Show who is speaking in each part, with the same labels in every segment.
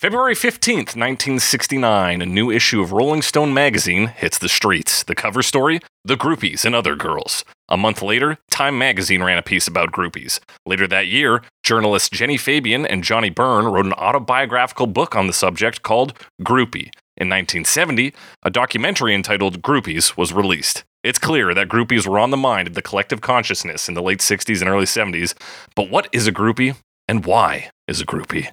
Speaker 1: February 15th, 1969, a new issue of Rolling Stone magazine hits the streets. The cover story The Groupies and Other Girls. A month later, Time magazine ran a piece about groupies. Later that year, journalists Jenny Fabian and Johnny Byrne wrote an autobiographical book on the subject called Groupie. In 1970, a documentary entitled Groupies was released. It's clear that groupies were on the mind of the collective consciousness in the late 60s and early 70s, but what is a groupie and why is a groupie?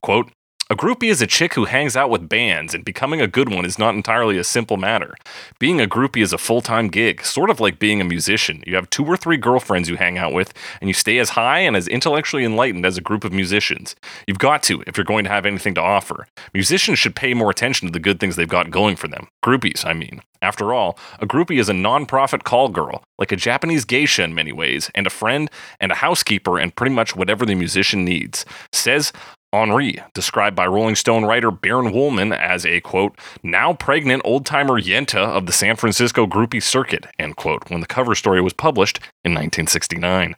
Speaker 1: Quote, a groupie is a chick who hangs out with bands, and becoming a good one is not entirely a simple matter. Being a groupie is a full time gig, sort of like being a musician. You have two or three girlfriends you hang out with, and you stay as high and as intellectually enlightened as a group of musicians. You've got to, if you're going to have anything to offer. Musicians should pay more attention to the good things they've got going for them. Groupies, I mean. After all, a groupie is a non-profit call girl, like a Japanese geisha in many ways, and a friend and a housekeeper and pretty much whatever the musician needs, says Henri, described by Rolling Stone writer Baron Woolman as a quote, now pregnant old timer Yenta of the San Francisco groupie circuit, end quote, when the cover story was published in 1969.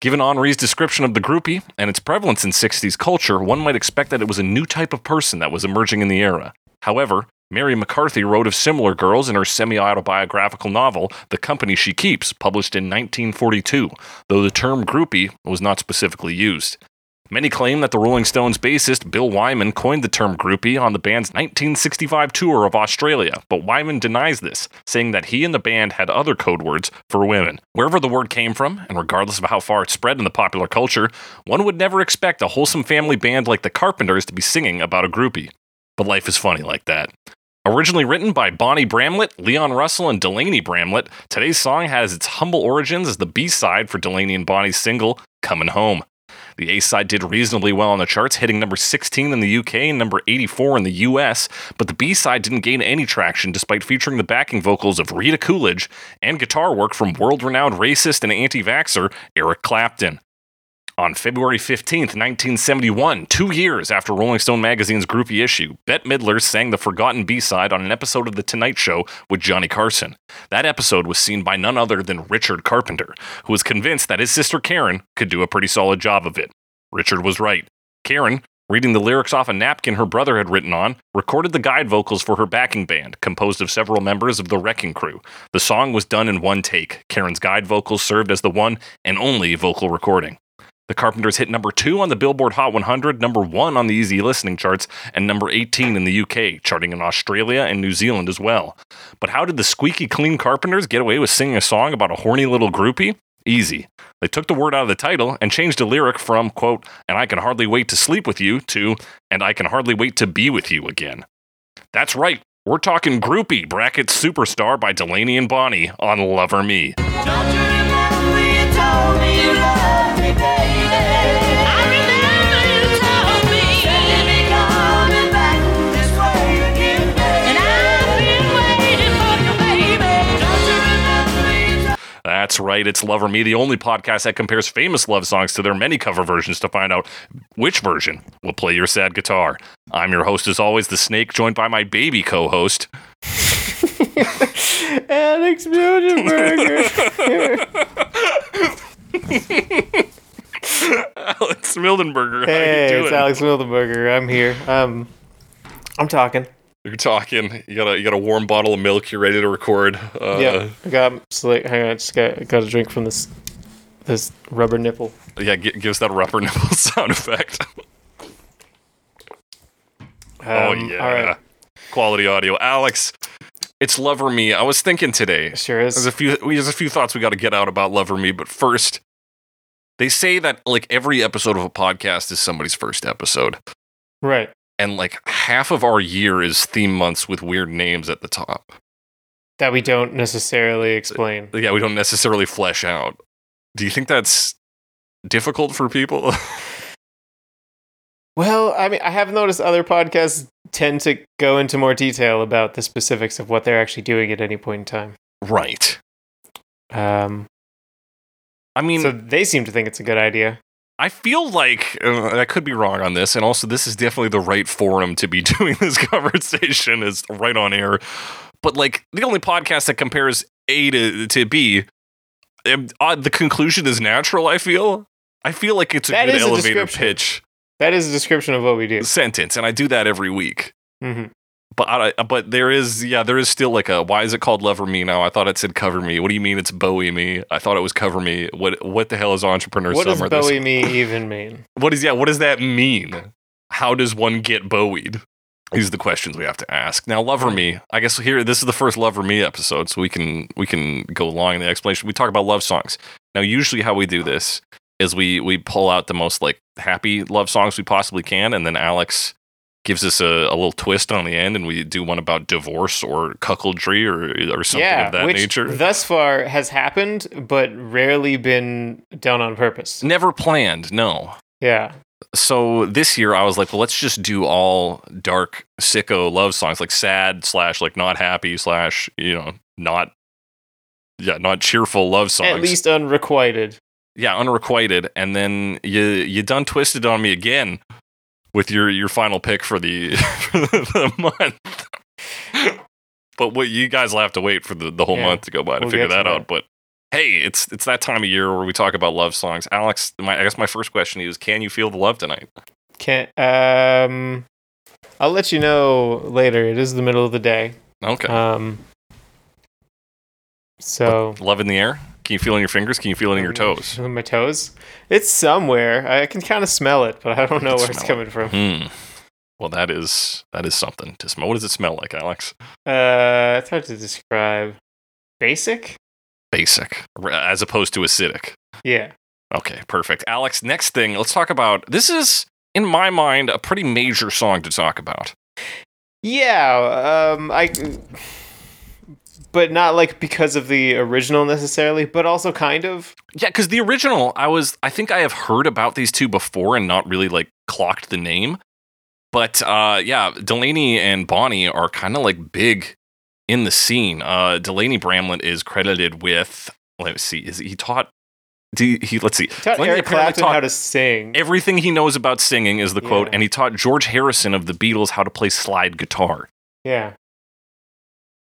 Speaker 1: Given Henri's description of the groupie and its prevalence in 60s culture, one might expect that it was a new type of person that was emerging in the era. However, Mary McCarthy wrote of similar girls in her semi autobiographical novel, The Company She Keeps, published in 1942, though the term groupie was not specifically used. Many claim that the Rolling Stones bassist Bill Wyman coined the term groupie on the band's 1965 tour of Australia, but Wyman denies this, saying that he and the band had other code words for women. Wherever the word came from, and regardless of how far it spread in the popular culture, one would never expect a wholesome family band like the Carpenters to be singing about a groupie. But life is funny like that. Originally written by Bonnie Bramlett, Leon Russell, and Delaney Bramlett, today's song has its humble origins as the B side for Delaney and Bonnie's single, Coming Home. The A side did reasonably well on the charts, hitting number 16 in the UK and number 84 in the US, but the B side didn't gain any traction despite featuring the backing vocals of Rita Coolidge and guitar work from world renowned racist and anti vaxxer Eric Clapton. On February 15th, 1971, two years after Rolling Stone magazine's groupie issue, Bette Midler sang the forgotten B side on an episode of The Tonight Show with Johnny Carson. That episode was seen by none other than Richard Carpenter, who was convinced that his sister Karen could do a pretty solid job of it. Richard was right. Karen, reading the lyrics off a napkin her brother had written on, recorded the guide vocals for her backing band, composed of several members of the Wrecking Crew. The song was done in one take. Karen's guide vocals served as the one and only vocal recording. The Carpenters hit number two on the Billboard Hot 100, number one on the Easy Listening charts, and number 18 in the UK, charting in Australia and New Zealand as well. But how did the squeaky clean Carpenters get away with singing a song about a horny little groupie? Easy. They took the word out of the title and changed the lyric from, quote, and I can hardly wait to sleep with you to, and I can hardly wait to be with you again. That's right, we're talking groupie bracket superstar by Delaney and Bonnie on Lover Me.
Speaker 2: Don't you remember you told me you loved me, baby? I remember you told me. Said you'd be coming back this way again, baby. And I've been waiting for you, baby. Don't you remember you told
Speaker 1: That's right, it's Lover Me, the only podcast that compares famous love songs to their many cover versions to find out which version will play your sad guitar. I'm your host, as always, the Snake, joined by my baby co host.
Speaker 3: Alex Bilderberger.
Speaker 1: Alex Mildenberger.
Speaker 3: hey,
Speaker 1: how you
Speaker 3: it's
Speaker 1: doing?
Speaker 3: Alex Bilderberger. I'm here. Um, I'm talking.
Speaker 1: You're talking. You got a you got a warm bottle of milk. You're ready to record. Uh,
Speaker 3: yeah, I got slick. Hang on, I just got got a drink from this this rubber nipple.
Speaker 1: yeah. Gi- give us that rubber nipple sound effect. oh
Speaker 3: Um,
Speaker 1: yeah.
Speaker 3: All right.
Speaker 1: Quality audio, Alex. It's Lover Me. I was thinking today.
Speaker 3: Sure
Speaker 1: There's
Speaker 3: is.
Speaker 1: a few. We there's a few thoughts we got to get out about Love or Me, but first, they say that like every episode of a podcast is somebody's first episode,
Speaker 3: right.
Speaker 1: and like half of our year is theme months with weird names at the top.
Speaker 3: That we don't necessarily explain.
Speaker 1: Yeah, we don't necessarily flesh out. Do you think that's difficult for people?
Speaker 3: Well, I mean, I have noticed other podcasts tend to go into more detail about the specifics of what they're actually doing at any point in time.
Speaker 1: right.
Speaker 3: Um,
Speaker 1: I mean,
Speaker 3: so they seem to think it's a good idea.
Speaker 1: I feel like uh, I could be wrong on this, and also this is definitely the right forum to be doing this conversation is right on air. But like the only podcast that compares A to to B, um, uh, the conclusion is natural. I feel. I feel like it's a
Speaker 3: That
Speaker 1: good
Speaker 3: is a
Speaker 1: elevator
Speaker 3: description.
Speaker 1: pitch.
Speaker 3: That is a description of what we do.
Speaker 1: sentence, and I do that every week.
Speaker 3: hmm
Speaker 1: But I, uh, but there is yeah there is still like a why is it called Lover Me now? I thought it said Cover Me. What do you mean it's Bowie Me? I thought it was Cover Me. What what the hell is Entrepreneur
Speaker 3: What does
Speaker 1: Summer? This-
Speaker 3: Bowie me even mean?
Speaker 1: what is yeah what does that mean how does one get bowied these are the questions we have to ask now lover me i guess here this is the first lover me episode so we can we can go along in the explanation we talk about love songs now usually how we do this is we we pull out the most like happy love songs we possibly can and then alex gives us a, a little twist on the end and we do one about divorce or cuckoldry or or something
Speaker 3: yeah,
Speaker 1: of that
Speaker 3: which
Speaker 1: nature
Speaker 3: thus far has happened, but rarely been done on purpose.
Speaker 1: never planned no
Speaker 3: Yeah,
Speaker 1: so this year I was like, well, let's just do all dark sicko love songs, like sad slash like not happy slash you know not yeah not cheerful love songs.
Speaker 3: at least unrequited.
Speaker 1: yeah, unrequited. And then you you done twisted on me again with your your final pick for the, for the month. but what you guys will have to wait for the, the whole
Speaker 3: Yeah,
Speaker 1: month to go by to
Speaker 3: we'll
Speaker 1: figure
Speaker 3: get to
Speaker 1: that
Speaker 3: that.
Speaker 1: out. But hey, it's it's that time of year where we talk about love songs. Alex, my, I guess my first question is, can you feel the love tonight?
Speaker 3: Can't. Um, I'll let you know later. It is the middle of the day.
Speaker 1: Okay.
Speaker 3: Um. So.
Speaker 1: Love in the air? Can you feel it in your fingers? Can you feel it in your toes?
Speaker 3: My toes. It's somewhere. I can kind of smell it, but I don't
Speaker 1: can
Speaker 3: know where it's
Speaker 1: smell it.
Speaker 3: coming from.
Speaker 1: Hmm. Well, that is that is something to smell. What does it smell like, Alex?
Speaker 3: Uh, it's hard to describe. Basic?
Speaker 1: Basic, r- as opposed to acidic.
Speaker 3: Yeah.
Speaker 1: Okay, perfect. Alex, next thing, let's talk about. This is, in my mind, a pretty major song to talk about.
Speaker 3: Yeah. Um, I. But not like because of the original necessarily, but also kind of.
Speaker 1: Yeah, because the original, I was, I think I have heard about these two before and not really like clocked the name. But uh, yeah, Delaney and Bonnie are kind of like big in the scene. Uh, Delaney Bramlett is credited with, let me see, is he taught, do he, let's see,
Speaker 3: Taught
Speaker 1: When they
Speaker 3: Eric
Speaker 1: apparently
Speaker 3: Clapton
Speaker 1: taught-
Speaker 3: how to sing.
Speaker 1: everything he knows about singing is the quote,
Speaker 3: Yeah.
Speaker 1: and he taught George Harrison of the Beatles how to play slide guitar.
Speaker 3: yeah.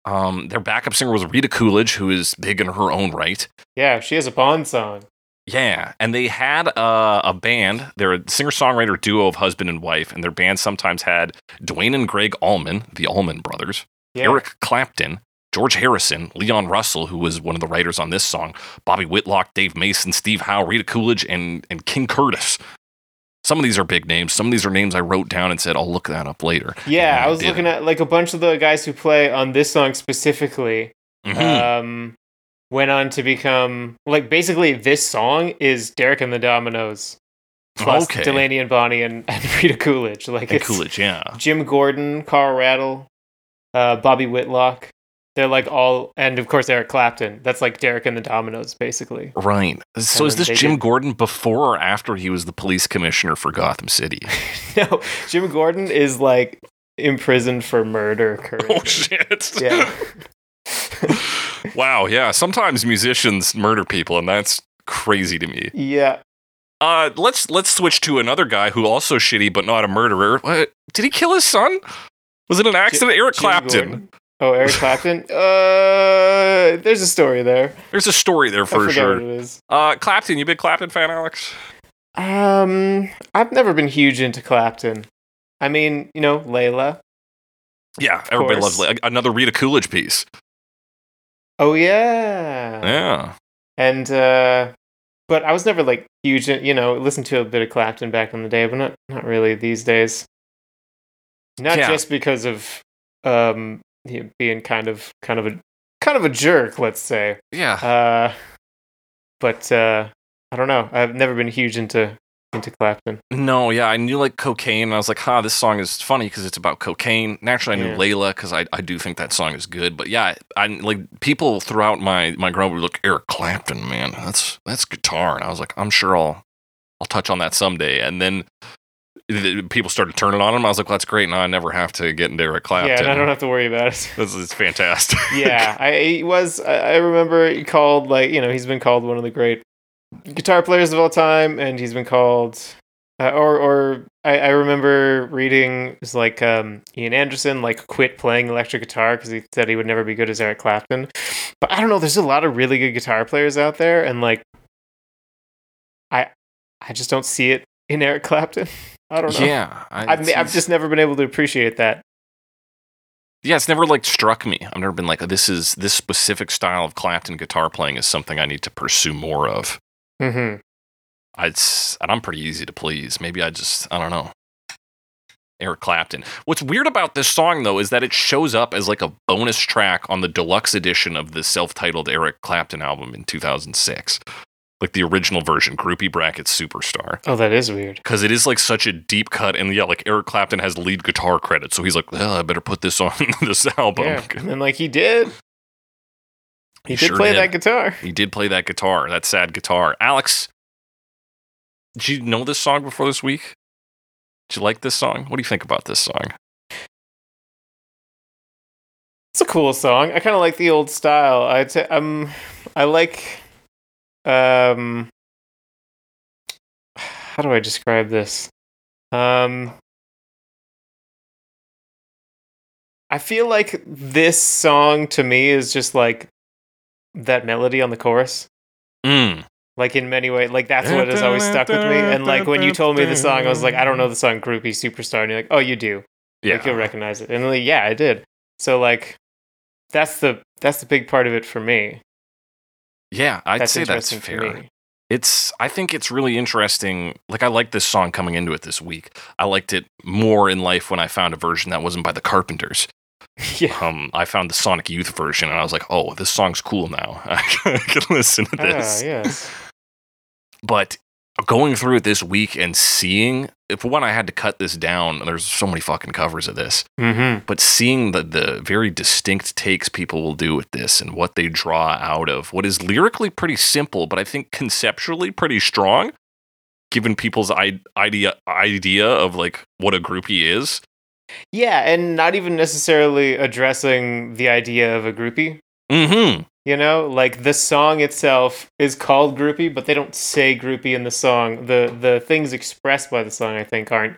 Speaker 1: Um, their backup singer was Rita Coolidge, who is big in her own right.
Speaker 3: Yeah. She has a Bond song.
Speaker 1: Yeah, and they had uh, a band. They're a singer-songwriter duo of husband and wife, and their band sometimes had Dwayne and Greg Allman, the Allman Brothers,
Speaker 3: Yeah.
Speaker 1: Eric Clapton, George Harrison, Leon Russell, who was one of the writers on this song, Bobby Whitlock, Dave Mason, Steve Howe, Rita Coolidge, and and King Curtis. Some of these are big names. Some of these are names I wrote down and said I'll look that up later.
Speaker 3: Yeah.
Speaker 1: And
Speaker 3: I was
Speaker 1: didn't.
Speaker 3: looking at like a bunch of the guys who play on this song specifically.
Speaker 1: Mhm.
Speaker 3: Um, went on to become like basically this song is Derek and the Dominoes. Plus
Speaker 1: Okay.
Speaker 3: Delaney and Bonnie and, and Rita Coolidge. Like
Speaker 1: and
Speaker 3: it's,
Speaker 1: Coolidge, yeah.
Speaker 3: Jim Gordon, Carl Rattle, uh, Bobby Whitlock. They're like all, and of course Eric Clapton. That's like Derek and the Dominoes, basically.
Speaker 1: Right. So
Speaker 3: And
Speaker 1: is
Speaker 3: then
Speaker 1: this
Speaker 3: they
Speaker 1: Jim
Speaker 3: did-
Speaker 1: Gordon before or after he was the police commissioner for Gotham City?
Speaker 3: No, Jim Gordon is like imprisoned for murder. Currently.
Speaker 1: oh shit.
Speaker 3: Yeah,
Speaker 1: wow, yeah. Sometimes musicians murder people, and that's crazy to me.
Speaker 3: yeah.
Speaker 1: Uh, let's let's switch to another guy who also shitty, but not a murderer. What? Did he kill his son? Was it an accident? Eric
Speaker 3: Jim
Speaker 1: Clapton.
Speaker 3: Gordon. Oh, Eric Clapton. uh, there's a story there.
Speaker 1: There's a story there
Speaker 3: I
Speaker 1: for
Speaker 3: forget what
Speaker 1: sure.
Speaker 3: it is.
Speaker 1: Uh, Clapton, you big Clapton fan, Alex?
Speaker 3: Um, I've never been huge into Clapton. I mean, you know, Layla.
Speaker 1: Yeah, everybody
Speaker 3: course.
Speaker 1: loves like, another Rita Coolidge piece.
Speaker 3: Oh yeah.
Speaker 1: Yeah.
Speaker 3: And uh but I was never like huge in- you know, listened to a bit of Clapton back in the day, but not not really these days. Not
Speaker 1: Yeah.
Speaker 3: just because of um him being kind of kind of a kind of a jerk, let's say.
Speaker 1: Yeah.
Speaker 3: Uh but uh I don't know. I've never been huge into into Clapton.
Speaker 1: No, yeah, I knew like cocaine, and I was like, "Ha, this song is funny because it's about cocaine." Naturally, I knew
Speaker 3: Yeah.
Speaker 1: Layla because I, I do think that song is good. But yeah, I like people throughout my my growing up were like Eric Clapton, man, that's that's guitar, and I was like, I'm sure I'll I'll touch on that someday. And then th- people started turning on him. I was like, well, that's great. Now I never have to get into Eric Clapton.
Speaker 3: Yeah, and I don't have to worry about it.
Speaker 1: This is fantastic.
Speaker 3: yeah, I he was. I I remember he called like you know he's been called one of the great guitar players of all time, and he's been called. Uh, or or I, I remember reading it was like um, Ian Anderson like quit playing electric guitar because he said he would never be good as Eric Clapton. But I don't know. There's a lot of really good guitar players out there, and like I I just don't see it in Eric Clapton. I don't know.
Speaker 1: Yeah, I,
Speaker 3: I've,
Speaker 1: it's-
Speaker 3: I've just never been able to appreciate that.
Speaker 1: yeah, it's never like struck me. I've never been like, oh, this is this specific style of Clapton guitar playing is something I need to pursue more of.
Speaker 3: hmm
Speaker 1: I, it's, and I'm pretty easy to please. Maybe I just, I don't know. Eric Clapton. What's weird about this song, though, is that it shows up as like a bonus track on the deluxe edition of the self titled Eric Clapton album in 2006. Like the original version, Groupie Bracket Superstar.
Speaker 3: Oh, that is weird.
Speaker 1: Because it is like such a deep cut. And yeah, like Eric Clapton has lead guitar credit. So he's like, "Oh, I better put this on this album.
Speaker 3: Yeah. And like he did. He, did
Speaker 1: sure
Speaker 3: play
Speaker 1: did.
Speaker 3: that guitar.
Speaker 1: He did play that guitar, that sad guitar. Alex, did you know this song before this week? Did you like this song? What do you think about this song?
Speaker 3: It's a cool song. I kind of like the old style. I t- I'm, I like, um, how do I describe this? Um, I feel like this song to me is just like that melody on the chorus.
Speaker 1: Mm.
Speaker 3: Like in many ways, like that's what has always stuck with me. And like when you told me the song, I was like, I don't know the song "Groupie Superstar," and you're like, Oh, you do
Speaker 1: Yeah.
Speaker 3: like you'll recognize it and like, yeah i did so like that's the that's the big part of it for me
Speaker 1: yeah, I'd
Speaker 3: that's
Speaker 1: say that's
Speaker 3: interesting for
Speaker 1: fair.
Speaker 3: me
Speaker 1: It's I think it's really interesting. Like I liked this song coming into it this week. I liked it more in life when I found a version that wasn't by the Carpenters.
Speaker 3: yeah
Speaker 1: Um, I found the Sonic Youth version and I was like, "Oh, this song's cool now. I can listen to this."
Speaker 3: ah, yes
Speaker 1: but going through it this week and seeing if one i had to cut this down there's so many fucking covers of this
Speaker 3: mm-hmm
Speaker 1: but seeing the, the very distinct takes people will do with this and what they draw out of what is lyrically pretty simple but i think conceptually pretty strong given people's I- idea idea of like what a groupie is
Speaker 3: yeah and not even necessarily addressing the idea of a groupie
Speaker 1: mm-hmm
Speaker 3: you know like the song itself is called groupie but they don't say groupie in the song the the things expressed by the song i think aren't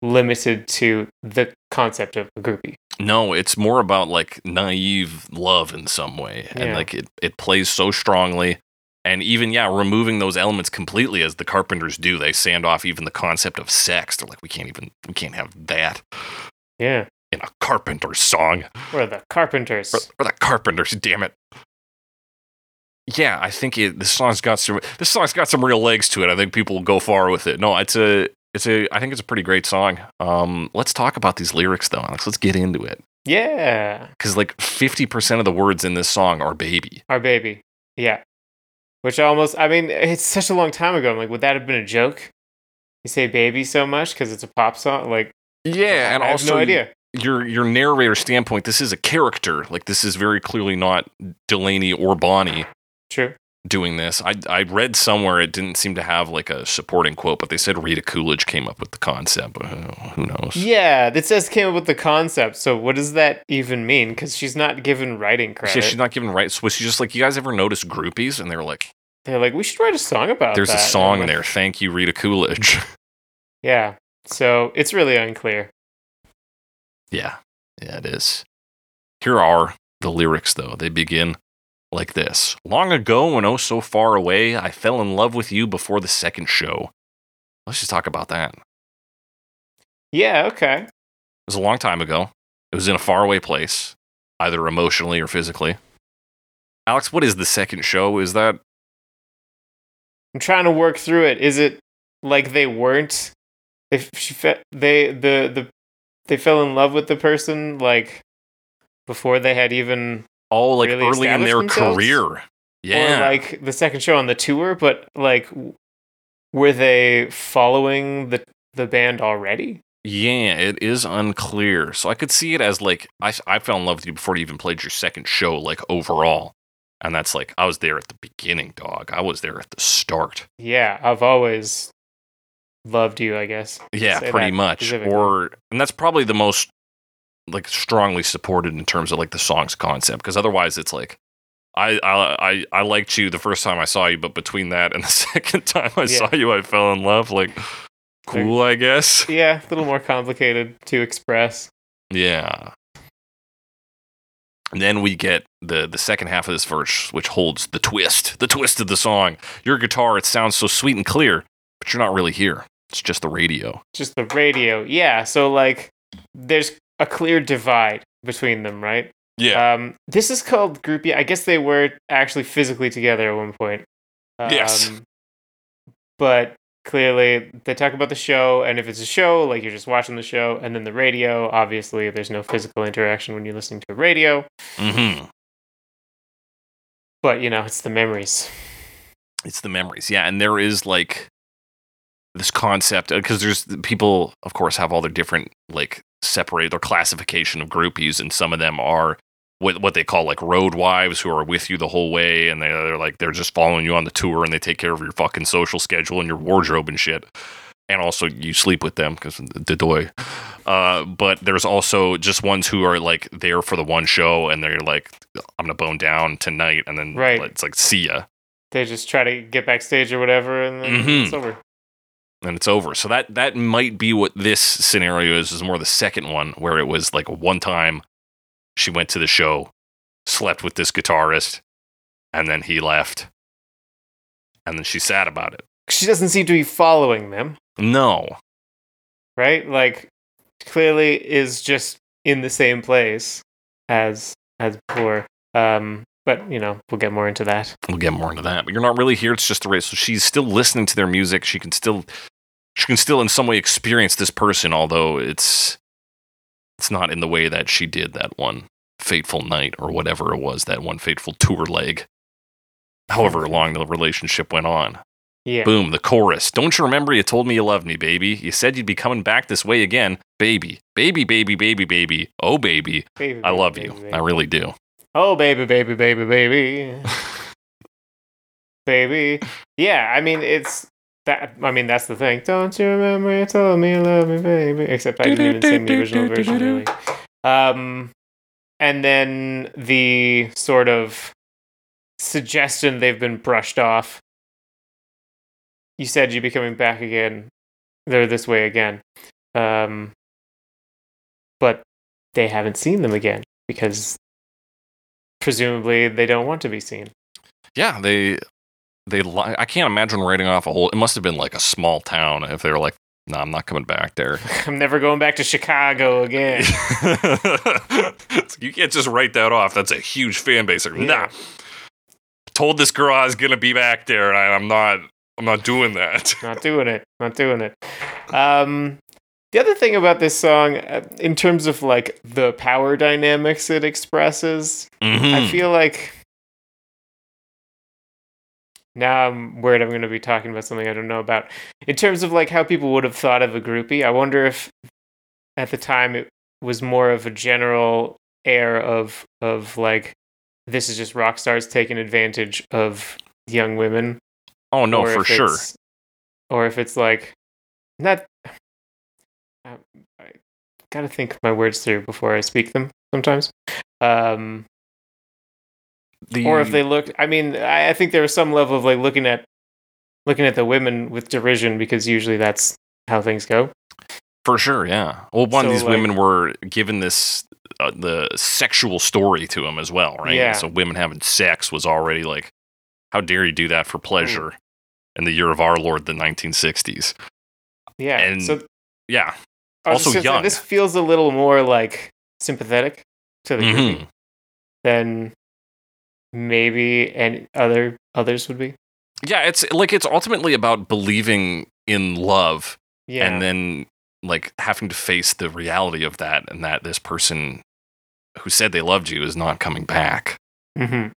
Speaker 3: limited to the concept of a groupie
Speaker 1: No, it's more about like naive love in some way. And
Speaker 3: Yeah.
Speaker 1: like it, it plays so strongly. And even, yeah, removing those elements completely as the carpenters do, they sand off even the concept of sex. They're like, we can't even, we can't have that
Speaker 3: yeah
Speaker 1: in a carpenter song.
Speaker 3: or the carpenters
Speaker 1: Or, or the carpenters, damn it. Yeah, I think it, this song's got some, this song's got some real legs to it. I think people will go far with it. No, it's a, it's a, I think it's a pretty great song. Um, let's talk about these lyrics though, Alex. Let's get into it.
Speaker 3: yeah
Speaker 1: because like 50% of the words in this song are baby
Speaker 3: Our baby. Yeah. Which almost, I mean, it's such a long time ago. I'm like, would that have been a joke? You say baby so much because it's a pop song? Like,
Speaker 1: yeah and
Speaker 3: I
Speaker 1: also
Speaker 3: have no idea.
Speaker 1: your your narrator standpoint this is a character like this is very clearly not delaney or bonnie
Speaker 3: True.
Speaker 1: doing this i i read somewhere it didn't seem to have like a supporting quote but they said rita coolidge came up with the concept but uh, who who knows
Speaker 3: Yeah, that just came up with the concept. So what does that even mean? Because she's not given writing credit.
Speaker 1: Yeah, she's not given right. So was she just like, you guys ever notice groupies? And they were like,
Speaker 3: They're like, we should write a song about
Speaker 1: there's
Speaker 3: that.
Speaker 1: a
Speaker 3: And I'm
Speaker 1: song
Speaker 3: like,
Speaker 1: there. Thank you, Rita Coolidge.
Speaker 3: Yeah. So it's really unclear.
Speaker 1: Yeah, yeah, it is. Here are the lyrics, though. They begin like this Long ago and oh so far away, I fell in love with you before the second show. Let's just talk about that. It
Speaker 3: Yeah, okay.
Speaker 1: was a long time ago. It was in a faraway place, either emotionally or physically. Alex, what is the second show? Is that
Speaker 3: I'm trying to work through it. Is it like they weren't? If she fe- they the the they fell in love with the person like before they had even
Speaker 1: all like
Speaker 3: Really
Speaker 1: early in their
Speaker 3: established themselves?
Speaker 1: career? Yeah.
Speaker 3: or like the second show on the tour, but like w- were they following the the band already?
Speaker 1: Yeah, it is unclear. So I could see it as like I, I fell in love with you before you even played your second show, like overall. And that's like I was there at the beginning, dog. I was there at the start.
Speaker 3: Yeah, I've always loved you, I guess.
Speaker 1: Yeah,
Speaker 3: Say
Speaker 1: pretty
Speaker 3: that
Speaker 1: much.
Speaker 3: specifically.
Speaker 1: Or and that's probably the most like strongly supported in terms of like the song's concept because otherwise it's like I, I I I liked you the first time I saw you, but between that and the second time I
Speaker 3: Yeah.
Speaker 1: saw you, I fell in love. Like cool, I guess.
Speaker 3: Yeah, a little more complicated to express.
Speaker 1: Yeah. And then we get the the second half of this verse, which holds the twist, the twist of the song. Your guitar, it sounds so sweet and clear, but you're not really here. It's just the radio.
Speaker 3: just the radio. Yeah, so like there's a clear divide between them, right? Um, this is called groupie. I guess they were actually physically together at one point. Um,
Speaker 1: Yes.
Speaker 3: But clearly, they talk about the show, and if it's a show, like you're just watching the show, and then the radio. Obviously, there's no physical interaction when you're listening to a radio.
Speaker 1: Mm-hmm.
Speaker 3: But you know, it's the memories.
Speaker 1: It's the memories. Yeah. And there is like this concept because there's people, of course, have all their different like separated their classification of groupies, and some of them are what what they call like road wives who are with you the whole way, and they're, they're like they're just following you on the tour, and they take care of your fucking social schedule and your wardrobe and shit. And also, you sleep with them because the doy. Uh, but there's also just ones who are like there for the one show, and they're like, "I'm gonna bone down tonight," and then
Speaker 3: Right.
Speaker 1: it's like, "See ya."
Speaker 3: They just try to get backstage or whatever, and then
Speaker 1: Mhm.
Speaker 3: it's over.
Speaker 1: and it's over. So that that might be what this scenario is. Is more the second one where it was like one time she went to the show, slept with this guitarist, and then he left, and then she's sad about it.
Speaker 3: She doesn't seem to be following them,
Speaker 1: No,
Speaker 3: right? Like, clearly is just in the same place as as before. Um, but you know, we'll get more into that.
Speaker 1: we'll get more into that. But you're not really here. It's just the race. So she's still listening to their music. She can still she can still in some way experience this person, although it's it's not in the way that she did that one fateful night or whatever it was, that one fateful tour leg. However long the relationship went on.
Speaker 3: Yeah.
Speaker 1: Boom, the chorus. Don't you remember you told me you loved me, baby? You said you'd be coming back this way again. Baby, baby, baby, baby, baby. Oh, baby.
Speaker 3: Baby,
Speaker 1: I
Speaker 3: baby,
Speaker 1: love
Speaker 3: baby,
Speaker 1: you.
Speaker 3: baby.
Speaker 1: I really do.
Speaker 3: oh, baby, baby, baby, baby, baby. Yeah, I mean it's that. I mean that's the thing. Don't you remember you told me you love me, baby? Except I didn't even sing the original version really. Um, and then the sort of suggestion they've been brushed off. You said you'd be coming back again. They're this way again. Um, but they haven't seen them again because presumably they don't want to be seen.
Speaker 1: yeah they they li- i can't imagine writing off a whole it must have been like a small town if they were like no i'm not coming back there
Speaker 3: I'm never going back to Chicago again.
Speaker 1: you can't just write that off that's a huge fan base like, nah
Speaker 3: Yeah.
Speaker 1: told this girl i was gonna be back there and I, i'm not i'm not doing that
Speaker 3: not doing it not doing it um the other thing about this song uh, in terms of like the power dynamics it expresses
Speaker 1: Mm-hmm. Hmm.
Speaker 3: i feel like now i'm worried i'm going to be talking about something i don't know about in terms of like how people would have thought of a groupie i wonder if at the time it was more of a general air of of like this is just rock stars taking advantage of young women
Speaker 1: oh no
Speaker 3: or
Speaker 1: for
Speaker 3: if
Speaker 1: sure
Speaker 3: it's- Or if it's like, not. I, I gotta think my words through before I speak them sometimes. Um,
Speaker 1: the,
Speaker 3: or if they looked, I mean, I, I think there was some level of like looking at, looking at the women with derision because usually that's how things go.
Speaker 1: for sure yeah well one
Speaker 3: So,
Speaker 1: these
Speaker 3: like-
Speaker 1: women were given this uh, the sexual story to him as well right
Speaker 3: Yeah.
Speaker 1: so women having sex was already like how dare you do
Speaker 3: Hmm.
Speaker 1: that for pleasure in the year of our lord the 1960s
Speaker 3: Yeah.
Speaker 1: And
Speaker 3: so
Speaker 1: yeah
Speaker 3: I was
Speaker 1: also
Speaker 3: just gonna say,
Speaker 1: young.
Speaker 3: this feels a little more like sympathetic to the groupie
Speaker 1: Mhm.
Speaker 3: than maybe and other others would be.
Speaker 1: yeah it's like it's ultimately about believing in love
Speaker 3: Yeah.
Speaker 1: and then like having to face the reality of that and that this person who said they loved you is not coming back
Speaker 3: Mhm.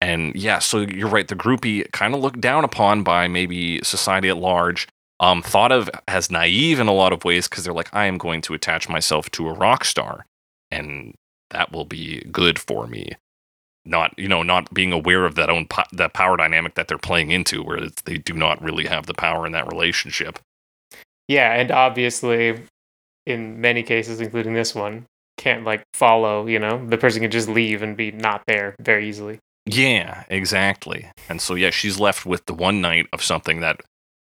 Speaker 1: and yeah so you're right the groupie kind of looked down upon by maybe society at large um, thought of as naive in a lot of ways because they're like i am going to attach myself to a rock star and that will be good for me not you know not being aware of that own po- that power dynamic that they're playing into where it's, they do not really have the power in that relationship
Speaker 3: Yeah, and obviously, in many cases, including this one, can't like follow. You know, the person can just leave and be not there very easily.
Speaker 1: Yeah, exactly. And so yeah, she's left with the one night of something that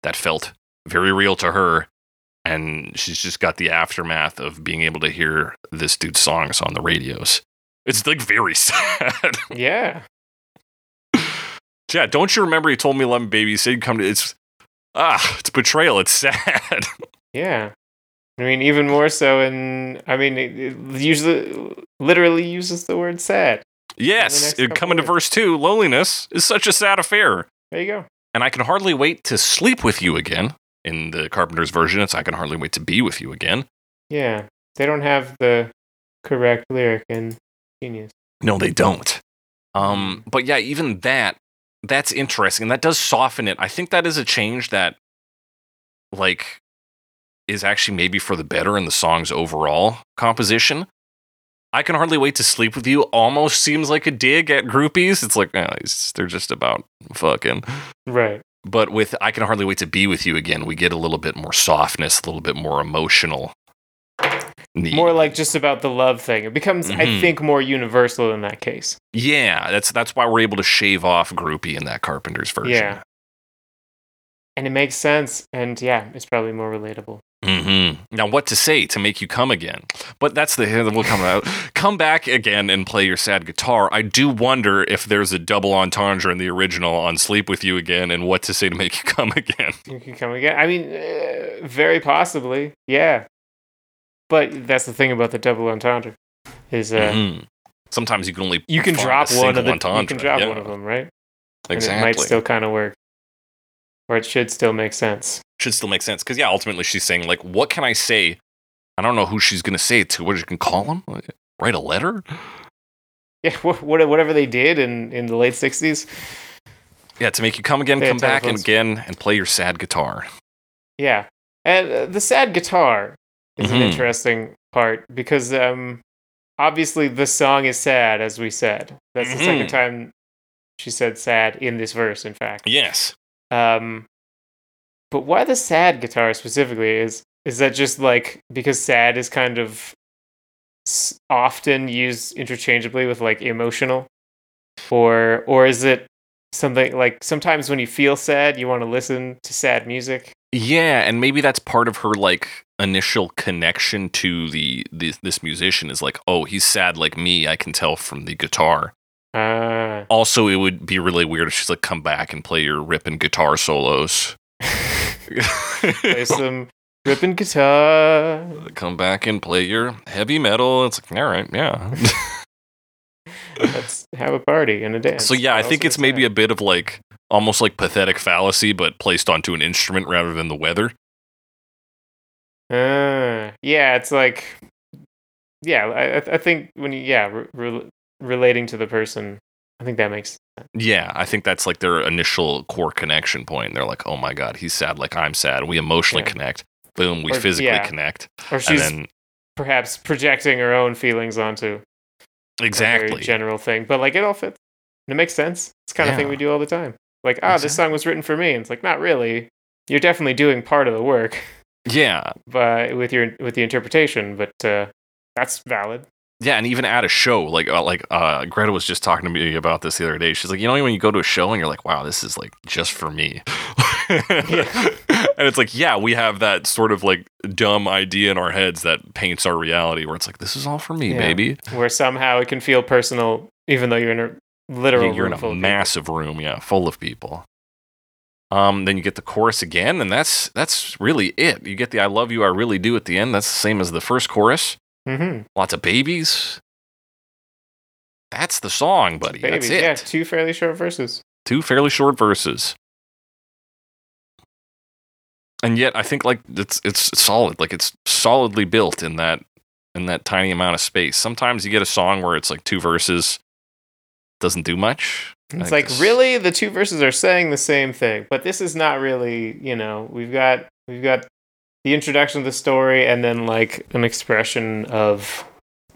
Speaker 1: that felt very real to her and she's just got the aftermath of being able to hear this dude's songs on the radios. It's like very sad.
Speaker 3: Yeah,
Speaker 1: yeah, don't you remember you told me Lemon Baby you said you'd come to it's ah, it's betrayal. It's sad.
Speaker 3: Yeah. I mean, even more so in, I mean, it, it usually, literally uses the word sad.
Speaker 1: yes,
Speaker 3: next couple
Speaker 1: coming to
Speaker 3: words.
Speaker 1: verse two, loneliness is such a sad affair.
Speaker 3: There you go.
Speaker 1: And I can hardly wait to sleep with you again. In the Carpenter's version, it's I can hardly wait to be with you again.
Speaker 3: Yeah. They don't have the correct lyric in Genius.
Speaker 1: No, they don't. Um, but yeah, even that, that's interesting. That does soften it. I think that is a change that, like, is actually maybe for the better in the song's overall composition. I can hardly wait to sleep with you. Almost seems like a dig at groupies. It's like eh, it's- they're just about fucking.
Speaker 3: Right.
Speaker 1: But with I can hardly wait to be with you again, we get a little bit more softness, a little bit more emotional. need.
Speaker 3: More like just about the love thing. It becomes, I
Speaker 1: Mhm.
Speaker 3: think, more universal in that case.
Speaker 1: Yeah, that's that's why we're able to shave off groupie in that Carpenter's version.
Speaker 3: Yeah. And it makes sense. And yeah, it's probably more relatable.
Speaker 1: hmm Now, what to say to make you come again? But that's the we'll come out. Come back again and play your sad guitar. I do wonder if there's a double entendre in the original on "Sleep with You Again" and "What to Say to Make You Come Again."
Speaker 3: You can come again. I mean, uh, very possibly. Yeah. But that's the thing about the double entendre is uh,
Speaker 1: Mhm. Sometimes you can only
Speaker 3: you can
Speaker 1: find a
Speaker 3: drop one
Speaker 1: single
Speaker 3: of the, you can
Speaker 1: entendre.
Speaker 3: drop
Speaker 1: Yeah,
Speaker 3: one of them, right?
Speaker 1: Exactly.
Speaker 3: And it might still kind of work, or it should still make sense.
Speaker 1: should still make sense because yeah, ultimately she's saying like, "What can I say?" I don't know who she's gonna say it to. What you can call him? Like, Write a letter?
Speaker 3: Yeah, wha- what- whatever they did in, in the late '60s.
Speaker 1: Yeah, to make you come again,
Speaker 3: Yeah,
Speaker 1: come back and
Speaker 3: telephones.
Speaker 1: again and play your sad guitar.
Speaker 3: Yeah, and uh, the sad guitar is an
Speaker 1: Mhm.
Speaker 3: interesting part because um, obviously the song is sad, as we said. That's the second
Speaker 1: Mhm.
Speaker 3: time she said sad in this verse. In fact,
Speaker 1: Yes.
Speaker 3: Um, but why the sad guitar specifically is is that just like because sad is kind of s- often used interchangeably with like emotional, or or is it something like sometimes when you feel sad you want to listen to sad music?
Speaker 1: Yeah, and maybe that's part of her like initial connection to the, the this musician is like, oh, he's sad like me. I can tell from the guitar.
Speaker 3: Ah,
Speaker 1: Also, it would be really weird if she's like, come back and play your ripping guitar solos.
Speaker 3: play some ripping guitar.
Speaker 1: come back and play your heavy metal. It's like, all right, yeah.
Speaker 3: Let's have a party and a dance.
Speaker 1: so yeah, I
Speaker 3: Also
Speaker 1: think it's
Speaker 3: sad.
Speaker 1: maybe a bit of like almost like pathetic fallacy, but placed onto an instrument rather than the weather.
Speaker 3: Uh, yeah, it's like, yeah, I- I, I think when you, yeah, re- re- relating to the person, I think that makes,
Speaker 1: Yeah, I think that's like their initial core connection point. They're like, oh my God, he's sad like I'm sad. We emotionally
Speaker 3: Yeah.
Speaker 1: connect. Boom, we
Speaker 3: Or-
Speaker 1: physically
Speaker 3: yeah.
Speaker 1: connect.
Speaker 3: or she's
Speaker 1: and then,
Speaker 3: perhaps projecting her own feelings onto a
Speaker 1: exactly.
Speaker 3: very general thing, but like it all fits. And it makes sense. It's the kind of thing
Speaker 1: Yeah.
Speaker 3: we do all the time. Like, ah, this song was written for me. And it's like, not really. You're definitely doing part of the work,
Speaker 1: yeah.
Speaker 3: but with your with the interpretation, but uh, that's valid.
Speaker 1: Yeah. And even at a show, like, uh, like uh, Greta was just talking to me about this the other day. She's like, you know, when you go to a show and you're like, wow, this is like just for me. And it's like, yeah, we have that sort of like dumb idea in our heads that paints our reality where it's like, this is all for me,
Speaker 3: Yeah.
Speaker 1: baby.
Speaker 3: Where somehow it can feel personal, even though you're in a literal
Speaker 1: you're
Speaker 3: room
Speaker 1: in
Speaker 3: full
Speaker 1: a
Speaker 3: of people.
Speaker 1: massive room yeah full of people um then you get the chorus again and that's that's really it you get the i love you i really do at the end that's the same as the first chorus
Speaker 3: Mm-hmm.
Speaker 1: lots of babies that's the song buddy that's
Speaker 3: Babies,
Speaker 1: it
Speaker 3: yeah, two fairly short verses.
Speaker 1: two fairly short verses and yet i think like it's it's solid like it's solidly built in that in that tiny amount of space sometimes you get a song where it's like two verses doesn't do much I
Speaker 3: It's
Speaker 1: think
Speaker 3: like
Speaker 1: this-
Speaker 3: really the two verses are saying the same thing, but this is not really. You know, we've got we've got the introduction of the story and then like an expression of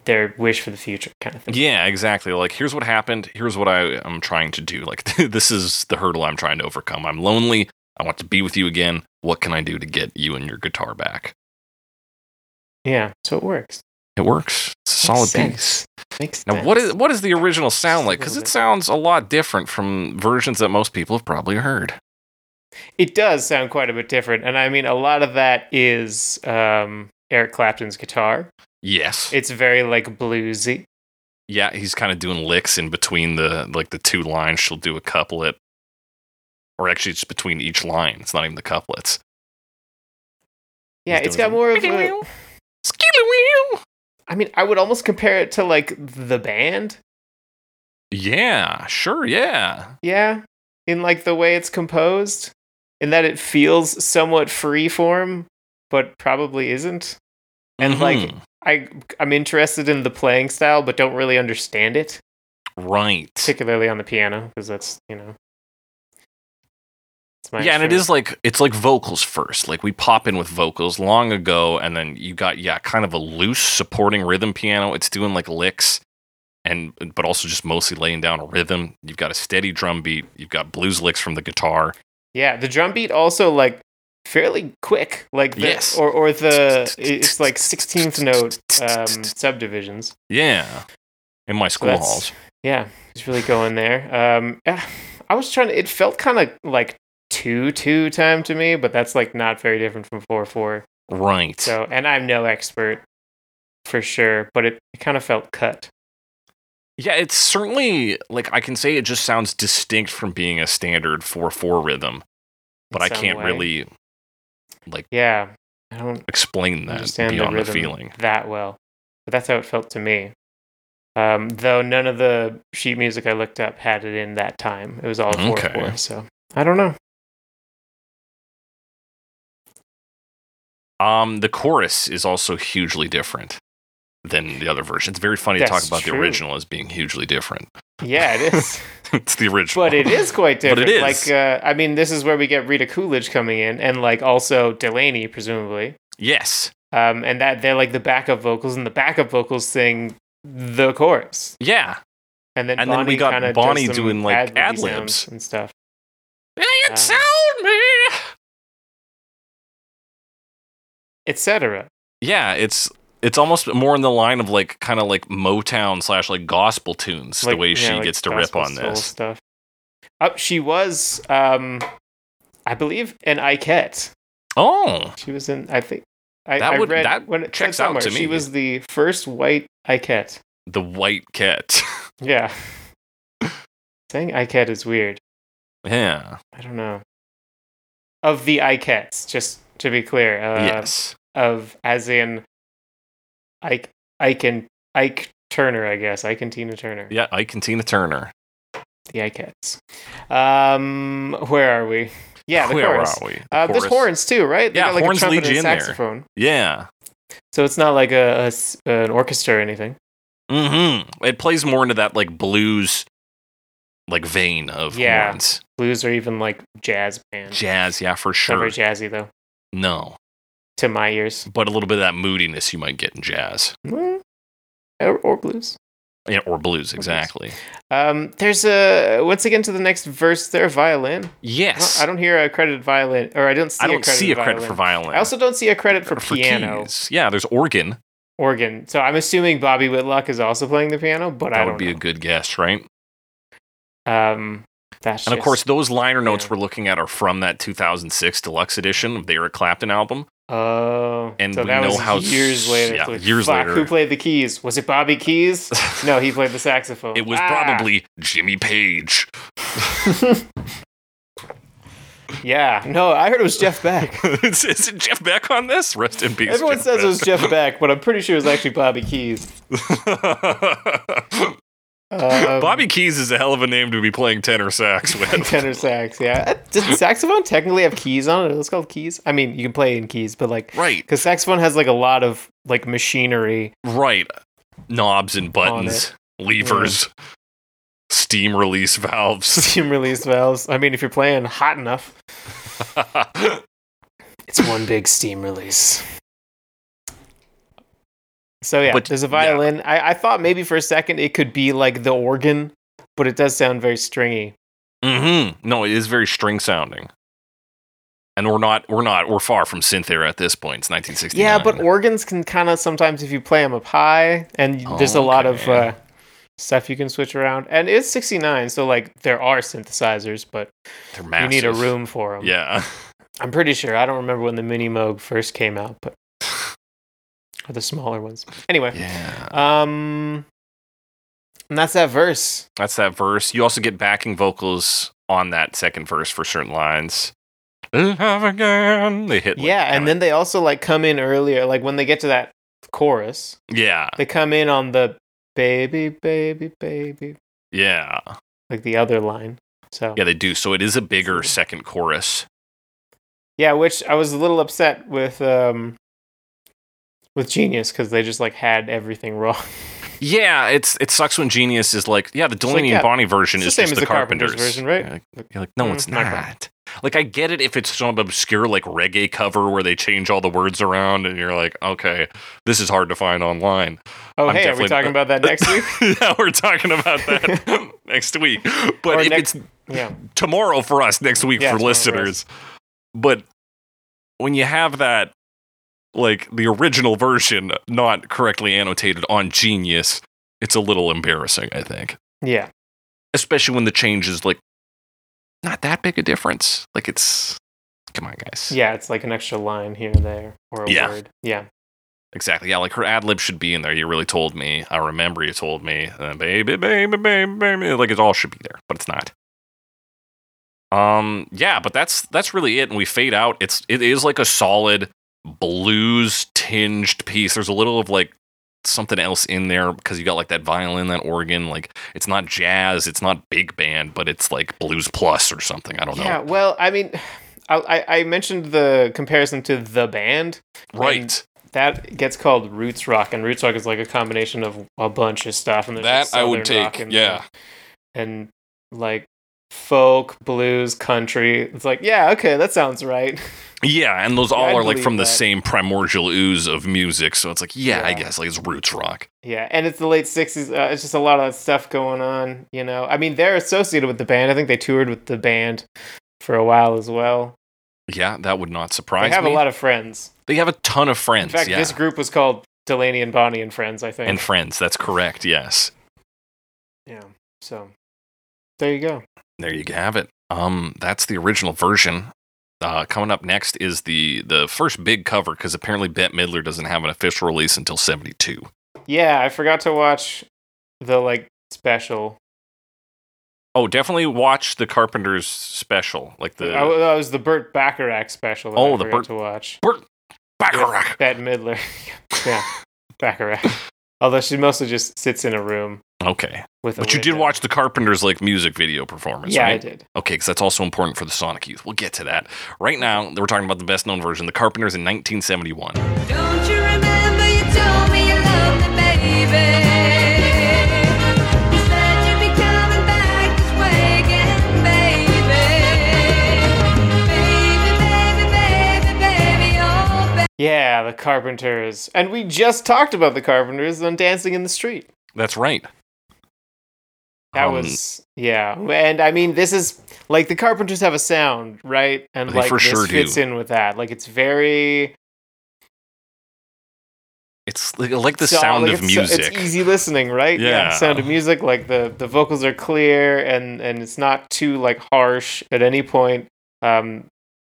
Speaker 3: their wish for the future kind of thing.
Speaker 1: Yeah, exactly. Like, here's what happened. Here's what I, I'm trying to do. Like, this is the hurdle I'm trying to overcome. I'm lonely. I want to be with you again. What can I do to get you and your guitar back?
Speaker 3: Yeah, so it works.
Speaker 1: It works. It's a solid
Speaker 3: Makes
Speaker 1: piece.
Speaker 3: sense. Makes
Speaker 1: Now,
Speaker 3: sense.
Speaker 1: what is what does the original sound
Speaker 3: Just a
Speaker 1: like? Because
Speaker 3: little
Speaker 1: it
Speaker 3: bit.
Speaker 1: sounds a lot different from versions that most people have probably heard.
Speaker 3: It does sound quite a bit different, and I mean a lot of that is um, Eric Clapton's guitar.
Speaker 1: Yes.
Speaker 3: It's very like bluesy.
Speaker 1: yeah, he's kind of doing licks in between the like the two lines. She'll do a couplet. or actually it's between each line. It's not even the couplets.
Speaker 3: Yeah,
Speaker 1: He's
Speaker 3: it's got
Speaker 1: doing-
Speaker 3: more of a.
Speaker 1: Skidoo wheel.
Speaker 3: I mean, I would almost compare it to like the band.
Speaker 1: Yeah, sure, yeah.
Speaker 3: Yeah, in like the way it's composed, in that it feels somewhat freeform, but probably isn't. And, like-
Speaker 1: Mhm.
Speaker 3: I I'm interested in the playing style, but don't really understand it,
Speaker 1: right.
Speaker 3: particularly on the piano, because that's you know. It's my
Speaker 1: yeah and it
Speaker 3: instrument.
Speaker 1: is like it's like vocals first like we pop in with vocals long ago and then you got yeah kind of a loose supporting rhythm piano it's doing like licks and but also just mostly laying down a rhythm you've got a steady drum beat you've got blues licks from the guitar
Speaker 3: Yeah, the drum beat also like fairly quick, like the,
Speaker 1: Yes.
Speaker 3: or or the it's like sixteenth note um, subdivisions.
Speaker 1: yeah in my school
Speaker 3: that's-
Speaker 1: halls
Speaker 3: Yeah, it's really going there. Um, ah, I was trying to. It felt kind of like two two time to me, but that's like not very different from four four.
Speaker 1: right
Speaker 3: So, and I'm no expert for sure, but it, it kind of felt cut.
Speaker 1: yeah it's certainly like i can say it just sounds distinct from being a standard 4-4 rhythm but
Speaker 3: in
Speaker 1: i
Speaker 3: some
Speaker 1: can't
Speaker 3: way.
Speaker 1: really
Speaker 3: Yeah, I don't
Speaker 1: explain that
Speaker 3: understand the
Speaker 1: beyond the
Speaker 3: rhythm
Speaker 1: feeling
Speaker 3: that well, but that's how it felt to me. Um, though none of the sheet music I looked up had it in that time. It was all four
Speaker 1: Okay.
Speaker 3: four. So I don't know.
Speaker 1: Um, the chorus is also hugely different than the other version. It's very funny to talk
Speaker 3: That's
Speaker 1: about the
Speaker 3: true.
Speaker 1: original as being hugely different.
Speaker 3: Yeah, it is.
Speaker 1: it's the original,
Speaker 3: but it is
Speaker 1: But
Speaker 3: quite different.
Speaker 1: it is.
Speaker 3: Like, uh, I mean, this is where we get Rita Coolidge coming in, and like also Delaney, presumably.
Speaker 1: yes,
Speaker 3: Um, and that they're like the backup vocals, and the backup vocals sing the chorus,
Speaker 1: yeah.
Speaker 3: and then
Speaker 1: And then
Speaker 3: Bonnie
Speaker 1: we got
Speaker 3: kinda does
Speaker 1: Bonnie
Speaker 3: some
Speaker 1: doing, like,
Speaker 3: ad-libby
Speaker 1: ad-libs.
Speaker 3: sounds and stuff.
Speaker 1: Yeah,
Speaker 3: Um,
Speaker 1: it sold me.
Speaker 3: Etc.
Speaker 1: Yeah, it's it's almost more in the line of like kind of like Motown slash like gospel tunes. the way
Speaker 3: yeah,
Speaker 1: she
Speaker 3: like
Speaker 1: gets to rip
Speaker 3: gospel
Speaker 1: on
Speaker 3: soul
Speaker 1: this.
Speaker 3: stuff. Oh, she was, um, I believe, an Iquette.
Speaker 1: Oh,
Speaker 3: She was in, I think. I,
Speaker 1: That
Speaker 3: I
Speaker 1: would-
Speaker 3: read
Speaker 1: that
Speaker 3: when it said
Speaker 1: checks out to
Speaker 3: somewhere, She
Speaker 1: me.
Speaker 3: was the first white Iquette.
Speaker 1: the white cat.
Speaker 3: Yeah. Saying Iquette is weird.
Speaker 1: yeah.
Speaker 3: I don't know. Of the Iquettes, just to be clear. Uh,
Speaker 1: yes.
Speaker 3: Of, as in, Ike, Ike and Ike Turner, I guess. Ike and Tina Turner.
Speaker 1: Yeah, Ike and Tina Turner.
Speaker 3: The Iquettes. Um, where are we? Yeah, the
Speaker 1: Where
Speaker 3: chorus.
Speaker 1: are we? The
Speaker 3: Uh, there's
Speaker 1: chorus.
Speaker 3: horns too, right? They
Speaker 1: Yeah,
Speaker 3: got, like,
Speaker 1: horns
Speaker 3: a trumpet
Speaker 1: lead
Speaker 3: and
Speaker 1: you
Speaker 3: a
Speaker 1: in there.
Speaker 3: saxophone.
Speaker 1: Yeah.
Speaker 3: So it's not like a, a s- an orchestra or anything.
Speaker 1: Mm-hmm. It plays more into that like blues, like vein of
Speaker 3: Yeah.
Speaker 1: horns,
Speaker 3: Blues or even like jazz band.
Speaker 1: jazz. Yeah, for
Speaker 3: Not
Speaker 1: sure.
Speaker 3: very jazzy though,
Speaker 1: No,
Speaker 3: to my ears.
Speaker 1: but a little bit of that moodiness you might get in jazz
Speaker 3: Mm. Or, or blues.
Speaker 1: yeah, or blues, exactly.
Speaker 3: Um, there's a once again to the next verse. There, violin. I don't,
Speaker 1: Yes,
Speaker 3: I don't hear a credit violin, or I don't see
Speaker 1: I don't,
Speaker 3: a credit
Speaker 1: see a
Speaker 3: violin.
Speaker 1: credit for violin. Uh,
Speaker 3: I also don't see a credit for, piano
Speaker 1: keys. Yeah, there's organ.
Speaker 3: organ. So I'm assuming Bobby Whitlock is also playing the piano, but
Speaker 1: That
Speaker 3: I don't
Speaker 1: would be a good guess, right?
Speaker 3: know. Um, that's
Speaker 1: And of
Speaker 3: just-
Speaker 1: course, those liner notes
Speaker 3: yeah.
Speaker 1: we're looking at are from that 2006 deluxe edition of the Eric Clapton album.
Speaker 3: Oh,
Speaker 1: And
Speaker 3: so
Speaker 1: we
Speaker 3: that
Speaker 1: know
Speaker 3: was
Speaker 1: how s-
Speaker 3: years later.
Speaker 1: yeah,
Speaker 3: It's like,
Speaker 1: years
Speaker 3: fuck,
Speaker 1: later.
Speaker 3: Who played the keys? Was it Bobby Keys? No, he played the saxophone.
Speaker 1: It was
Speaker 3: Ah!
Speaker 1: probably Jimmy Page.
Speaker 3: Yeah, no, I heard it was Jeff Beck.
Speaker 1: is, is it Jeff Beck on this? Rest in peace.
Speaker 3: Everyone
Speaker 1: Jeff
Speaker 3: says
Speaker 1: Beck.
Speaker 3: it was Jeff Beck, but I'm pretty sure it was actually Bobby Keys. Um,
Speaker 1: Bobby Keys is a hell of a name to be playing tenor sax with.
Speaker 3: tenor sax. Yeah, does the saxophone technically have keys on it? It's called keys. I mean, you can play in keys, but like,
Speaker 1: Right,
Speaker 3: because saxophone has like a lot of like machinery.
Speaker 1: right. Knobs and buttons, levers, steam release valves.
Speaker 3: Steam release valves. I mean, if you're playing hot enough, it's one big steam release. So yeah,
Speaker 1: But-
Speaker 3: there's a violin. I, I thought maybe for a second it could be like the organ, but it does sound very stringy.
Speaker 1: hmm No, it is very string sounding. And we're not, we're not, we're far from synth era at this point. It's 1969.
Speaker 3: Yeah, but organs can kind of sometimes if you play them up high, and there's a lot of
Speaker 1: Okay.
Speaker 3: uh, stuff you can switch around. And it's 69, so like there are synthesizers, but
Speaker 1: They're
Speaker 3: you need a
Speaker 1: massive.
Speaker 3: room for them.
Speaker 1: Yeah.
Speaker 3: I'm pretty sure. I don't remember when the mini Moog first came out, but or the smaller ones. Anyway,
Speaker 1: Yeah.
Speaker 3: um, and that's that verse.
Speaker 1: That's that verse. You also get backing vocals on that second verse for certain lines. Love again. They hit. like,
Speaker 3: yeah, and
Speaker 1: kinda-
Speaker 3: then they also like come in earlier, like when they get to that chorus,
Speaker 1: yeah,
Speaker 3: they come in on the baby, baby, baby,
Speaker 1: yeah,
Speaker 3: like the other line. So
Speaker 1: yeah. They do. So it is a bigger second chorus.
Speaker 3: Yeah, which I was a little upset with um with Genius because they just like had everything wrong.
Speaker 1: Yeah, it's it sucks when Genius is like, yeah, the
Speaker 3: like,
Speaker 1: Delaney
Speaker 3: yeah,
Speaker 1: and Bonnie version
Speaker 3: it's the
Speaker 1: is just
Speaker 3: same as
Speaker 1: the,
Speaker 3: the
Speaker 1: Carpenters
Speaker 3: Carpenters version, right?
Speaker 1: You're like, you're like, no,
Speaker 3: Mm,
Speaker 1: it's
Speaker 3: not
Speaker 1: not.
Speaker 3: quite.
Speaker 1: Like, I get it if it's some obscure like reggae cover where they change all the words around, and you're like, okay, this is hard to find online.
Speaker 3: Oh
Speaker 1: I'm
Speaker 3: hey, are we
Speaker 1: definitely-
Speaker 3: talking about that next week?
Speaker 1: yeah, we're talking about that next week, but
Speaker 3: Or
Speaker 1: if
Speaker 3: next-
Speaker 1: it's
Speaker 3: Yeah.
Speaker 1: tomorrow for us, next week
Speaker 3: Yeah,
Speaker 1: for
Speaker 3: tomorrow for us.
Speaker 1: listeners. But when you have that, like the original version not correctly annotated on Genius, it's a little embarrassing, I think.
Speaker 3: Yeah.
Speaker 1: Especially when the change is like not that big a difference. Like it's, come on, guys.
Speaker 3: Yeah, it's like an extra line here and there or a
Speaker 1: Yeah.
Speaker 3: word. Yeah.
Speaker 1: Exactly. Yeah, like her ad lib should be in there. You really told me. I remember you told me. And then baby, baby, baby, baby. Like it all should be there, but it's not. Um. Yeah, but that's that's really it. And we fade out. It's it is like a solid blues tinged piece. There's a little of like something else in there because you got like that violin, that organ. Like it's not jazz. It's not big band, but it's like blues plus or something. I don't
Speaker 3: Yeah,
Speaker 1: know.
Speaker 3: well, I mean I, I I mentioned the comparison to the band.
Speaker 1: Right.
Speaker 3: That gets called roots rock, and roots rock is like a combination of a bunch of stuff. And there's
Speaker 1: That
Speaker 3: just
Speaker 1: I would
Speaker 3: southern rock
Speaker 1: take.
Speaker 3: and-
Speaker 1: Yeah.
Speaker 3: and like folk, blues, country. It's like, yeah, okay, that sounds right.
Speaker 1: Yeah, and those all
Speaker 3: I'd
Speaker 1: are like
Speaker 3: believe
Speaker 1: from the
Speaker 3: that.
Speaker 1: same primordial ooze of music, so it's like, yeah, I
Speaker 3: Yeah.
Speaker 1: guess like it's roots rock.
Speaker 3: Yeah, and it's the late sixties. Uh, it's just a lot of that stuff going on. You know, I mean, they're associated with the band. I think they toured with the band for a while as well.
Speaker 1: Yeah, that would not
Speaker 3: They
Speaker 1: surprise
Speaker 3: have
Speaker 1: me.
Speaker 3: a lot of friends.
Speaker 1: they have a ton of
Speaker 3: In
Speaker 1: friends.
Speaker 3: fact,
Speaker 1: yeah,
Speaker 3: this group was called Delaney and Bonnie and Friends. I think.
Speaker 1: and friends. That's correct. Yes,
Speaker 3: yeah. So there you go.
Speaker 1: there you have it. Um, that's the original version. Uh, coming up next is the the first big cover because apparently Bette Midler doesn't have an official release until '72.
Speaker 3: Yeah, I forgot to watch the like special.
Speaker 1: Oh, definitely watch the Carpenters special, like the
Speaker 3: I, that was the Burt Bacharach special. That
Speaker 1: Oh,
Speaker 3: I
Speaker 1: the
Speaker 3: forgot
Speaker 1: Burt-
Speaker 3: to watch.
Speaker 1: Bacharach.
Speaker 3: Bette Midler. yeah, Bacharach. Although she mostly just sits in a room
Speaker 1: Okay,
Speaker 3: with. a
Speaker 1: but you did
Speaker 3: window.
Speaker 1: watch the Carpenters like music video performance,
Speaker 3: Yeah,
Speaker 1: right?
Speaker 3: I did.
Speaker 1: Okay, because that's also important for the Sonic Youth. We'll get to that. Right now, we're talking about the best known version, The Carpenters in 1971.
Speaker 2: Don't you remember you told me you loved me, baby? You said you'd be coming back this way again, baby. Baby, baby, baby, baby, oh, baby.
Speaker 3: Yeah, the Carpenters, and we just talked about the Carpenters on Dancing in the Street.
Speaker 1: That's right.
Speaker 3: That
Speaker 1: Um,
Speaker 3: was yeah, and I mean this is like the Carpenters have a sound, right? And
Speaker 1: They
Speaker 3: like
Speaker 1: for
Speaker 3: this
Speaker 1: sure do.
Speaker 3: fits in with that. Like it's very
Speaker 1: It's like, like the
Speaker 3: so-
Speaker 1: sound
Speaker 3: like,
Speaker 1: of
Speaker 3: it's so-
Speaker 1: music.
Speaker 3: it's easy listening, right?
Speaker 1: Yeah.
Speaker 3: sound of music. Like the the vocals are clear and and it's not too like harsh at any point. Um,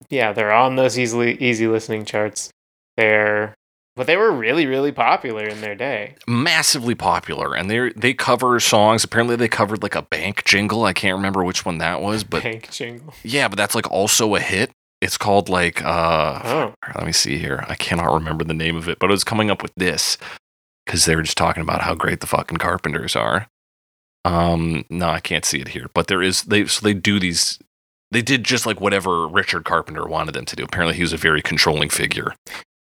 Speaker 3: yeah, they're on those easily easy listening charts. They're but they were really really popular in their day.
Speaker 1: Massively popular, and they they cover songs. Apparently, they covered like a bank jingle. I can't remember which one that was, but
Speaker 3: Hank Jingle.
Speaker 1: yeah, but that's like also a hit. It's called like uh,
Speaker 3: Oh,
Speaker 1: let me see here. I cannot remember the name of it, but it was coming up with this because they were just talking about how great the fucking carpenters are. Um, no, I can't see it here, but there is they so they do these. They did just like whatever Richard Carpenter wanted them to do. Apparently, he was a very controlling figure.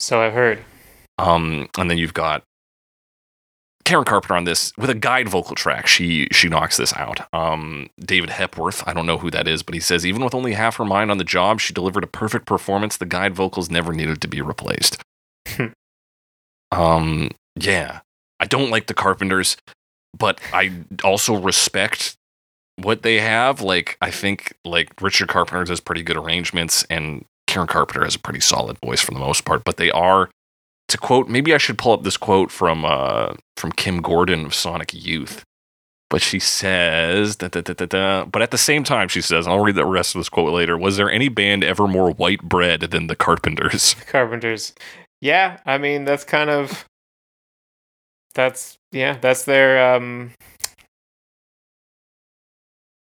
Speaker 3: so I've heard.
Speaker 1: Um, and then you've got Karen Carpenter on this with a guide vocal track. She she knocks this out. Um, David Hepworth, I don't know who that is, but he says even with only half her mind on the job, she delivered a perfect performance. The guide vocals never needed to be replaced. um, yeah, I don't like the Carpenters, but I also respect what they have. Like I think like Richard Carpenter does pretty good arrangements, and Karen Carpenter has a pretty solid voice for the most part. But they are to quote maybe i should pull up this quote from uh from kim gordon of sonic youth but she says da, da, da, da, da. but at the same time she says and i'll read the rest of this quote later was there any band ever more white bread than the carpenters
Speaker 3: Carpenters. Yeah, I mean that's kind of that's yeah, that's their um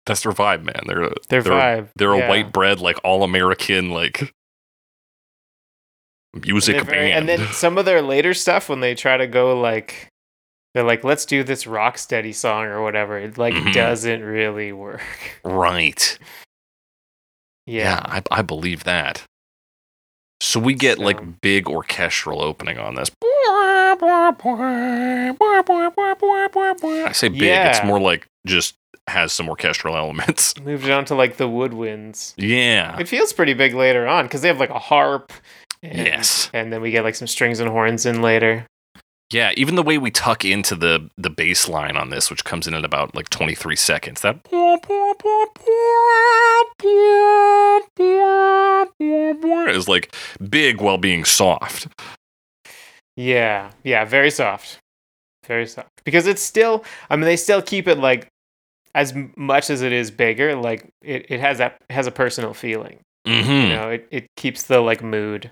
Speaker 1: that's their vibe, man. They're a-
Speaker 3: Their
Speaker 1: they're,
Speaker 3: vibe.
Speaker 1: They're a
Speaker 3: yeah.
Speaker 1: white bread, like all American, like music
Speaker 3: They're very-
Speaker 1: band.
Speaker 3: And then some of their later stuff when they try to go like they're like, let's do this rock steady song or whatever, it like
Speaker 1: Mhm.
Speaker 3: doesn't really work.
Speaker 1: right. Yeah,
Speaker 3: Yeah.
Speaker 1: I, I believe that. So we get
Speaker 3: So-
Speaker 1: like big orchestral opening on this. I say big, it's
Speaker 3: Yeah.
Speaker 1: more like just has some orchestral elements.
Speaker 3: Moved it on to like the woodwinds.
Speaker 1: Yeah.
Speaker 3: It feels pretty big later on because they have like a harp. And,
Speaker 1: Yes.
Speaker 3: And then we get like some strings and horns in later.
Speaker 1: Yeah, even the way we tuck into the the bass line on this, which comes in at about like 23 seconds, that is like big while being soft.
Speaker 3: Yeah. Yeah. Very soft. Very soft. Because it's still, I mean, they still keep it like as m- much as it is bigger, like it, it has that has a personal feeling.
Speaker 1: Mm-hmm.
Speaker 3: you know it, it keeps the like mood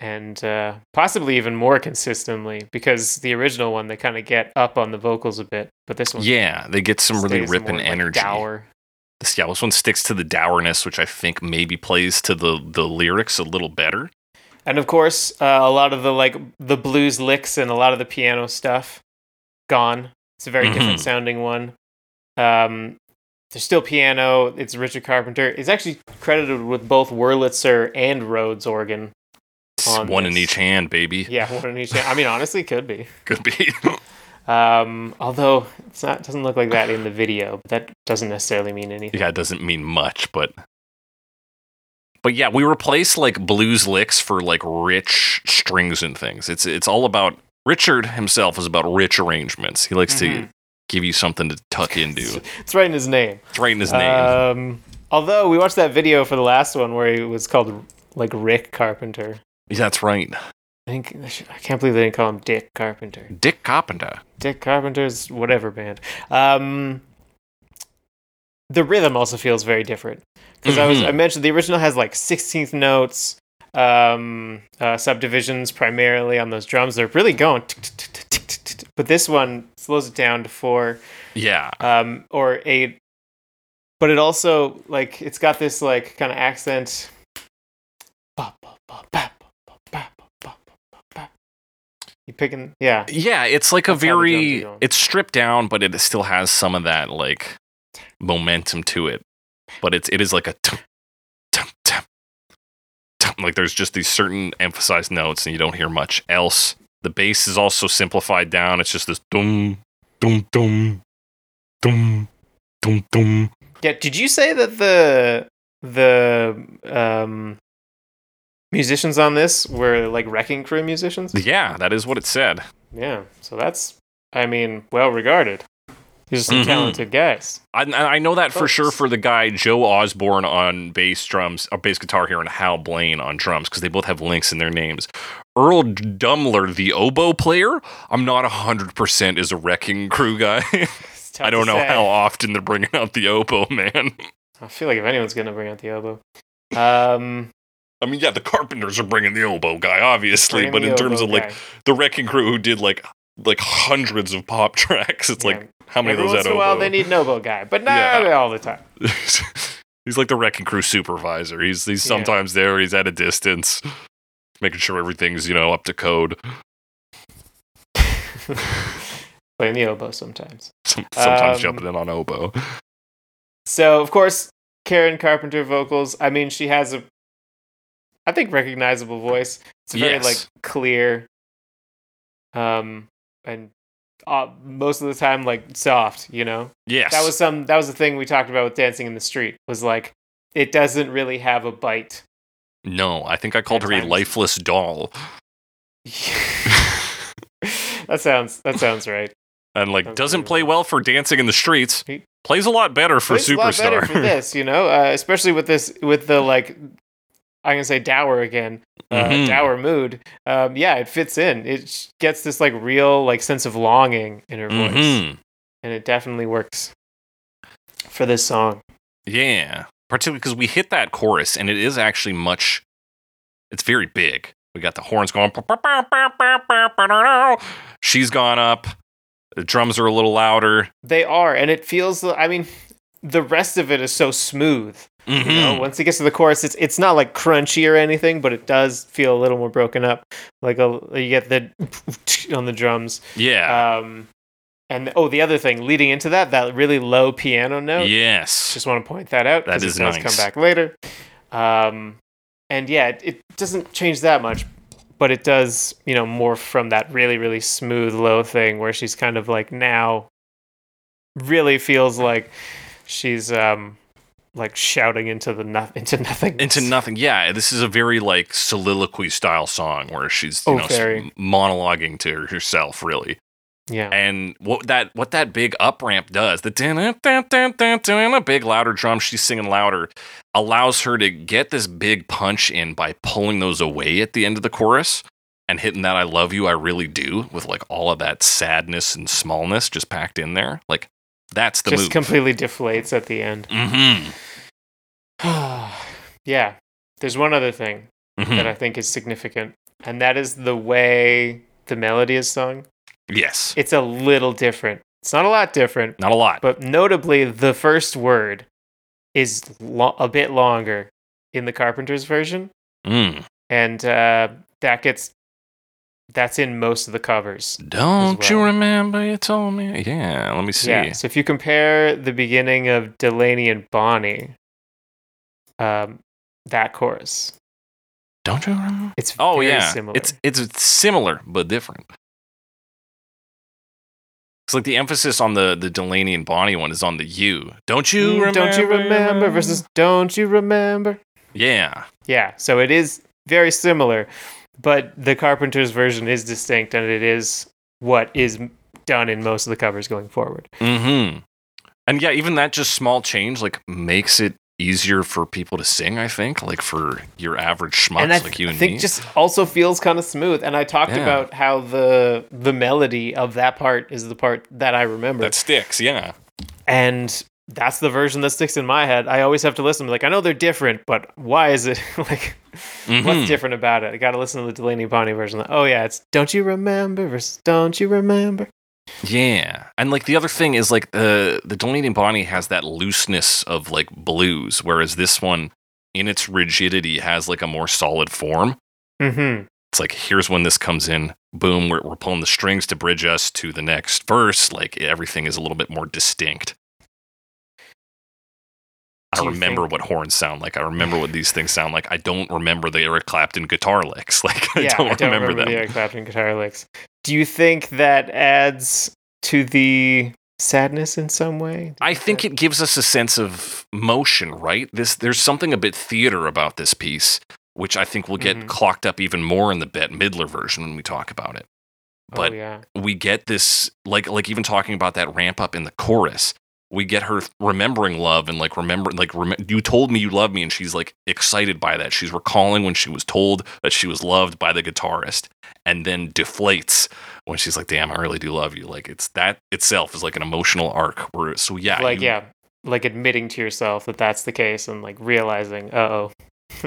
Speaker 3: and uh, possibly even more consistently because the original one they kind of get up on the vocals a bit but this one
Speaker 1: Yeah, they get some really
Speaker 3: stays
Speaker 1: ripping
Speaker 3: more, like,
Speaker 1: energy.
Speaker 3: dour.
Speaker 1: This, yeah, this one sticks to the dourness, which I think maybe plays to the the lyrics a little better.
Speaker 3: and of course uh, a lot of the like the blues licks and a lot of the piano stuff gone it's a very different
Speaker 1: Mhm.
Speaker 3: sounding one um there's still piano it's richard carpenter it's actually credited with both wurlitzer and rhodes organ
Speaker 1: It's
Speaker 3: On
Speaker 1: one in
Speaker 3: this.
Speaker 1: each hand, baby.
Speaker 3: yeah one in each hand. i mean honestly could be
Speaker 1: Could be.
Speaker 3: Um, although it's not doesn't look like that in the video, but that doesn't necessarily mean anything.
Speaker 1: yeah, it doesn't mean much, but but yeah, we replace like blues licks for like rich strings and things. It's it's all about Richard himself is about rich arrangements. He likes to
Speaker 3: Mhm.
Speaker 1: give you something to tuck into.
Speaker 3: It's right in his name.
Speaker 1: It's right in his name.
Speaker 3: Um, although we watched that video for the last one where it was called like Rick Carpenter.
Speaker 1: Yeah, That's right.
Speaker 3: I think I can't believe they didn't call him Dick Carpenter.
Speaker 1: Dick Carpenter.
Speaker 3: Dick Carpenter's whatever band. Um, the rhythm also feels very different because I was
Speaker 1: Mhm.
Speaker 3: I mentioned the original has like sixteenth notes, um, uh, subdivisions primarily on those drums. They're really going, tick, tick, tick, tick, tick, tick, tick. but this one slows it down to four
Speaker 1: Yeah.
Speaker 3: um, or eight. But it also like it's got this like kind of accent. Ba, ba, ba, ba, ba, ba, ba, ba, ba, ba. You picking, yeah.
Speaker 1: Yeah, it's like a
Speaker 3: That's how the drums are
Speaker 1: very
Speaker 3: going.
Speaker 1: it's stripped down, but it still has some of that like momentum to it. But it's it is like a tum, tum, tum, tum. like there's just these certain emphasized notes and you don't hear much else. The bass is also simplified down. It's just this dum dum dum dum dum dum.
Speaker 3: Yeah, did you say that the the um musicians on this were like wrecking crew musicians?
Speaker 1: Yeah, that is what it said.
Speaker 3: Yeah. So that's I mean, well regarded. These are some
Speaker 1: Mhm.
Speaker 3: talented guys.
Speaker 1: I, I know that for sure
Speaker 3: Folks.
Speaker 1: for the guy Joe Osborne on bass drums, or bass guitar here, and Hal Blaine on drums because they both have links in their names. Earl Dumler, the oboe player, I'm not 100% is a Wrecking Crew guy.
Speaker 3: It's tough
Speaker 1: I don't
Speaker 3: to
Speaker 1: know
Speaker 3: say.
Speaker 1: how often they're bringing out the oboe, man.
Speaker 3: I feel like if anyone's gonna bring out the oboe. Um
Speaker 1: I mean, yeah, the Carpenters are bringing the oboe guy, obviously,
Speaker 3: bring
Speaker 1: but
Speaker 3: the
Speaker 1: in terms
Speaker 3: oboe
Speaker 1: of like
Speaker 3: guy.
Speaker 1: the Wrecking Crew who did like like hundreds of pop tracks, it's
Speaker 3: Yeah.
Speaker 1: like how many
Speaker 3: every
Speaker 1: of those
Speaker 3: once
Speaker 1: had
Speaker 3: in a
Speaker 1: oboe?
Speaker 3: while they need an oboe guy, but not
Speaker 1: Yeah.
Speaker 3: all the time.
Speaker 1: he's like the wrecking crew supervisor. He's he's
Speaker 3: Yeah.
Speaker 1: sometimes there. He's at a distance, making sure everything's you know up to code.
Speaker 3: Playing the oboe sometimes.
Speaker 1: Some- Sometimes
Speaker 3: Um,
Speaker 1: jumping in on oboe.
Speaker 3: So of course, Karen Carpenter vocals. I mean, she has a, I think recognizable voice. It's very
Speaker 1: Yes.
Speaker 3: like clear, um, and uh, most of the time like soft. You know,
Speaker 1: Yes,
Speaker 3: that was some that was the thing we talked about with Dancing in the Street. Was like it doesn't really have a bite.
Speaker 1: no. I think I called her a
Speaker 3: Sometimes.
Speaker 1: lifeless doll.
Speaker 3: that sounds that sounds right.
Speaker 1: And like
Speaker 3: Sounds
Speaker 1: doesn't
Speaker 3: pretty
Speaker 1: play
Speaker 3: right.
Speaker 1: well for dancing in the streets.
Speaker 3: He-
Speaker 1: Plays a lot better for
Speaker 3: It's a lot
Speaker 1: superstar.
Speaker 3: better for this, you know, uh, especially with this with the like I'm gonna say dour again, uh,
Speaker 1: Mhm.
Speaker 3: dour mood. Um, yeah, it fits in. It sh- gets this like real like sense of longing in her voice,
Speaker 1: Mhm.
Speaker 3: and it definitely works for this song.
Speaker 1: Yeah, particularly because we hit that chorus and it is actually much. It's very big. We got the horns going. She's gone up. The drums are a little louder.
Speaker 3: They are, and it feels. I mean, the rest of it is so smooth.
Speaker 1: Mhm.
Speaker 3: You know, once it gets to the chorus, it's it's not like crunchy or anything, but it does feel a little more broken up. Like a, you get the on the drums.
Speaker 1: Yeah.
Speaker 3: Um, and oh, the other thing leading into that, that really low piano note.
Speaker 1: yes.
Speaker 3: Uh, Just want to point that out.
Speaker 1: That
Speaker 3: 'cause
Speaker 1: is
Speaker 3: it does
Speaker 1: nice.
Speaker 3: Come back later. Um, and yeah, it, it doesn't change that much, but it does, you know, more from that really, really smooth low thing where she's kind of like now really feels like she's um like shouting into the no- into nothing
Speaker 1: into nothing. Yeah, this is a very like soliloquy style song where she's you
Speaker 3: Oh,
Speaker 1: know s-
Speaker 3: very.
Speaker 1: monologuing to herself really.
Speaker 3: yeah
Speaker 1: And what that what that big up ramp does, the dun- dun- dun- dun- dun- big louder drum, she's singing louder, allows her to get this big punch in by pulling those away at the end of the chorus and hitting that I love you, I really do with like all of that sadness and smallness just packed in there. Like that's the
Speaker 3: just
Speaker 1: move.
Speaker 3: completely deflates at the end.
Speaker 1: Mhm.
Speaker 3: yeah, there's one other thing that
Speaker 1: Mhm.
Speaker 3: I think is significant, and that is the way the melody is sung.
Speaker 1: Yes.
Speaker 3: It's a little different. It's not a lot different,
Speaker 1: Not a lot.
Speaker 3: but notably, the first word is lo- a bit longer in the Carpenter's version,
Speaker 1: Mm.
Speaker 3: and uh, that gets that's in most of the covers.
Speaker 1: Don't
Speaker 3: well.
Speaker 1: you remember you told me? Yeah, let me see.
Speaker 3: Yeah. So if you compare the beginning of Delaney and Bonnie, um, that chorus,
Speaker 1: Don't you remember?
Speaker 3: it's
Speaker 1: Oh
Speaker 3: very
Speaker 1: yeah,
Speaker 3: similar.
Speaker 1: it's it's similar but different. It's like the emphasis on the the Delaney and Bonnie one is on the you. Don't you
Speaker 3: Mm,
Speaker 1: remember?
Speaker 3: Don't you remember versus don't you remember?
Speaker 1: yeah.
Speaker 3: Yeah, so it is very similar, but the Carpenter's version is distinct and it is what is m- done in most of the covers going forward.
Speaker 1: Mm-hmm. And yeah, even that just small change like makes it easier for people to sing. I think like for your average schmucks
Speaker 3: and I,
Speaker 1: like you
Speaker 3: I
Speaker 1: and
Speaker 3: think
Speaker 1: me.
Speaker 3: just also feels kind of smooth. And I talked
Speaker 1: Yeah.
Speaker 3: about how the the melody of that part is the part that I remember.
Speaker 1: that sticks. Yeah.
Speaker 3: and that's the version that sticks in my head. I always have to listen. Like I know they're different, but why is it like
Speaker 1: Mhm.
Speaker 3: what's different about it? I got to listen to the Delaney Bonnie version. Oh yeah, it's don't you remember versus don't you remember?
Speaker 1: Yeah, and like the other thing is like the the Delaney and Bonnie has that looseness of like blues, whereas this one, in its rigidity, has like a more solid form.
Speaker 3: Mm-hmm.
Speaker 1: It's like here's when this comes in, boom, we're we're pulling the strings to bridge us to the next verse. Like everything is a little bit more distinct.
Speaker 3: Do
Speaker 1: I
Speaker 3: you
Speaker 1: remember
Speaker 3: think-
Speaker 1: what horns sound like. I remember what these things sound like. I don't remember the Eric Clapton guitar licks. Like I, don't, remember, them.
Speaker 3: the Eric Clapton guitar licks. Do you think that adds to the sadness in some way?
Speaker 1: I think it gives us a sense of motion, right? This there's something a bit theater about this piece, which I think will get
Speaker 3: Mhm.
Speaker 1: clocked up even more in the Bette Midler version when we talk about it. But
Speaker 3: oh, yeah,
Speaker 1: we get this like like even talking about that ramp up in the chorus, we get her remembering love and like remember like rem- you told me you love me, and she's like excited by that. She's recalling when she was told that she was loved by the guitarist, and then deflates when she's like, "Damn, I really do love you." Like it's that itself is like an emotional arc. Where so yeah,
Speaker 3: like
Speaker 1: you-
Speaker 3: yeah, like admitting to yourself that that's the case and like realizing, uh oh,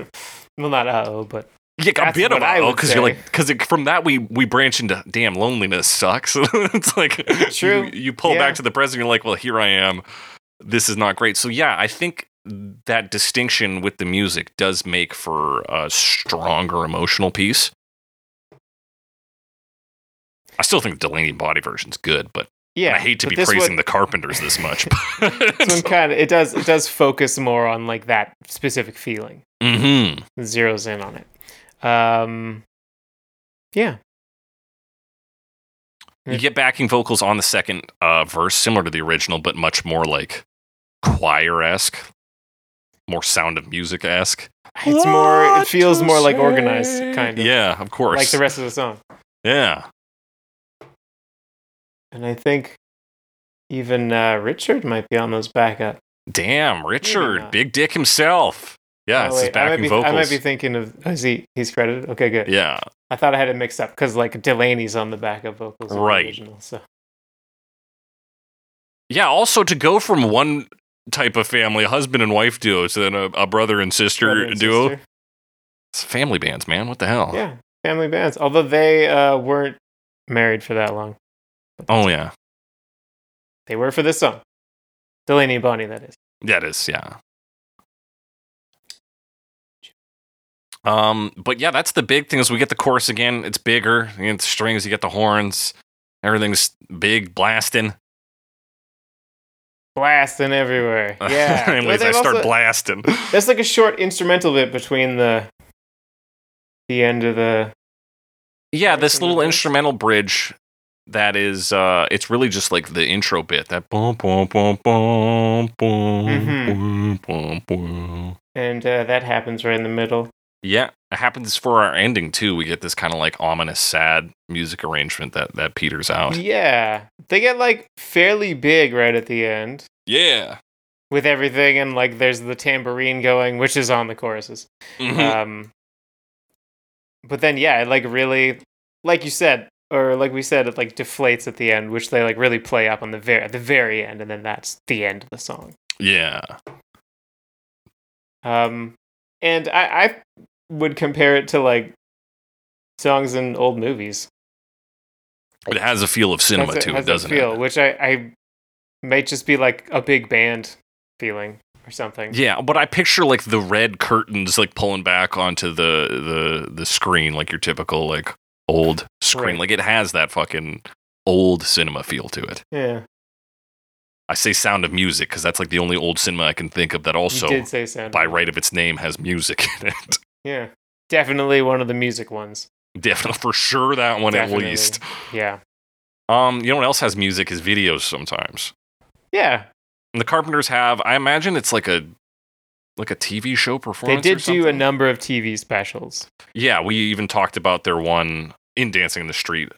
Speaker 3: well not uh oh, but
Speaker 1: Yeah, a
Speaker 3: That's
Speaker 1: bit of
Speaker 3: what I
Speaker 1: oh,
Speaker 3: would
Speaker 1: because you're
Speaker 3: say.
Speaker 1: like because from that we we branch into damn loneliness sucks. it's like
Speaker 3: True.
Speaker 1: You, you pull
Speaker 3: Yeah.
Speaker 1: back to the present. You're like, well, here I am. This is not great. So yeah, I think that distinction with the music does make for a stronger emotional piece. I still think the Delaney body version's good, but
Speaker 3: yeah,
Speaker 1: I hate to
Speaker 3: but
Speaker 1: be
Speaker 3: this
Speaker 1: praising
Speaker 3: one-
Speaker 1: the Carpenters this much.
Speaker 3: This one kind of it does it does focus more on like that specific feeling.
Speaker 1: mm-hmm.
Speaker 3: It zeroes in on it. Um, yeah,
Speaker 1: You get backing vocals on the second uh, verse, similar to the original, but much more like choir esque, more sound of music esque.
Speaker 3: it's more. It feels more like organized, kind of
Speaker 1: Yeah, of course.
Speaker 3: like the rest of the song.
Speaker 1: yeah.
Speaker 3: And I think even uh, Richard might be on those backup.
Speaker 1: Damn, Richard,
Speaker 3: not.
Speaker 1: Big Dick himself. Yeah,
Speaker 3: Oh,
Speaker 1: it's his
Speaker 3: wait, I might,
Speaker 1: backing
Speaker 3: be,
Speaker 1: vocals.
Speaker 3: I might be thinking of oh, is he he's credited? Okay, good.
Speaker 1: yeah,
Speaker 3: I thought I had it mixed up because like Delaney's on the backup vocals, of the
Speaker 1: Right.
Speaker 3: Original, so
Speaker 1: yeah. Also, to go from one type of family, a husband and wife duo, to then a, a brother and sister
Speaker 3: Brother and
Speaker 1: duo. Oh.
Speaker 3: sister.
Speaker 1: It's family bands, man. What the hell?
Speaker 3: Yeah, family bands. Although they uh, weren't married for that long,
Speaker 1: Oh yeah.
Speaker 3: they were for this song. Delaney and Bonnie, that is.
Speaker 1: That is, yeah. Um, but yeah, that's the big thing is we get the chorus again. It's bigger. You get the strings. You get the horns. Everything's big, blasting.
Speaker 3: Blasting everywhere. Yeah.
Speaker 1: Anyways,
Speaker 3: Well,
Speaker 1: I
Speaker 3: they've
Speaker 1: start
Speaker 3: also-
Speaker 1: blasting.
Speaker 3: That's like a short instrumental bit between the the end of the
Speaker 1: yeah, this
Speaker 3: Blasting
Speaker 1: little
Speaker 3: the bass.
Speaker 1: instrumental bridge that is uh it's really just like the intro bit. That boom boom boom boom boom boom
Speaker 3: Mhm.
Speaker 1: boom boom.
Speaker 3: and uh, that happens right in the middle.
Speaker 1: Yeah, it happens for our ending too. We get this kind of like ominous, sad music arrangement that that peters out.
Speaker 3: Yeah. They get like fairly big right at the end
Speaker 1: Yeah,
Speaker 3: with everything and like there's the tambourine going which is on the choruses.
Speaker 1: Mhm.
Speaker 3: um but then yeah it like really like you said or like we said it like deflates at the end which they like really play up on the very at the very end and then that's the end of the song
Speaker 1: yeah,
Speaker 3: um and i i would compare it to like songs in old movies
Speaker 1: it has a feel of cinema
Speaker 3: Has a-
Speaker 1: too,
Speaker 3: has a
Speaker 1: doesn't
Speaker 3: feel,
Speaker 1: it?
Speaker 3: which i i might just be like a big band feeling or something
Speaker 1: Yeah, but I picture like the red curtains like pulling back onto the the the screen, like your typical like old screen.
Speaker 3: Right.
Speaker 1: Like it has that fucking old cinema feel to it.
Speaker 3: yeah
Speaker 1: I say Sound of Music because that's like the only old cinema I can think of that
Speaker 3: you
Speaker 1: also,
Speaker 3: did say sound
Speaker 1: by right of its name, has music in it.
Speaker 3: yeah definitely one of the music ones
Speaker 1: Definitely, for sure, that one
Speaker 3: Definitely.
Speaker 1: at least.
Speaker 3: yeah
Speaker 1: Um, you know what else has music is videos sometimes.
Speaker 3: yeah
Speaker 1: And the Carpenters have, I imagine it's like a like a TV show
Speaker 3: they
Speaker 1: performance. or
Speaker 3: did do a
Speaker 1: something.
Speaker 3: number of tv specials
Speaker 1: Yeah, we even talked about their one in Dancing in the Street.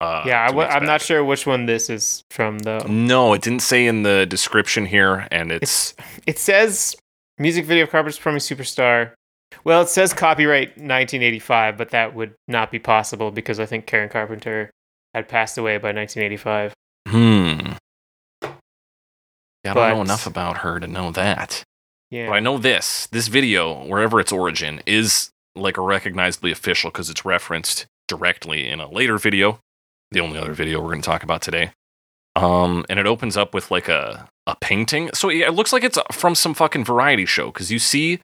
Speaker 1: Uh,
Speaker 3: yeah, I
Speaker 1: two
Speaker 3: w-
Speaker 1: weeks
Speaker 3: I'm not
Speaker 1: back.
Speaker 3: sure which one this is from though.
Speaker 1: No, it didn't say in the description here, and Mm, it's,
Speaker 3: It says music video of Carpenters performing Superstar. Well, it says copyright 1985, but that would not be possible because I think Karen Carpenter had passed away by 1985.
Speaker 1: hmm. Yeah, I don't know
Speaker 3: But-
Speaker 1: enough about her to know that.
Speaker 3: Yeah,
Speaker 1: But I know this. This video, wherever its origin, is like recognizably official because it's referenced directly in a later video, the only other video we're going to talk about today. Um, and it opens up with like a a painting. So yeah, it looks like it's from some fucking variety show because you see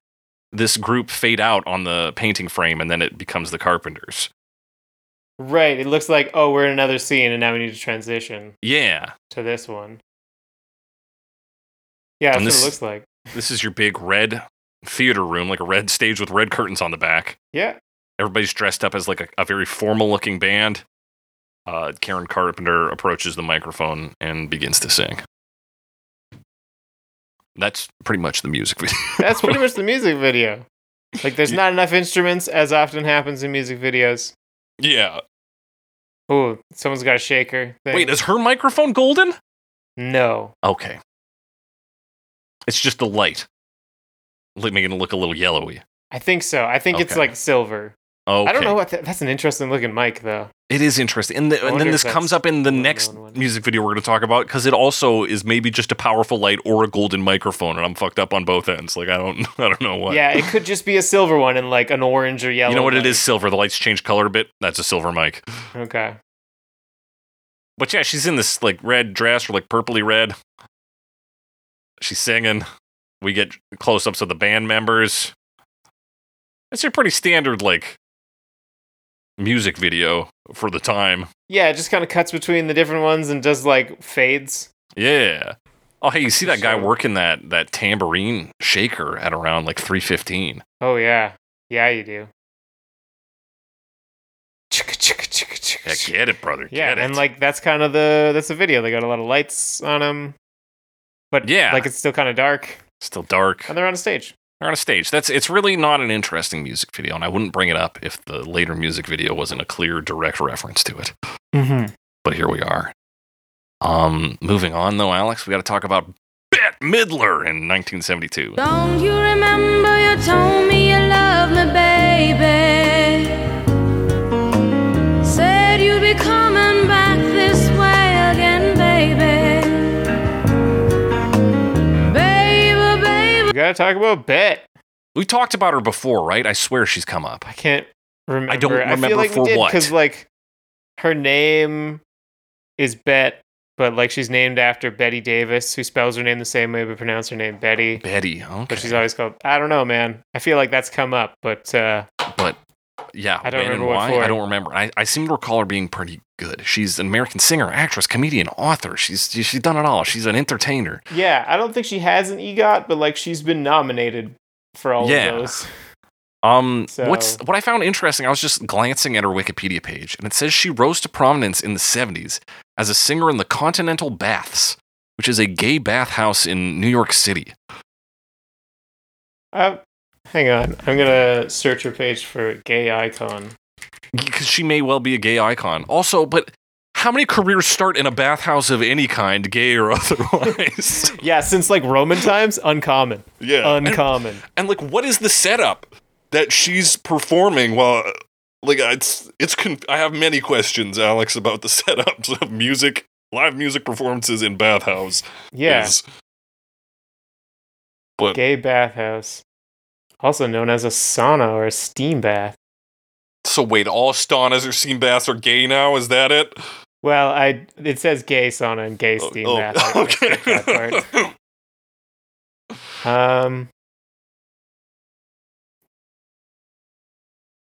Speaker 1: this group fade out on the painting frame, and then it becomes the Carpenters.
Speaker 3: right. It looks like oh, we're in another scene, and now we need to transition
Speaker 1: Yeah,
Speaker 3: to this one. Yeah, that's
Speaker 1: And
Speaker 3: what
Speaker 1: this-
Speaker 3: it looks like.
Speaker 1: this is your big red theater room, like a red stage with red curtains on the back.
Speaker 3: Yeah,
Speaker 1: everybody's dressed up as like a, a very formal looking band. Uh, Karen Carpenter approaches the microphone and begins to sing. That's pretty much the music video.
Speaker 3: that's pretty much the music video. Like, there's not enough instruments, as often happens in music videos.
Speaker 1: yeah.
Speaker 3: Oh, someone's got a shaker. Thing.
Speaker 1: Wait, is her microphone golden?
Speaker 3: no.
Speaker 1: Okay. It's just the light. Like, Making it look a little yellowy.
Speaker 3: I think so. I think it's
Speaker 1: Okay.
Speaker 3: like silver.
Speaker 1: Okay.
Speaker 3: I don't know what that, that's an interesting looking mic though.
Speaker 1: It is interesting. And, the, and
Speaker 3: wonder
Speaker 1: then
Speaker 3: if
Speaker 1: this
Speaker 3: that's
Speaker 1: comes up in the
Speaker 3: well-known
Speaker 1: next
Speaker 3: one.
Speaker 1: music video we're going to talk about because it also is maybe just a powerful light or a golden microphone, and I'm fucked up on both ends. Like I don't, I don't know what.
Speaker 3: Yeah, it could just be a silver one and like an orange or yellow.
Speaker 1: You know what? It
Speaker 3: mic.
Speaker 1: is silver. The lights change color a bit. That's a silver mic.
Speaker 3: Okay.
Speaker 1: But yeah, she's in this like red dress or like purpley red. She's singing. We get close ups of the band members. It's a pretty standard like music video for the time.
Speaker 3: Yeah, it just kind of cuts between the different ones and does like fades.
Speaker 1: Yeah. Oh hey, you see that guy
Speaker 3: Sure.
Speaker 1: working that that tambourine shaker at around like three fifteen.
Speaker 3: Oh yeah, yeah you do. Chicka, chicka, chicka, chicka,
Speaker 1: Yeah,
Speaker 3: chicka.
Speaker 1: get it, brother.
Speaker 3: Yeah,
Speaker 1: get it.
Speaker 3: and like that's kind of the that's the video. They got a lot of lights on them, but
Speaker 1: Yeah.
Speaker 3: like it's still kind of dark,
Speaker 1: still dark.
Speaker 3: and they're on a stage.
Speaker 1: They're on a stage. That's it's really not an interesting music video, and I wouldn't bring it up if the later music video wasn't a clear, direct reference to it.
Speaker 3: Mm-hmm.
Speaker 1: But here we are. Um, moving on though, Alex, we got to talk about Bette Midler in 1972.
Speaker 2: Don't you remember you told me you love me, baby? Said you'd be coming back this way again, baby. Baby, baby.
Speaker 3: We gotta talk about bet.
Speaker 1: We talked about her before, right? I swear she's come up.
Speaker 3: I can't remember.
Speaker 1: don't remember
Speaker 3: feel like
Speaker 1: for
Speaker 3: we did
Speaker 1: what.
Speaker 3: because like her name is Bet, but like she's named after Betty Davis, who spells her name the same way but pronounce her name Betty.
Speaker 1: Betty. Okay.
Speaker 3: But she's always called. I don't know, man. I feel like that's come up, but uh,
Speaker 1: but yeah,
Speaker 3: I don't
Speaker 1: when and
Speaker 3: remember what
Speaker 1: why,
Speaker 3: for.
Speaker 1: I don't remember. I, I seem to recall her being pretty good. She's an American singer, actress, comedian, author. She's she, she's done it all. She's an entertainer.
Speaker 3: yeah, I don't think she has an EGOT, but like she's been nominated for all
Speaker 1: Yeah.
Speaker 3: of those.
Speaker 1: Um, what's
Speaker 3: So-
Speaker 1: what I found interesting? I was just glancing at her Wikipedia page, and it says she rose to prominence in the '70s as a singer in the Continental Baths, which is a gay bathhouse in New York City.
Speaker 3: Uh, hang on, I'm gonna search her page for gay icon.
Speaker 1: Because she may well be a gay icon. Also, but how many careers start in a bathhouse of any kind, gay or otherwise?
Speaker 3: Yeah, since like Roman times, uncommon,
Speaker 1: yeah,
Speaker 3: uncommon.
Speaker 1: and like what is the setup that she's performing while like it's it's con- i have many questions alex about the setups of music live music performances in bathhouse
Speaker 3: Yeah,
Speaker 1: is- but
Speaker 3: gay bathhouse, also known as a sauna or a steam bath.
Speaker 1: so wait all stonas or steam baths are gay now is that it
Speaker 3: Well, I it says gay sauna and gay steam
Speaker 1: Oh,
Speaker 3: bath. I- I skipped that part.
Speaker 1: okay
Speaker 3: Um,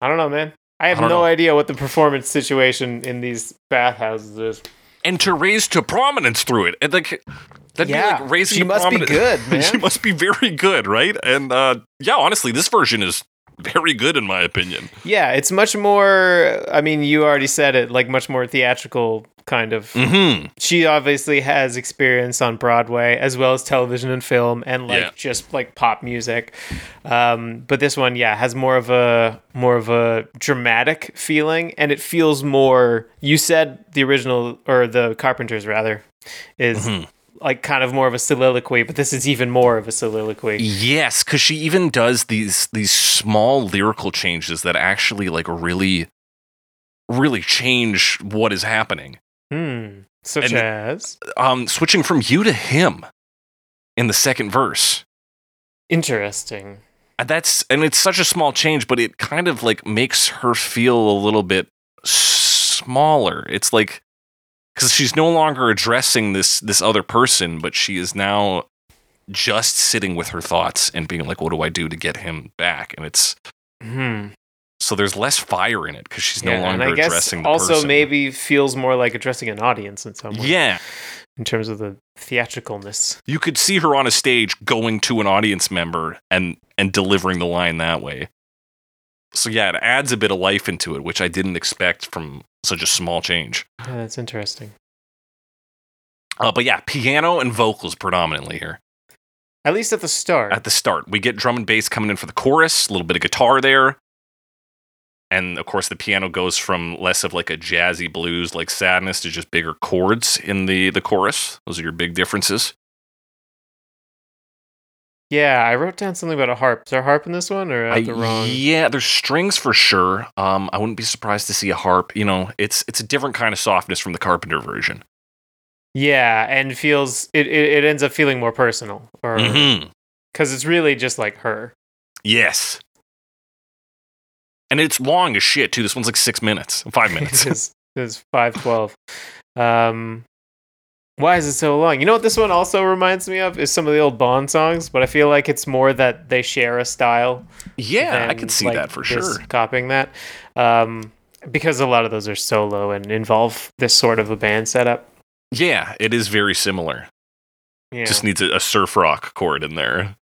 Speaker 3: I don't know, man. I have
Speaker 1: I don't
Speaker 3: no
Speaker 1: know.
Speaker 3: idea what the performance situation in these bathhouses is.
Speaker 1: and to raise to prominence through it and like that'd
Speaker 3: Yeah,
Speaker 1: be like raising
Speaker 3: she
Speaker 1: to
Speaker 3: must be
Speaker 1: prominence.
Speaker 3: good, man.
Speaker 1: she must be very good right and uh yeah honestly this version is very good in my opinion
Speaker 3: Yeah, it's much more. I mean, you already said it, like much more theatrical kind of.
Speaker 1: mm-hmm
Speaker 3: She obviously has experience on Broadway as well as television and film, and like
Speaker 1: Yeah.
Speaker 3: just like pop music. Um, but this one, yeah, has more of a more of a dramatic feeling, and it feels more. You said the original or the Carpenters rather is.
Speaker 1: Mm-hmm.
Speaker 3: Like kind of more of a soliloquy, but this is even more of a soliloquy.
Speaker 1: Yes, because she even does these these small lyrical changes that actually like really, really change what is happening.
Speaker 3: Hmm. Such
Speaker 1: And-
Speaker 3: as
Speaker 1: Um, switching from you to him in the second verse.
Speaker 3: interesting.
Speaker 1: And that's and it's such a small change, but it kind of like makes her feel a little bit smaller. It's like because she's no longer addressing this this other person, but she is now just sitting with her thoughts and being like, "What do I do to get him back?" And it's
Speaker 3: Hmm.
Speaker 1: so there's less fire in it because she's no
Speaker 3: Yeah,
Speaker 1: longer
Speaker 3: and I guess
Speaker 1: addressing the
Speaker 3: also
Speaker 1: person.
Speaker 3: maybe feels more like addressing an audience in some way.
Speaker 1: yeah
Speaker 3: In terms of the theatricalness.
Speaker 1: you could see her on a stage going to an audience member and and delivering the line that way so yeah it adds a bit of life into it which i didn't expect from such a small change
Speaker 3: Yeah, that's interesting.
Speaker 1: uh, but yeah piano and vocals predominantly here
Speaker 3: At least at the start.
Speaker 1: at the start we get drum and bass coming in for the chorus a little bit of guitar there and of course the piano goes from less of like a jazzy blues like sadness to just bigger chords in the the chorus those are your big differences
Speaker 3: yeah, I wrote down something about a harp. Is there a harp in this one or at
Speaker 1: I-
Speaker 3: the wrong?
Speaker 1: Yeah, there's strings for sure. Um, I wouldn't be surprised to see a harp. You know, it's it's a different kind of softness from the Carpenter version.
Speaker 3: yeah, and feels it, it, it ends up feeling more personal. Or because
Speaker 1: Mhm.
Speaker 3: it's really just like her.
Speaker 1: Yes. And it's long as shit too. This one's like six minutes, five minutes.
Speaker 3: it's, it's five twelve. Um why is it so long? You know what this one also reminds me of is some of the old Bond songs, but I feel like it's more that they share a style
Speaker 1: yeah, I
Speaker 3: than,
Speaker 1: could see
Speaker 3: like,
Speaker 1: that for
Speaker 3: this-
Speaker 1: sure.
Speaker 3: Copying that, um, because a lot of those are solo and involve this sort of a band setup.
Speaker 1: Yeah, it is very similar.
Speaker 3: Yeah.
Speaker 1: Just needs a, a surf rock chord in there.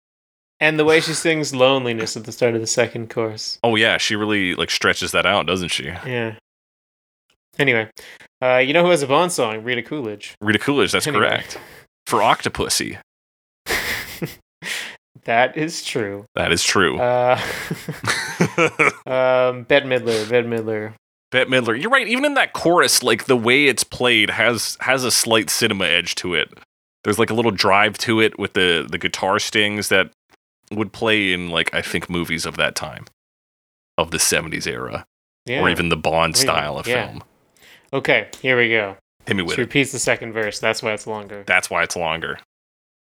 Speaker 3: and the way she sings "Loneliness" at the start of the second chorus.
Speaker 1: Oh yeah, she really like stretches that out, doesn't she?
Speaker 3: Yeah. Anyway, uh, you know who has a Bond song? Rita Coolidge.
Speaker 1: Rita Coolidge, that's
Speaker 3: Anyway.
Speaker 1: correct. For Octopussy,
Speaker 3: That is true.
Speaker 1: that is true.
Speaker 3: Uh, um, Bette Midler. Bette Midler.
Speaker 1: Bette Midler. You're right. Even in that chorus, like the way it's played has has a slight cinema edge to it. There's like a little drive to it with the the guitar stings that would play in like I think movies of that time, of the '70s era,
Speaker 3: Yeah.
Speaker 1: or even the Bond
Speaker 3: Or even-
Speaker 1: style of
Speaker 3: yeah.
Speaker 1: film.
Speaker 3: okay, here we go.
Speaker 1: Hit me with
Speaker 3: She
Speaker 1: it.
Speaker 3: repeats the second verse. That's why it's longer.
Speaker 1: That's why it's longer.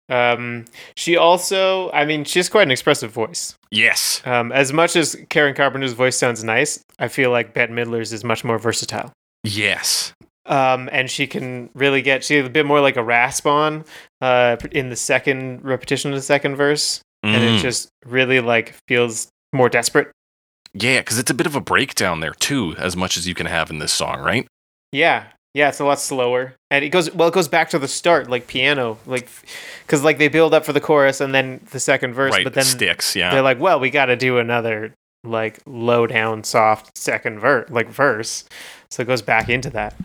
Speaker 3: Um, she also, I mean, she has quite an expressive voice.
Speaker 1: Yes.
Speaker 3: Um, as much as Karen Carpenter's voice sounds nice, I feel like Bette Midler's is much more versatile.
Speaker 1: Yes.
Speaker 3: um, and she can really get she has a bit more like a rasp on uh, in the second repetition of the second verse, and it
Speaker 1: Mm.
Speaker 3: just really like feels more desperate.
Speaker 1: yeah, because it's a bit of a breakdown there too, as much as you can have in this song, right?
Speaker 3: Yeah, yeah, it's a lot slower, and it goes well. It goes back to the start, like piano, like because like they build up for the chorus and then the second verse,
Speaker 1: right, it
Speaker 3: but then
Speaker 1: sticks. Yeah,
Speaker 3: they're like, well, we got to do another like low down soft second verse, like verse. So it goes back into that.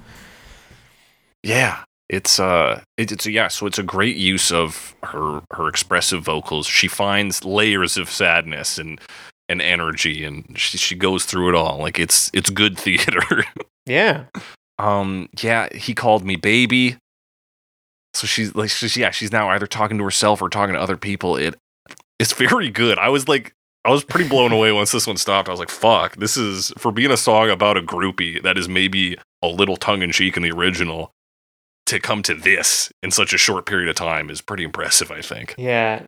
Speaker 1: yeah it's uh it, it's yeah so it's a great use of her her expressive vocals she finds layers of sadness and and energy and she, she goes through it all like it's it's good theater
Speaker 3: Yeah,
Speaker 1: um yeah he called me baby so she's like she's yeah she's now either talking to herself or talking to other people it it's very good i was like i was pretty blown away once this one stopped i was like fuck this is for being a song about a groupie that is maybe a little tongue-in-cheek in the original to come to this in such a short period of time is pretty impressive i think
Speaker 3: yeah,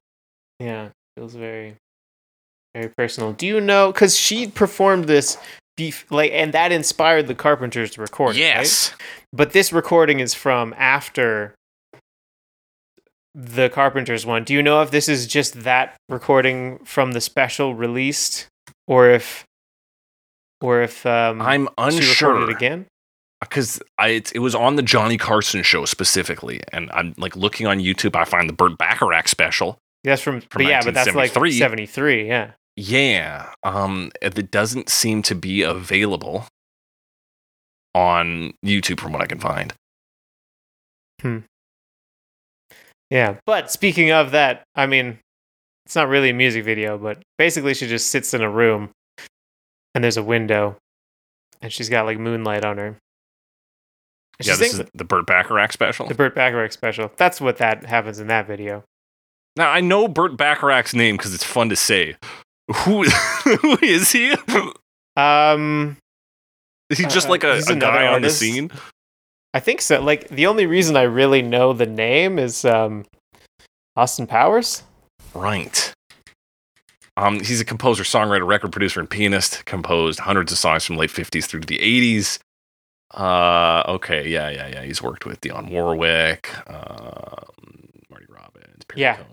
Speaker 3: yeah. Feels very, very personal. Do you know? Because she performed this beef like, and that inspired the Carpenters to record. it, right?
Speaker 1: yes
Speaker 3: but this recording is from after the carpenters one do you know if this is just that recording from the special released or if or if um
Speaker 1: i'm
Speaker 3: she
Speaker 1: unsure
Speaker 3: recorded it again
Speaker 1: because I it, it was on the Johnny Carson show specifically, and I'm like looking on YouTube. I find the Burt Bacharach special.
Speaker 3: that's from,
Speaker 1: From
Speaker 3: but yeah but that's like
Speaker 1: 1973.
Speaker 3: 73 yeah
Speaker 1: Yeah, um, it doesn't seem to be available on YouTube from what I can find.
Speaker 3: yeah but speaking of that i mean it's not really a music video but basically she just sits in a room and there's a window and she's got like moonlight on her And she
Speaker 1: yeah, this
Speaker 3: sings
Speaker 1: is the Burt Bacharach special.
Speaker 3: The Burt Bacharach special. That's what that happens in that video.
Speaker 1: now I know Burt Bacharach's name because it's fun to say. Who who is he?
Speaker 3: Um,
Speaker 1: Is he just
Speaker 3: Uh,
Speaker 1: like a,
Speaker 3: he's
Speaker 1: a
Speaker 3: another
Speaker 1: guy on the
Speaker 3: artist.
Speaker 1: scene?
Speaker 3: I think so. Like the only reason I really know the name is um, Austin Powers.
Speaker 1: Right. Um, he's a composer, songwriter, record producer, and pianist. Composed hundreds of songs from late fifties through to the eighties. Uh, okay, yeah, yeah, yeah. He's worked with Dionne Warwick, um, Marty Robbins, Perry
Speaker 3: Yeah.
Speaker 1: Como.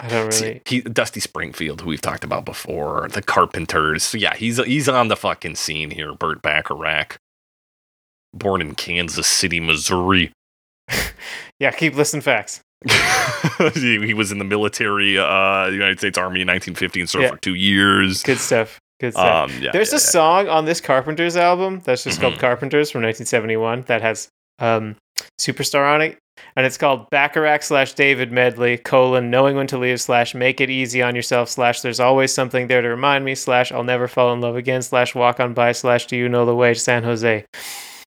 Speaker 3: I don't
Speaker 1: See,
Speaker 3: really.
Speaker 1: he, Dusty Springfield, who we've talked about before, the Carpenters. So yeah, he's he's on the fucking scene here. Burt Bacharach, born in Kansas City, Missouri.
Speaker 3: Yeah, keep listening facts.
Speaker 1: he, he was in the military, uh, United States Army in 1950 and served
Speaker 3: Yeah.
Speaker 1: for two years.
Speaker 3: Good stuff. Good stuff.
Speaker 1: Um, yeah,
Speaker 3: There's
Speaker 1: yeah,
Speaker 3: a song on this Carpenters album that's just
Speaker 1: Mhm.
Speaker 3: called Carpenters from 1971 that has um, Superstar on it, and it's called Bacharach slash David Medley colon Knowing When to Leave slash Make It Easy on Yourself slash There's Always Something There to Remind Me slash I'll Never Fall in Love Again slash Walk on By slash Do You Know the Way to San Jose.
Speaker 1: yeah.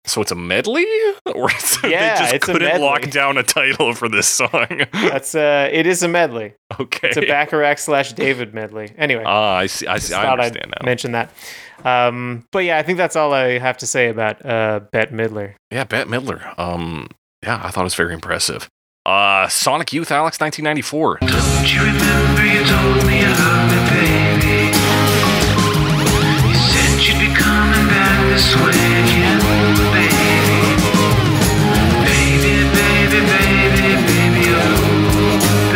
Speaker 1: So it's a medley, or it's,
Speaker 3: Yeah,
Speaker 1: they just
Speaker 3: it's a
Speaker 1: couldn't lock
Speaker 3: medley.
Speaker 1: down a title for this song.
Speaker 3: That's uh, it is a medley.
Speaker 1: okay.
Speaker 3: It's a Bacharach slash David medley. Anyway,
Speaker 1: Ah, I see. I see. I
Speaker 3: thought I'd
Speaker 1: understand now.
Speaker 3: mention that. Um, but yeah, I think that's all I have to say about uh, Bette Midler.
Speaker 1: Yeah, Bette Midler. Um, yeah, I thought it was very impressive. Uh, Sonic Youth, Alex, 1994.
Speaker 4: Don't you remember you told me you loved me, baby? You said you'd be coming back this way again, baby. Baby, baby, baby, baby, oh,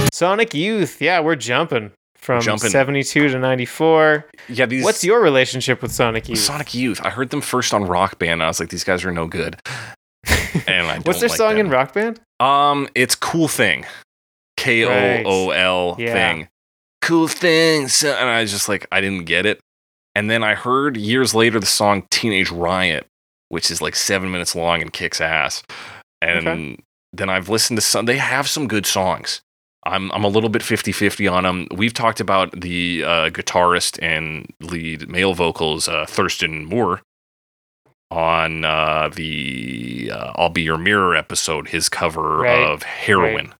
Speaker 4: baby.
Speaker 3: Sonic Youth. Yeah, we're jumping from
Speaker 1: Jumping.
Speaker 3: 72 to 94.
Speaker 1: Yeah, these.
Speaker 3: What's your relationship with Sonic Youth?
Speaker 1: Sonic Youth? I heard them first on Rock Band. And I was like, these guys are no good. And I
Speaker 3: What's
Speaker 1: don't
Speaker 3: their
Speaker 1: like
Speaker 3: song
Speaker 1: them.
Speaker 3: in Rock Band?
Speaker 1: Um, it's cool thing, K O O L
Speaker 3: Yeah.
Speaker 1: thing, cool thing. So, and I was just like, I didn't get it. And then I heard years later the song "Teenage Riot," which is like seven minutes long and kicks ass. And then I've listened to some. They have some good songs. I'm I'm a little bit 50-50 on them. We've talked about the uh, guitarist and lead male vocals, uh, Thurston Moore on uh, the uh, I'll Be Your Mirror episode, his cover
Speaker 3: Right,
Speaker 1: of Heroin.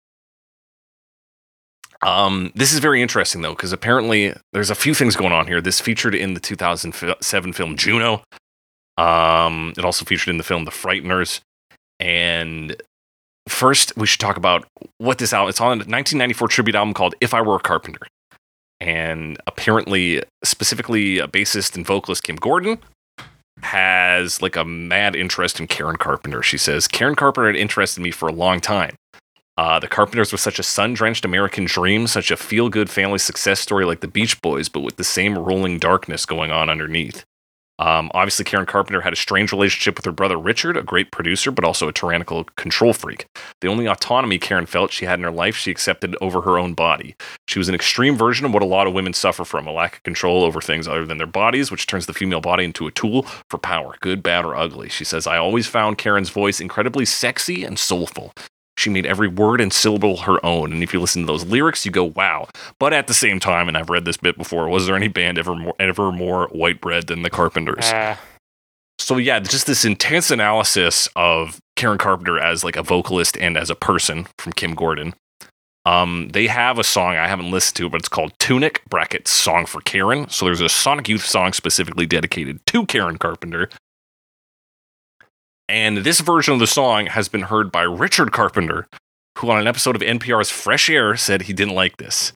Speaker 1: Um, this is very interesting though, because apparently there's a few things going on here. This featured in the 2007 film Juno. Um, it also featured in the film The Frighteners. And first, we should talk about what this album. It's on a 1994 tribute album called If I Were a Carpenter. And apparently, specifically, uh, bassist and vocalist Kim Gordon has like a mad interest in Karen Carpenter. She says, Karen Carpenter had interested me for a long time. Uh, the Carpenters were such a sun drenched American dream, such a feel good family success story like the Beach Boys, but with the same rolling darkness going on underneath. Um, obviously, Karen Carpenter had a strange relationship with her brother Richard, a great producer, but also a tyrannical control freak. The only autonomy Karen felt she had in her life, she accepted over her own body. She was an extreme version of what a lot of women suffer from a lack of control over things other than their bodies, which turns the female body into a tool for power, good, bad, or ugly. She says, I always found Karen's voice incredibly sexy and soulful. She made every word and syllable her own. And if you listen to those lyrics, you go, wow. But at the same time, and I've read this bit before, was there any band ever more, ever more white bread than the Carpenters?
Speaker 3: Ah,
Speaker 1: so yeah, just this intense analysis of Karen Carpenter as like a vocalist and as a person from Kim Gordon. Um, they have a song I haven't listened to, but it's called Tunic bracket song for Karen. So there's a Sonic Youth song specifically dedicated to Karen Carpenter. And this version of the song has been heard by Richard Carpenter, who on an episode of NPR's Fresh Air said he didn't like this.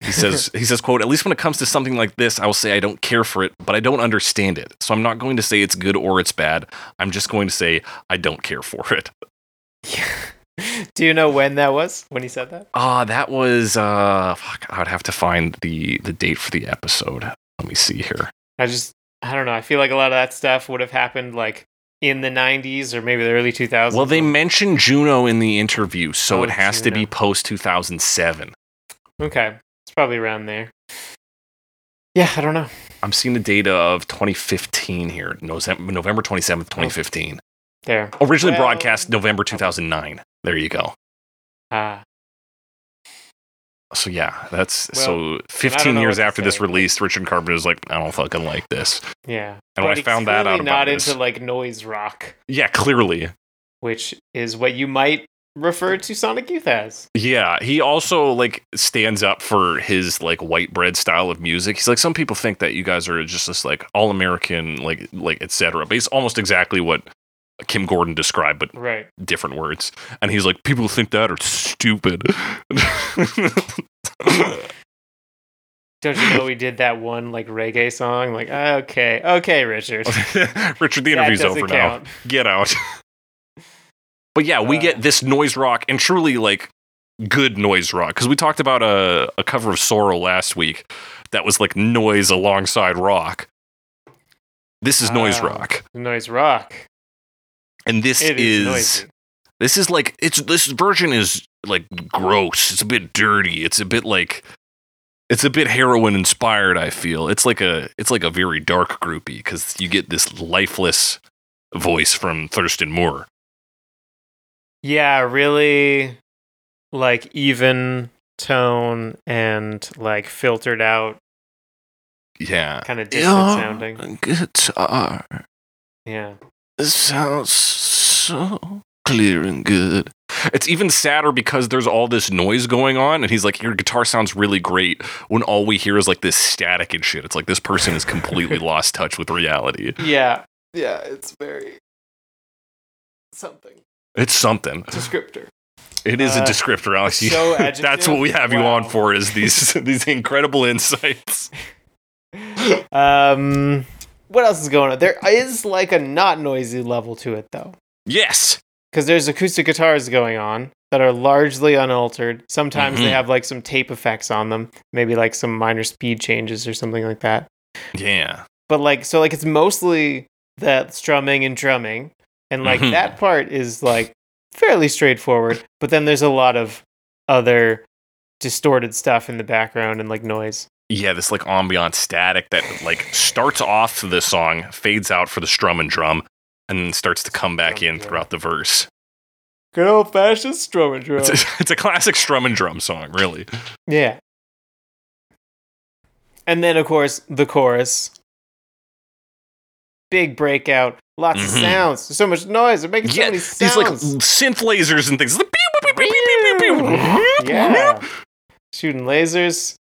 Speaker 1: He says, he says, quote, at least when it comes to something like this, I will say I don't care for it, but I don't understand it. So I'm not going to say it's good or it's bad. I'm just going to say I don't care for it.
Speaker 3: do you know when that was? When he said that?
Speaker 1: Ah, that was uh fuck, I would have to find the the date for the episode. Let me see here.
Speaker 3: I just, I don't know. I feel like a lot of that stuff would have happened like in the 90s or maybe the early 2000s.
Speaker 1: Well, they mentioned Juno in the interview, so
Speaker 3: Oh,
Speaker 1: it has to be
Speaker 3: Juno.
Speaker 1: post 2007.
Speaker 3: Okay. It's probably around there. Yeah, I don't know.
Speaker 1: I'm seeing the data of 2015 here, November November 27th, 2015.
Speaker 3: There.
Speaker 1: Originally
Speaker 3: Well-
Speaker 1: broadcast November 2009. There you go.
Speaker 3: Ah.
Speaker 1: So yeah, that's
Speaker 3: Well,
Speaker 1: so 15
Speaker 3: know
Speaker 1: years
Speaker 3: what to
Speaker 1: after this
Speaker 3: say.
Speaker 1: release, Richard Carpenter was like, I don't fucking like this.
Speaker 3: Yeah.
Speaker 1: And when I
Speaker 3: he's
Speaker 1: found that out
Speaker 3: clearly
Speaker 1: about
Speaker 3: not
Speaker 1: this-
Speaker 3: into like noise rock,
Speaker 1: Yeah, clearly.
Speaker 3: which is what you might refer to Sonic Youth as.
Speaker 1: Yeah, he also like stands up for his like white bread style of music. He's like some people think that you guys are just this like all American like like etc. But it's almost exactly what Kim Gordon described, but
Speaker 3: Right.
Speaker 1: different words. And he's like, people think that are stupid.
Speaker 3: Don't you know we did that one like reggae song? Like, okay, okay, Richard.
Speaker 1: Richard, the
Speaker 3: That
Speaker 1: interview's
Speaker 3: doesn't
Speaker 1: over now.
Speaker 3: count.
Speaker 1: get out. but yeah, we
Speaker 3: Uh.
Speaker 1: get this noise rock and truly like good noise rock because we talked about a, a cover of Sorrow last week that was like noise alongside rock. This is noise
Speaker 3: Ah.
Speaker 1: rock,
Speaker 3: Noise rock.
Speaker 1: and this
Speaker 3: It is,
Speaker 1: is
Speaker 3: noisy.
Speaker 1: this is like it's this version is like gross. It's a bit dirty. It's a bit like it's a bit heroin inspired. I feel it's like a it's like a very dark groupie because you get this lifeless voice from Thurston Moore.
Speaker 3: Yeah, really like even tone and like filtered out,
Speaker 1: Yeah,
Speaker 3: kind of distant sounding.
Speaker 1: Guitar
Speaker 3: Yeah.
Speaker 1: sounds so clear and good. It's even sadder because there's all this noise going on, and he's like, Your guitar sounds really great when all we hear is like this static and shit. It's like this person is completely lost touch with reality.
Speaker 3: Yeah. Yeah, it's very something.
Speaker 1: It's something.
Speaker 3: Descriptor.
Speaker 1: It is
Speaker 3: Uh,
Speaker 1: a descriptor, Alex. You-
Speaker 3: so
Speaker 1: That's what we have you
Speaker 3: wow.
Speaker 1: on for is these these incredible insights.
Speaker 3: Um, what else is going on? There is like a not noisy level to it though,
Speaker 1: Yes.
Speaker 3: because there's acoustic guitars going on that are largely unaltered. Sometimes
Speaker 1: Mhm.
Speaker 3: they have like some tape effects on them, maybe like some minor speed changes or something like that.
Speaker 1: Yeah.
Speaker 3: But like, so like it's mostly that strumming and drumming, and like
Speaker 1: Mhm.
Speaker 3: that part is like fairly straightforward. But then there's a lot of other distorted stuff in the background and like noise.
Speaker 1: yeah, this like ambient static that like starts off the song, fades out for the strum and drum, and then starts to come back in throughout the verse.
Speaker 3: Good old fashioned strum and drum.
Speaker 1: It's a, it's a classic strum and drum song, really.
Speaker 3: Yeah. And then, of course, the chorus. Big breakout. Lots
Speaker 1: Mhm.
Speaker 3: of sounds. There's so much noise. They're making so
Speaker 1: Yeah,
Speaker 3: many
Speaker 1: these like
Speaker 3: sounds.
Speaker 1: synth lasers and things. Like, beep, beep, beep, beep, beep, beep, beep.
Speaker 3: yeah. Shooting lasers.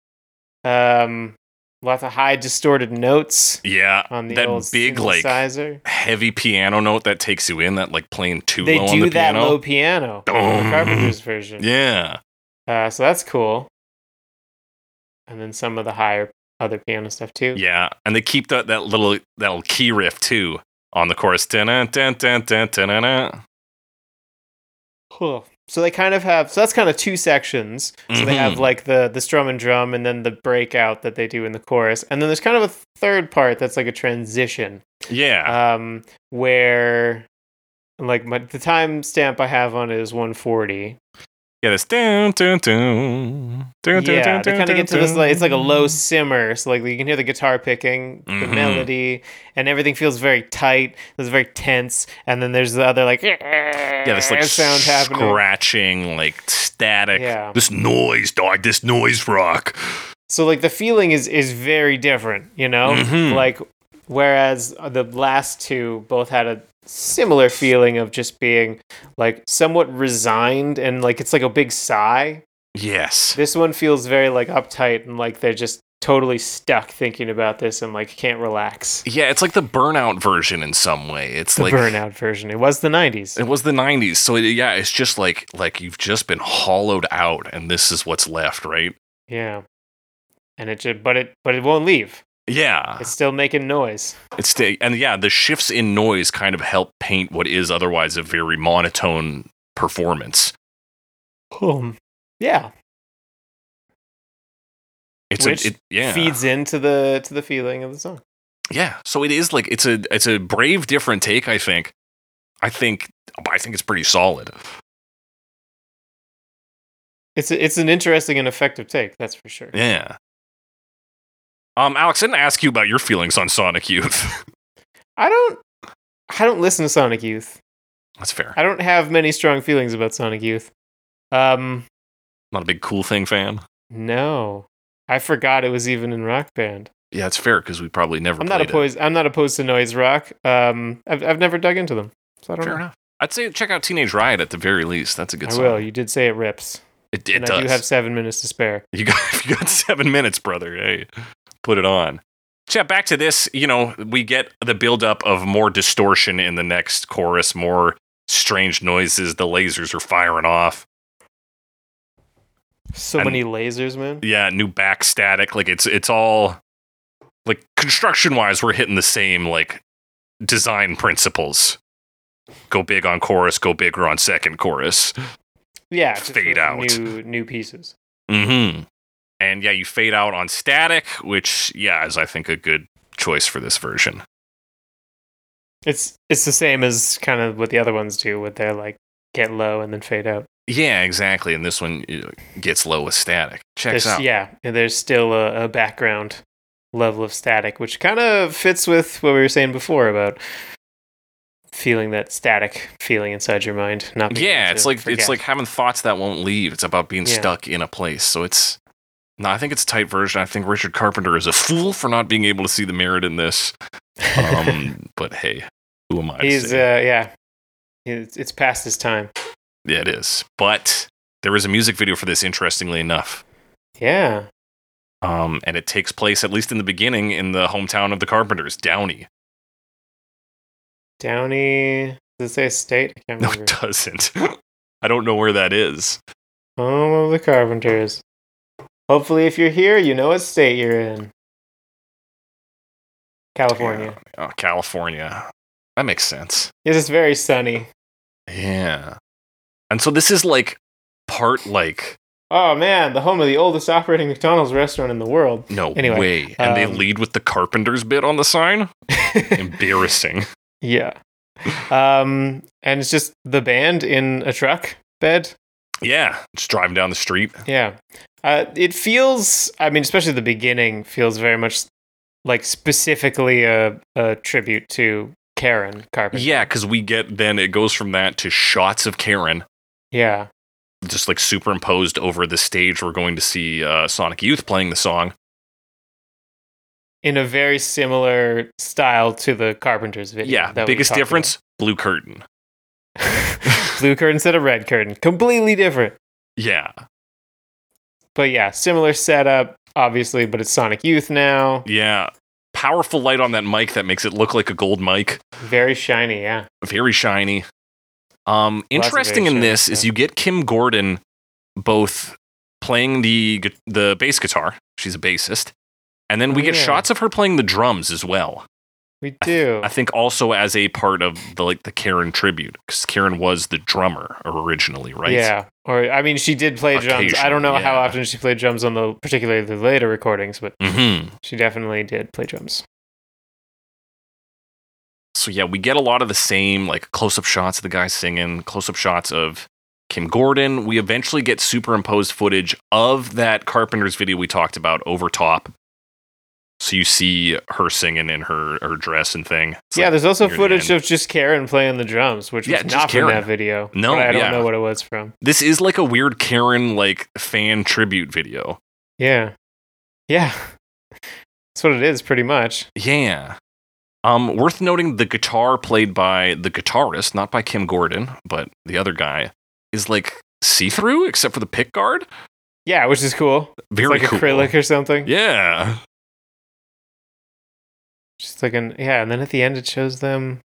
Speaker 3: Um, lots of high distorted notes
Speaker 1: Yeah,
Speaker 3: on the old
Speaker 1: that big like
Speaker 3: synthesizer.
Speaker 1: heavy piano note that takes you in, that like playing too
Speaker 3: they
Speaker 1: low on
Speaker 3: do
Speaker 1: the
Speaker 3: that
Speaker 1: piano.
Speaker 3: low piano. on the
Speaker 1: Dum.
Speaker 3: Carpenter's version.
Speaker 1: yeah,
Speaker 3: Uh, so that's cool. And then some of the higher other piano stuff too.
Speaker 1: yeah, and they keep that that little that little key riff too. On the chorus, dun dun dun dun dun dun.
Speaker 3: Cool. So they kind of have so that's kind of two sections. So they
Speaker 1: Mhm.
Speaker 3: have like the the strum and drum, and then the breakout that they do in the chorus, and then there's kind of a third part that's like a transition,
Speaker 1: Yeah.
Speaker 3: um, where like my, the time stamp I have on it is 140.
Speaker 1: yeah, this dun dun dun. dun dun,
Speaker 3: yeah,
Speaker 1: dun,
Speaker 3: they
Speaker 1: dun,
Speaker 3: kind of
Speaker 1: dun,
Speaker 3: get to this like it's like a low
Speaker 1: dun.
Speaker 3: simmer, so like you can hear the guitar picking, the
Speaker 1: Mhm.
Speaker 3: melody, and everything feels very tight. It's very tense, and then there's the other like yeah,
Speaker 1: Yeah, this like
Speaker 3: sound happening.
Speaker 1: scratching, like static.
Speaker 3: Yeah.
Speaker 1: This noise, dog. This noise rock.
Speaker 3: so like the feeling is is very different you know
Speaker 1: Mhm.
Speaker 3: like whereas the last two both had a similar feeling of just being like somewhat resigned and like it's like a big sigh
Speaker 1: Yes.
Speaker 3: this one feels very like uptight and like they're just totally stuck thinking about this and like can't relax
Speaker 1: Yeah, it's like the burnout version in some way. It's
Speaker 3: the
Speaker 1: like
Speaker 3: burnout version it was the 90s
Speaker 1: It was the '90s, so it, yeah, it's just like like you've just been hollowed out, and this is what's left, right?
Speaker 3: yeah and it just but it but it won't leave
Speaker 1: Yeah,
Speaker 3: it's still making noise
Speaker 1: it's sta- and yeah, the shifts in noise kind of help paint what is otherwise a very monotone performance. Oh.
Speaker 3: um, yeah
Speaker 1: It's
Speaker 3: Which
Speaker 1: a it, yeah
Speaker 3: feeds into the to the feeling of the song
Speaker 1: yeah. So it is like it's a it's a brave, different take. I think, I think, I think it's pretty solid.
Speaker 3: It's a, it's an interesting and effective take, that's for sure.
Speaker 1: Yeah. Um, Alex, I didn't ask you about your feelings on Sonic Youth.
Speaker 3: I don't I don't listen to Sonic Youth.
Speaker 1: That's fair.
Speaker 3: I don't have many strong feelings about Sonic Youth. Um
Speaker 1: Not a big cool thing fan.
Speaker 3: no. I forgot it was even in Rock Band.
Speaker 1: Yeah, it's fair because we probably never.
Speaker 3: I'm not
Speaker 1: played it.
Speaker 3: opposed I'm not opposed to noise rock. Um I've I've never dug into them. So I don't
Speaker 1: Fair
Speaker 3: know.
Speaker 1: enough. I'd say check out Teenage Riot at the very least. That's a good
Speaker 3: I
Speaker 1: song.
Speaker 3: will. You did say it rips.
Speaker 1: It, it
Speaker 3: and
Speaker 1: does.
Speaker 3: I do have 7 minutes to spare.
Speaker 1: you got you got seven minutes, brother. Hey, put it on. Yeah, back to this. You know, we get the buildup of more distortion in the next chorus, more strange noises. The lasers are firing off.
Speaker 3: So
Speaker 1: And-
Speaker 3: many lasers, man.
Speaker 1: Yeah, new back static. Like it's it's all like construction wise, we're hitting the same like design principles. Go big on chorus, go bigger on second chorus.
Speaker 3: Yeah, just
Speaker 1: Fade
Speaker 3: with
Speaker 1: out.
Speaker 3: new new pieces.
Speaker 1: Mm-hmm. And yeah, you fade out on static, which yeah is I think a good choice for this version.
Speaker 3: It's it's the same as kind of what the other ones do with their like get low and then fade out.
Speaker 1: Yeah, exactly. And this one you know, gets low with static. Checks
Speaker 3: There's-
Speaker 1: out.
Speaker 3: Yeah, and there's still a, a background level of static, which kind of fits with what we were saying before about feeling that static feeling inside your mind. Not being
Speaker 1: Yeah,
Speaker 3: able
Speaker 1: it's
Speaker 3: to
Speaker 1: like
Speaker 3: forget.
Speaker 1: it's like having thoughts that won't leave. It's about being
Speaker 3: Yeah.
Speaker 1: stuck in a place. So it's no, I think it's a tight version. I think Richard Carpenter is a fool for not being able to see the merit in this. Um, but hey, who am I? to
Speaker 3: he's uh,
Speaker 1: say?
Speaker 3: yeah, it's, it's past his time.
Speaker 1: yeah, it is. But there is a music video for this, interestingly enough.
Speaker 3: Yeah,
Speaker 1: Um, and it takes place, at least in the beginning, in the hometown of the Carpenters, Downey.
Speaker 3: Downey. Does it say state? I can't
Speaker 1: No,
Speaker 3: remember.
Speaker 1: it doesn't. I don't know where that is.
Speaker 3: Home of the Carpenters. Hopefully, if you're here, you know what state you're in. California.
Speaker 1: Yeah. Oh, California. That makes sense.
Speaker 3: Yes, it's very sunny.
Speaker 1: Yeah. And so this is like part like
Speaker 3: Oh man, the home of the oldest operating McDonald's restaurant in the world.
Speaker 1: no
Speaker 3: Anyway,
Speaker 1: way. And they
Speaker 3: um,
Speaker 1: lead with the Carpenters bit on the sign. Embarrassing.
Speaker 3: yeah. Um, and it's just the band in a truck bed.
Speaker 1: yeah. Just driving down the street.
Speaker 3: Yeah. Uh, it feels, I mean, especially the beginning feels very much like specifically a, a tribute to Karen Carpenter.
Speaker 1: Yeah, because we get then it goes from that to shots of Karen.
Speaker 3: Yeah.
Speaker 1: just like superimposed over the stage we're going to see uh, sonic youth playing the song
Speaker 3: In a very similar style to the Carpenters video.
Speaker 1: yeah
Speaker 3: that we
Speaker 1: biggest
Speaker 3: talked
Speaker 1: difference blue curtain
Speaker 3: about. Blue curtain instead of red curtain. Completely different.
Speaker 1: yeah
Speaker 3: But yeah, similar setup, obviously, but it's Sonic Youth now.
Speaker 1: yeah powerful light on that mic that makes it look like a gold mic
Speaker 3: Very shiny, yeah.
Speaker 1: very shiny um
Speaker 3: very
Speaker 1: interesting in
Speaker 3: shiny,
Speaker 1: this is
Speaker 3: yeah.
Speaker 1: you get kim gordon both playing the gu- the bass guitar she's a bassist and then we
Speaker 3: Oh,
Speaker 1: get
Speaker 3: yeah.
Speaker 1: shots of her playing the drums as well
Speaker 3: We do.
Speaker 1: I think also as a part of the like the Karen tribute because Karen was the drummer originally, right?
Speaker 3: Yeah. Or I mean, she did play drums. I don't know
Speaker 1: Occasionally,
Speaker 3: how
Speaker 1: yeah.
Speaker 3: often she played drums on the particularly the later recordings, but
Speaker 1: hmm
Speaker 3: she definitely did play drums.
Speaker 1: So yeah, we get a lot of the same like close-up shots of the guy singing, close-up shots of Kim Gordon. We eventually get superimposed footage of that Carpenter's video we talked about over top. So you see her singing in her her dress and thing. It's
Speaker 3: yeah,
Speaker 1: like,
Speaker 3: there's also
Speaker 1: near the
Speaker 3: footage
Speaker 1: end.
Speaker 3: of just Karen playing the drums, which
Speaker 1: Yeah,
Speaker 3: was
Speaker 1: just
Speaker 3: not from
Speaker 1: Karen.
Speaker 3: that video.
Speaker 1: No,
Speaker 3: but I don't
Speaker 1: yeah.
Speaker 3: know what it was from.
Speaker 1: this is like a weird Karen like fan tribute video.
Speaker 3: Yeah, yeah, that's what it is, pretty much.
Speaker 1: Yeah. Um, worth noting the guitar played by the guitarist, not by Kim Gordon, but the other guy, is like see through except for the pick guard.
Speaker 3: Yeah, which is cool. It's
Speaker 1: Very
Speaker 3: like
Speaker 1: cool.
Speaker 3: acrylic or something.
Speaker 1: Yeah.
Speaker 3: Just like an yeah, and then at the end it shows them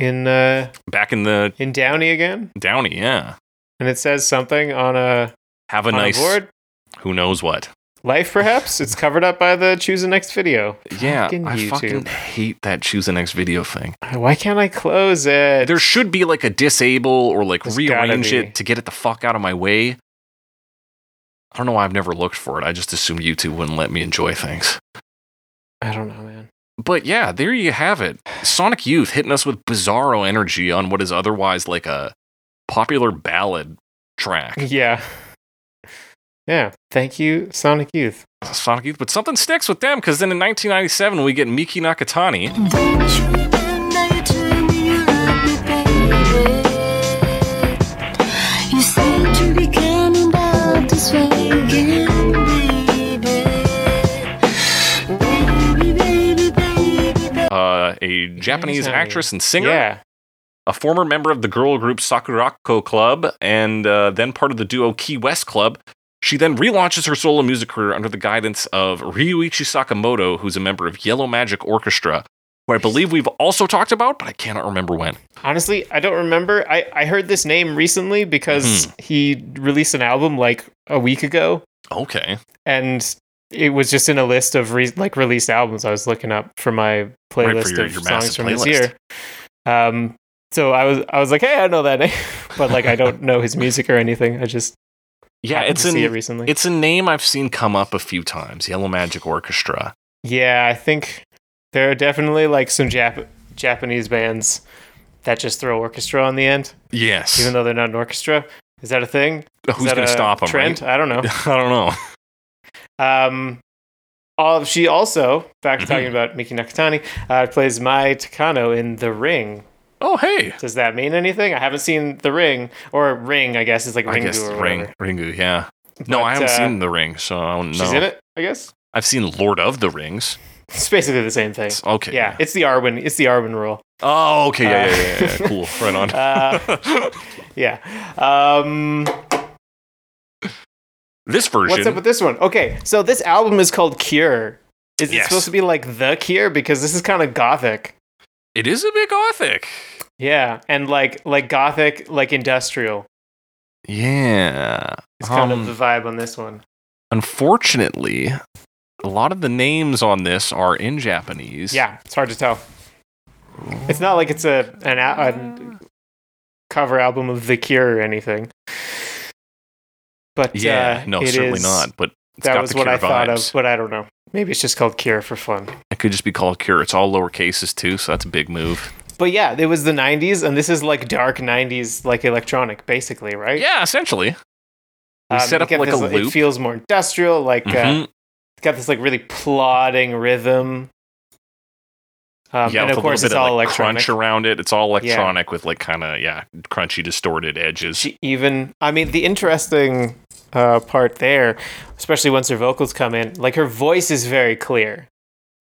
Speaker 3: in uh
Speaker 1: Back in the
Speaker 3: in Downey again,
Speaker 1: Downey, yeah.
Speaker 3: and it says something on a,
Speaker 1: Have a
Speaker 3: on
Speaker 1: nice
Speaker 3: a board.
Speaker 1: who knows what.
Speaker 3: Life, perhaps it's covered up by the choose the next video.
Speaker 1: Yeah.
Speaker 3: Fucking
Speaker 1: I
Speaker 3: YouTube.
Speaker 1: fucking hate that choose the next video thing.
Speaker 3: Why can't I close it?
Speaker 1: There should be like a disable or like
Speaker 3: There's gotta
Speaker 1: rearrange
Speaker 3: be.
Speaker 1: it to get it the fuck out of my way. I don't know why I've never looked for it. I just assumed YouTube wouldn't let me enjoy things.
Speaker 3: I don't know, man.
Speaker 1: But yeah, there you have it. Sonic Youth hitting us with bizarro energy on what is otherwise like a popular ballad track.
Speaker 3: Yeah. Yeah. Thank you, Sonic Youth.
Speaker 1: Sonic Youth, but something sticks with them because then in 1997 we get Miki Nakatani.
Speaker 5: You seem to be counting out this way again, baby. Baby, baby, baby, baby.
Speaker 1: Uh, a Japanese
Speaker 3: Amazing.
Speaker 1: actress and singer,
Speaker 3: Yeah.
Speaker 1: a former member of the girl group Sakurako Club, and uh, then part of the duo Key West Club. She then relaunches her solo music career under the guidance of Ryuichi Sakamoto, who's a member of Yellow Magic Orchestra, who I believe we've also talked about, but I cannot remember when.
Speaker 3: Honestly, I don't remember. I, I heard this name recently because
Speaker 1: Hmm.
Speaker 3: he released an album like a week ago
Speaker 1: Okay.
Speaker 3: and it was just in a list of re- like released albums I was looking up for my playlist
Speaker 1: your-
Speaker 3: of
Speaker 1: your
Speaker 3: songs
Speaker 1: massive
Speaker 3: from this
Speaker 1: playlist.
Speaker 3: year. Um so I was I was like, "Hey, I know that name." but like I don't know his music or anything. I just
Speaker 1: Yeah,
Speaker 3: happened
Speaker 1: it's
Speaker 3: to
Speaker 1: an
Speaker 3: see it recently.
Speaker 1: it's a name I've seen come up a few times. Yellow Magic Orchestra.
Speaker 3: Yeah, I think there are definitely like some Jap- Japanese bands that just throw orchestra on the end,
Speaker 1: Yes.
Speaker 3: even though they're not an orchestra. Is that a thing? Is
Speaker 1: Who's
Speaker 3: that
Speaker 1: going to
Speaker 3: a
Speaker 1: stop him?
Speaker 3: Trend? I don't know.
Speaker 1: I don't know.
Speaker 3: Um, all, she also, back to
Speaker 1: Mhm.
Speaker 3: talking about Miki Nakatani, uh, plays Mai Takano in The Ring.
Speaker 1: Oh, hey.
Speaker 3: Does that mean anything? I haven't seen The Ring or Ring. I guess is like
Speaker 1: I
Speaker 3: Ringu
Speaker 1: guess
Speaker 3: or
Speaker 1: Ring
Speaker 3: whatever.
Speaker 1: Ringu. Yeah. No,
Speaker 3: But,
Speaker 1: I haven't
Speaker 3: uh,
Speaker 1: seen The Ring, so I don't know.
Speaker 3: She's in it. I guess
Speaker 1: I've seen Lord of the Rings.
Speaker 3: it's basically the same thing.
Speaker 1: It's- okay.
Speaker 3: Yeah, it's the Arwen. It's the Arwen rule.
Speaker 1: Oh, okay. Yeah,
Speaker 3: Uh,
Speaker 1: yeah, yeah, yeah, yeah. Cool. Right on.
Speaker 3: Uh, Yeah. Um,
Speaker 1: this version.
Speaker 3: What's up with this one? Okay, so this album is called Cure. Is it
Speaker 1: Yes.
Speaker 3: supposed to be like the Cure because this is kind of gothic?
Speaker 1: it is a bit gothic.
Speaker 3: Yeah, and like like gothic, like industrial.
Speaker 1: Yeah.
Speaker 3: It's kind
Speaker 1: Um,
Speaker 3: of the vibe on this one.
Speaker 1: Unfortunately, a lot of the names on this are in Japanese.
Speaker 3: Yeah, it's hard to tell. It's not like it's a an, a, a cover album of the Cure or anything. But
Speaker 1: Yeah.
Speaker 3: uh,
Speaker 1: no,
Speaker 3: it
Speaker 1: certainly
Speaker 3: is-
Speaker 1: not. But it's
Speaker 3: That
Speaker 1: got
Speaker 3: was
Speaker 1: the
Speaker 3: what
Speaker 1: Cure
Speaker 3: I thought
Speaker 1: vibes.
Speaker 3: of, but I don't know. Maybe it's just called Cure for fun.
Speaker 1: It could just be called Cure. It's all lower cases too, so that's a big move.
Speaker 3: But yeah, it was the '90s, and this is like dark '90s, like electronic, basically, right?
Speaker 1: Yeah, essentially. We set
Speaker 3: Um, you
Speaker 1: up
Speaker 3: get
Speaker 1: like
Speaker 3: this-
Speaker 1: a
Speaker 3: It
Speaker 1: loop.
Speaker 3: feels more industrial. Like uh,
Speaker 1: Mhm.
Speaker 3: it's got this like really plodding rhythm. Um,
Speaker 1: yeah,
Speaker 3: and
Speaker 1: with
Speaker 3: of
Speaker 1: a
Speaker 3: course,
Speaker 1: little
Speaker 3: it's
Speaker 1: bit of,
Speaker 3: all
Speaker 1: like,
Speaker 3: electronic.
Speaker 1: crunch around it. It's all electronic with like kind of yeah, crunchy, distorted edges.
Speaker 3: She even, I mean, the interesting uh, part there, especially once her vocals come in, like her voice is very clear,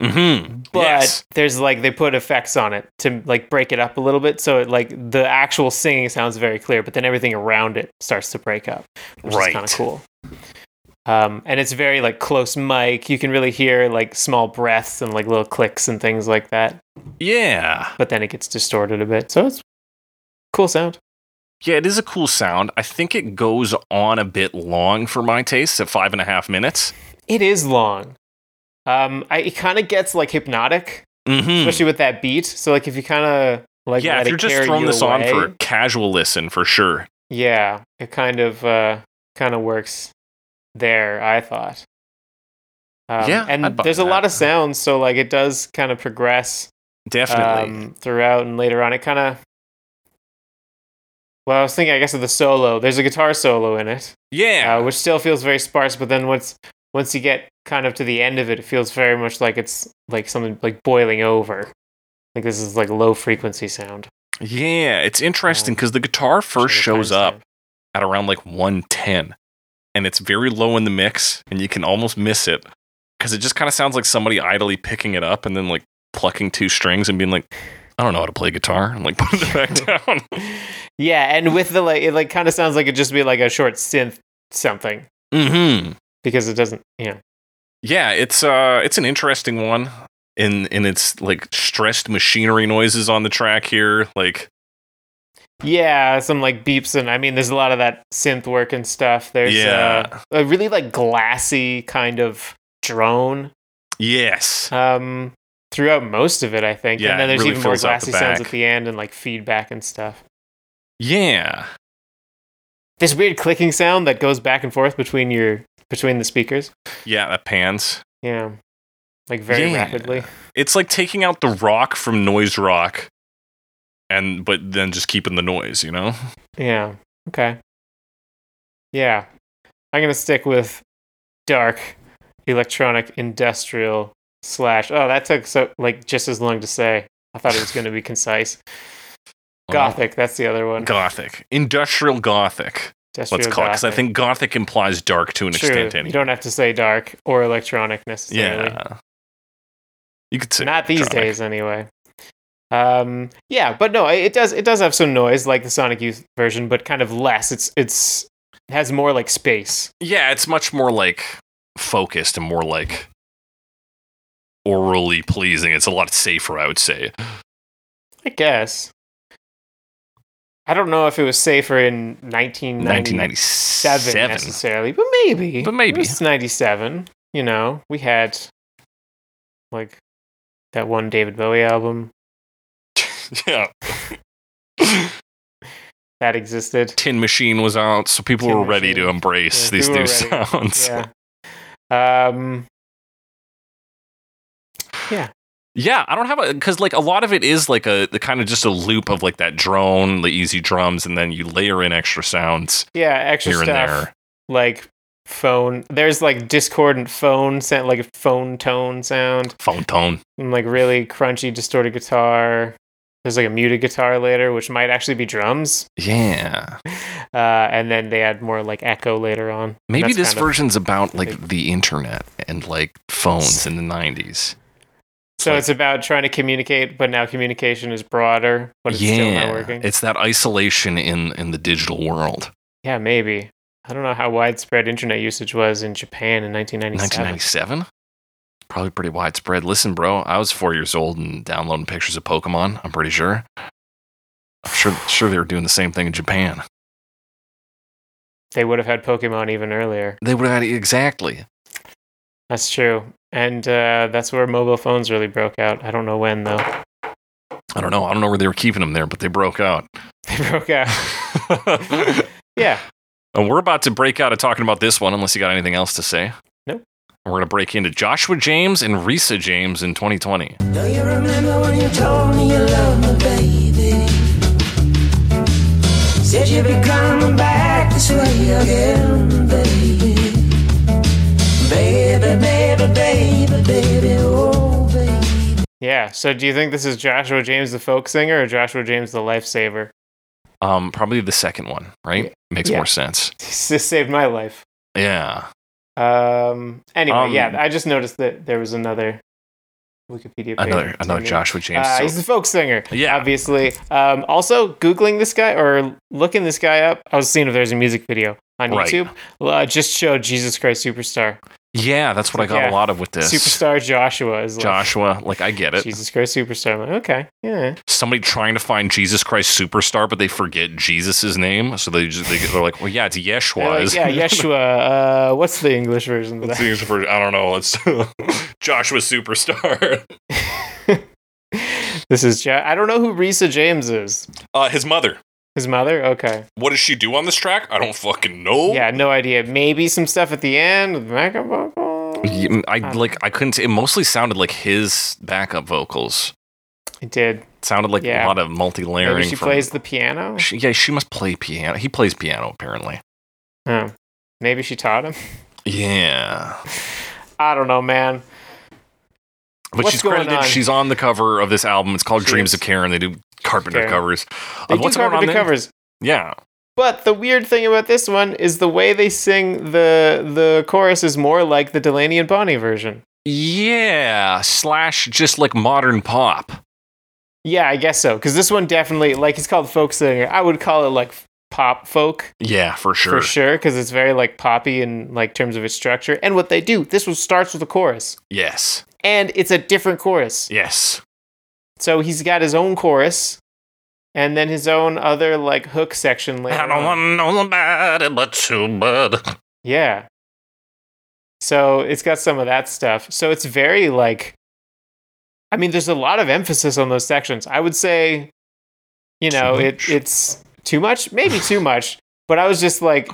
Speaker 1: mm-hmm.
Speaker 3: but
Speaker 1: yes.
Speaker 3: there's like they put effects on it to like break it up a little bit, so it, like the actual singing sounds very clear, but then everything around it starts to break up, which is
Speaker 1: Right.
Speaker 3: kind of cool. Um, and it's very like close mic. You can really hear like small breaths and like little clicks and things like that.
Speaker 1: Yeah.
Speaker 3: But then it gets distorted a bit, so it's cool sound.
Speaker 1: Yeah, it is a cool sound. I think it goes on a bit long for my taste at five and a half minutes.
Speaker 3: It is long. Um, I, it kind of gets like hypnotic
Speaker 1: Mm-hmm.
Speaker 3: especially with that beat. So like if you kind of like
Speaker 1: yeah, if
Speaker 3: let it
Speaker 1: you're just
Speaker 3: carry
Speaker 1: throwing
Speaker 3: you
Speaker 1: this on
Speaker 3: away,
Speaker 1: for a casual listen, for sure.
Speaker 3: yeah, it kind of uh, kind of works there. I thought. Um,
Speaker 1: Yeah, I'd
Speaker 3: and
Speaker 1: buy
Speaker 3: there's a
Speaker 1: that.
Speaker 3: lot of sounds, so like it does kind of progress
Speaker 1: Definitely.
Speaker 3: um, throughout and later on. It kind of. Well, I was thinking, I guess, of the solo. There's a guitar solo in it,
Speaker 1: yeah.
Speaker 3: uh, which still feels very sparse. But then once once you get kind of to the end of it, it feels very much like it's like something like boiling over. Like this is like low frequency sound.
Speaker 1: yeah. It's interesting because the guitar first
Speaker 3: Sure, the
Speaker 1: shows up
Speaker 3: timestamp.
Speaker 1: at around like 110 and it's very low in the mix and you can almost miss it because it just kind of sounds like somebody idly picking it up and then like plucking two strings and being like i don't know how to play guitar and like putting it back down
Speaker 3: Yeah, and with the like, it like kind of sounds like it just be like a short synth something
Speaker 1: mm-hmm
Speaker 3: because it doesn't. Yeah,
Speaker 1: yeah it's uh it's an interesting one in in its like stressed machinery noises on the track here like
Speaker 3: yeah, some like beeps and I mean, there's a lot of that synth work and stuff. There's
Speaker 1: Yeah.
Speaker 3: uh, a really like glassy kind of drone
Speaker 1: yes
Speaker 3: um, throughout most of it, I think.
Speaker 1: Yeah,
Speaker 3: and
Speaker 1: it
Speaker 3: then there's
Speaker 1: really
Speaker 3: even more
Speaker 1: fills out
Speaker 3: glassy
Speaker 1: the
Speaker 3: sounds
Speaker 1: back.
Speaker 3: at the end and like feedback and stuff.
Speaker 1: yeah
Speaker 3: This weird clicking sound that goes back and forth between your between the speakers.
Speaker 1: yeah that pans
Speaker 3: Yeah, like very
Speaker 1: Yeah.
Speaker 3: rapidly.
Speaker 1: it's like taking out the rock from noise rock and but then just keeping the noise you know
Speaker 3: Yeah. Okay. Yeah. I'm gonna stick with dark electronic industrial slash oh that took so like just as long to say. I thought it was gonna be concise. Gothic, that's the other one.
Speaker 1: gothic industrial gothic
Speaker 3: Industrial
Speaker 1: let's call it because i
Speaker 3: gothic.
Speaker 1: think gothic implies dark to an
Speaker 3: True,
Speaker 1: extent
Speaker 3: You
Speaker 1: anyway
Speaker 3: don't have to say dark or electronic necessarily.
Speaker 1: yeah you could say
Speaker 3: Not these
Speaker 1: electronic.
Speaker 3: days anyway. Um yeah, but no, it does it does have some noise like the Sonic Youth version, but kind of less. It's it's has more like space.
Speaker 1: yeah it's much more like focused and more like orally pleasing it's a lot safer i would say
Speaker 3: I guess. I don't know if it was safer in 1997
Speaker 1: 1997
Speaker 3: necessarily, but maybe.
Speaker 1: But maybe.
Speaker 3: It was 97. You know, we had like that one David Bowie album
Speaker 1: yeah
Speaker 3: that existed.
Speaker 1: tin machine was out so people
Speaker 3: Tin
Speaker 1: were ready
Speaker 3: Machine.
Speaker 1: to embrace
Speaker 3: Yeah,
Speaker 1: these
Speaker 3: people
Speaker 1: new
Speaker 3: were
Speaker 1: sounds
Speaker 3: Yeah. Um,
Speaker 1: Yeah, I don't have a because like a lot of it is like a the kind of just a loop of like that drone, the easy drums, and then you layer in extra sounds
Speaker 3: yeah, extra
Speaker 1: here and
Speaker 3: stuff
Speaker 1: there.
Speaker 3: like phone. There's like discordant phone sound, like a phone tone sound.
Speaker 1: Phone tone.
Speaker 3: and like really crunchy distorted guitar. There's like a muted guitar later, which might actually be drums.
Speaker 1: Yeah,
Speaker 3: Uh, and then they add more like echo later on.
Speaker 1: maybe
Speaker 3: That's
Speaker 1: this
Speaker 3: kind of-
Speaker 1: version's about
Speaker 3: big.
Speaker 1: like the internet and like phones in the nineties.
Speaker 3: so it's about trying to communicate, but now communication is broader, but it's still not
Speaker 1: Yeah,
Speaker 3: working.
Speaker 1: it's that isolation in in the digital world.
Speaker 3: yeah, maybe. I don't know how widespread internet usage was in Japan in 1997.
Speaker 1: 1997, probably pretty widespread. Listen, bro, I was four years old and downloading pictures of Pokemon. I'm pretty sure. I'm sure sure they were doing the same thing in Japan.
Speaker 3: They would have had Pokemon even earlier.
Speaker 1: They would have had exactly.
Speaker 3: That's true. And uh, that's where mobile phones really broke out. I don't know when, though.
Speaker 1: I don't know. I don't know where they were keeping them there, but they broke out.
Speaker 3: They broke out. Yeah.
Speaker 1: and Uh, we're about to break out of talking about this one, unless you got anything else to say.
Speaker 3: Nope.
Speaker 1: We're going to break into Joshua James and Risa James in 2020.
Speaker 2: Do you remember when you told me you loved me, baby? Said you'd be coming back this way again, baby. Baby, baby, baby, baby, oh, baby.
Speaker 3: Yeah. So do you think this is Joshua James the folk singer or Joshua James the lifesaver?
Speaker 1: Um, probably the second one, right? Makes
Speaker 3: Yeah.
Speaker 1: more sense.
Speaker 3: This saved my life.
Speaker 1: Yeah.
Speaker 3: Um. Anyway,
Speaker 1: Um,
Speaker 3: yeah, I just noticed that there was another Wikipedia page.
Speaker 1: Another
Speaker 3: to
Speaker 1: another
Speaker 3: me.
Speaker 1: Joshua James.
Speaker 3: Uh,
Speaker 1: so-
Speaker 3: he's the folk singer.
Speaker 1: Yeah.
Speaker 3: Obviously. Um. Also, googling this guy or looking this guy up, I was seeing if there's a music video on
Speaker 1: Right.
Speaker 3: YouTube. Uh, just showed Jesus Christ Superstar.
Speaker 1: yeah, that's what I got
Speaker 3: Yeah.
Speaker 1: a lot of with this.
Speaker 3: Superstar Joshua is like
Speaker 1: Joshua, like I get it.
Speaker 3: Jesus Christ Superstar. I'm like, okay. Yeah.
Speaker 1: Somebody trying to find Jesus Christ superstar, but they forget Jesus' name, so they just they, they're like, well, yeah, it's
Speaker 3: They're
Speaker 1: Yeshua.
Speaker 3: like,
Speaker 1: isn't
Speaker 3: yeah.
Speaker 1: it?"
Speaker 3: Yeshua. Uh. What's the English version of that?
Speaker 1: It's used for I don't know. It's Joshua Superstar.
Speaker 3: This is ja- I don't know who Risa James is.
Speaker 1: Uh, his mother.
Speaker 3: His mother? Okay.
Speaker 1: What does she do on this track? I don't fucking know.
Speaker 3: Yeah, no idea. Maybe some stuff at the end with the backup vocal.
Speaker 1: Y- I
Speaker 3: Um,
Speaker 1: like. I couldn't. It mostly sounded like his backup vocals.
Speaker 3: It did.
Speaker 1: It sounded like
Speaker 3: Yeah.
Speaker 1: a lot of multi-layering.
Speaker 3: Maybe she
Speaker 1: from-
Speaker 3: plays the piano.
Speaker 1: She- yeah, she must play piano. He plays piano apparently.
Speaker 3: Oh. Maybe she taught him.
Speaker 1: Yeah,
Speaker 3: I don't know, man.
Speaker 1: but
Speaker 3: What's
Speaker 1: she's
Speaker 3: going
Speaker 1: credited.
Speaker 3: on?
Speaker 1: She's on the cover of this album. It's called
Speaker 3: She
Speaker 1: Dreams
Speaker 3: is.
Speaker 1: of Karen. They do Carpenter
Speaker 3: Karen.
Speaker 1: covers.
Speaker 3: They
Speaker 1: Uh,
Speaker 3: do
Speaker 1: what's going on
Speaker 3: carpenter
Speaker 1: there?
Speaker 3: covers.
Speaker 1: Yeah,
Speaker 3: But the weird thing about this one is the way they sing the the chorus is more like the Delaney and Bonnie version.
Speaker 1: yeah. Slash, just like modern pop.
Speaker 3: Yeah, I guess so. Because this one definitely like it's called folk singer. I would call it like pop folk
Speaker 1: Yeah, for sure.
Speaker 3: for sure because it's very like poppy in like terms of its structure and what they do. This one starts with a chorus
Speaker 1: Yes,
Speaker 3: and it's a different chorus.
Speaker 1: yes.
Speaker 3: So he's got his own chorus and then his own other like uh, hook section later.
Speaker 1: I don't
Speaker 3: on.
Speaker 1: want nobody but you, bud.
Speaker 3: Yeah. So it's got some of that stuff. So it's very like I mean there's a lot of emphasis on those sections. I would say you know,
Speaker 1: Too
Speaker 3: it
Speaker 1: much?
Speaker 3: it's too much, maybe too much, but I was just like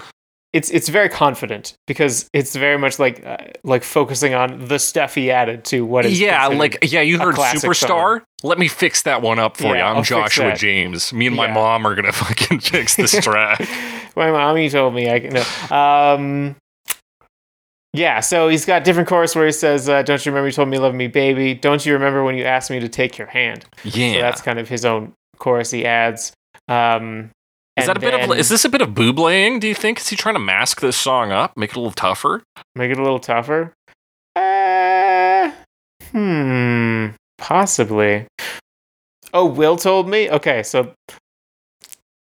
Speaker 3: it's it's very confident because it's very much like uh, like focusing on the stuff he added to what is
Speaker 1: Yeah,
Speaker 3: considered-
Speaker 1: like yeah, you
Speaker 3: a
Speaker 1: heard
Speaker 3: classic
Speaker 1: Superstar. Let me fix that one up for
Speaker 3: Yeah,
Speaker 1: you. I'm
Speaker 3: I'll fix
Speaker 1: Joshua
Speaker 3: that.
Speaker 1: James. Me and my
Speaker 3: Yeah.
Speaker 1: mom are gonna fucking fix this track.
Speaker 3: my mommy told me I can. No. Um, yeah, so he's got different chorus where he says, uh, "Don't you remember you told me you loved me, baby? Don't you remember when you asked me to take your hand?"
Speaker 1: Yeah,
Speaker 3: So that's kind of his own chorus he adds. Um,
Speaker 1: is that
Speaker 3: and
Speaker 1: a bit of?
Speaker 3: then-
Speaker 1: Is this a bit of booblaying? Do you think? Is he trying to mask this song up, make it a little tougher?
Speaker 3: make it a little tougher? Uh, hmm, possibly. Oh, Will told me. Okay, so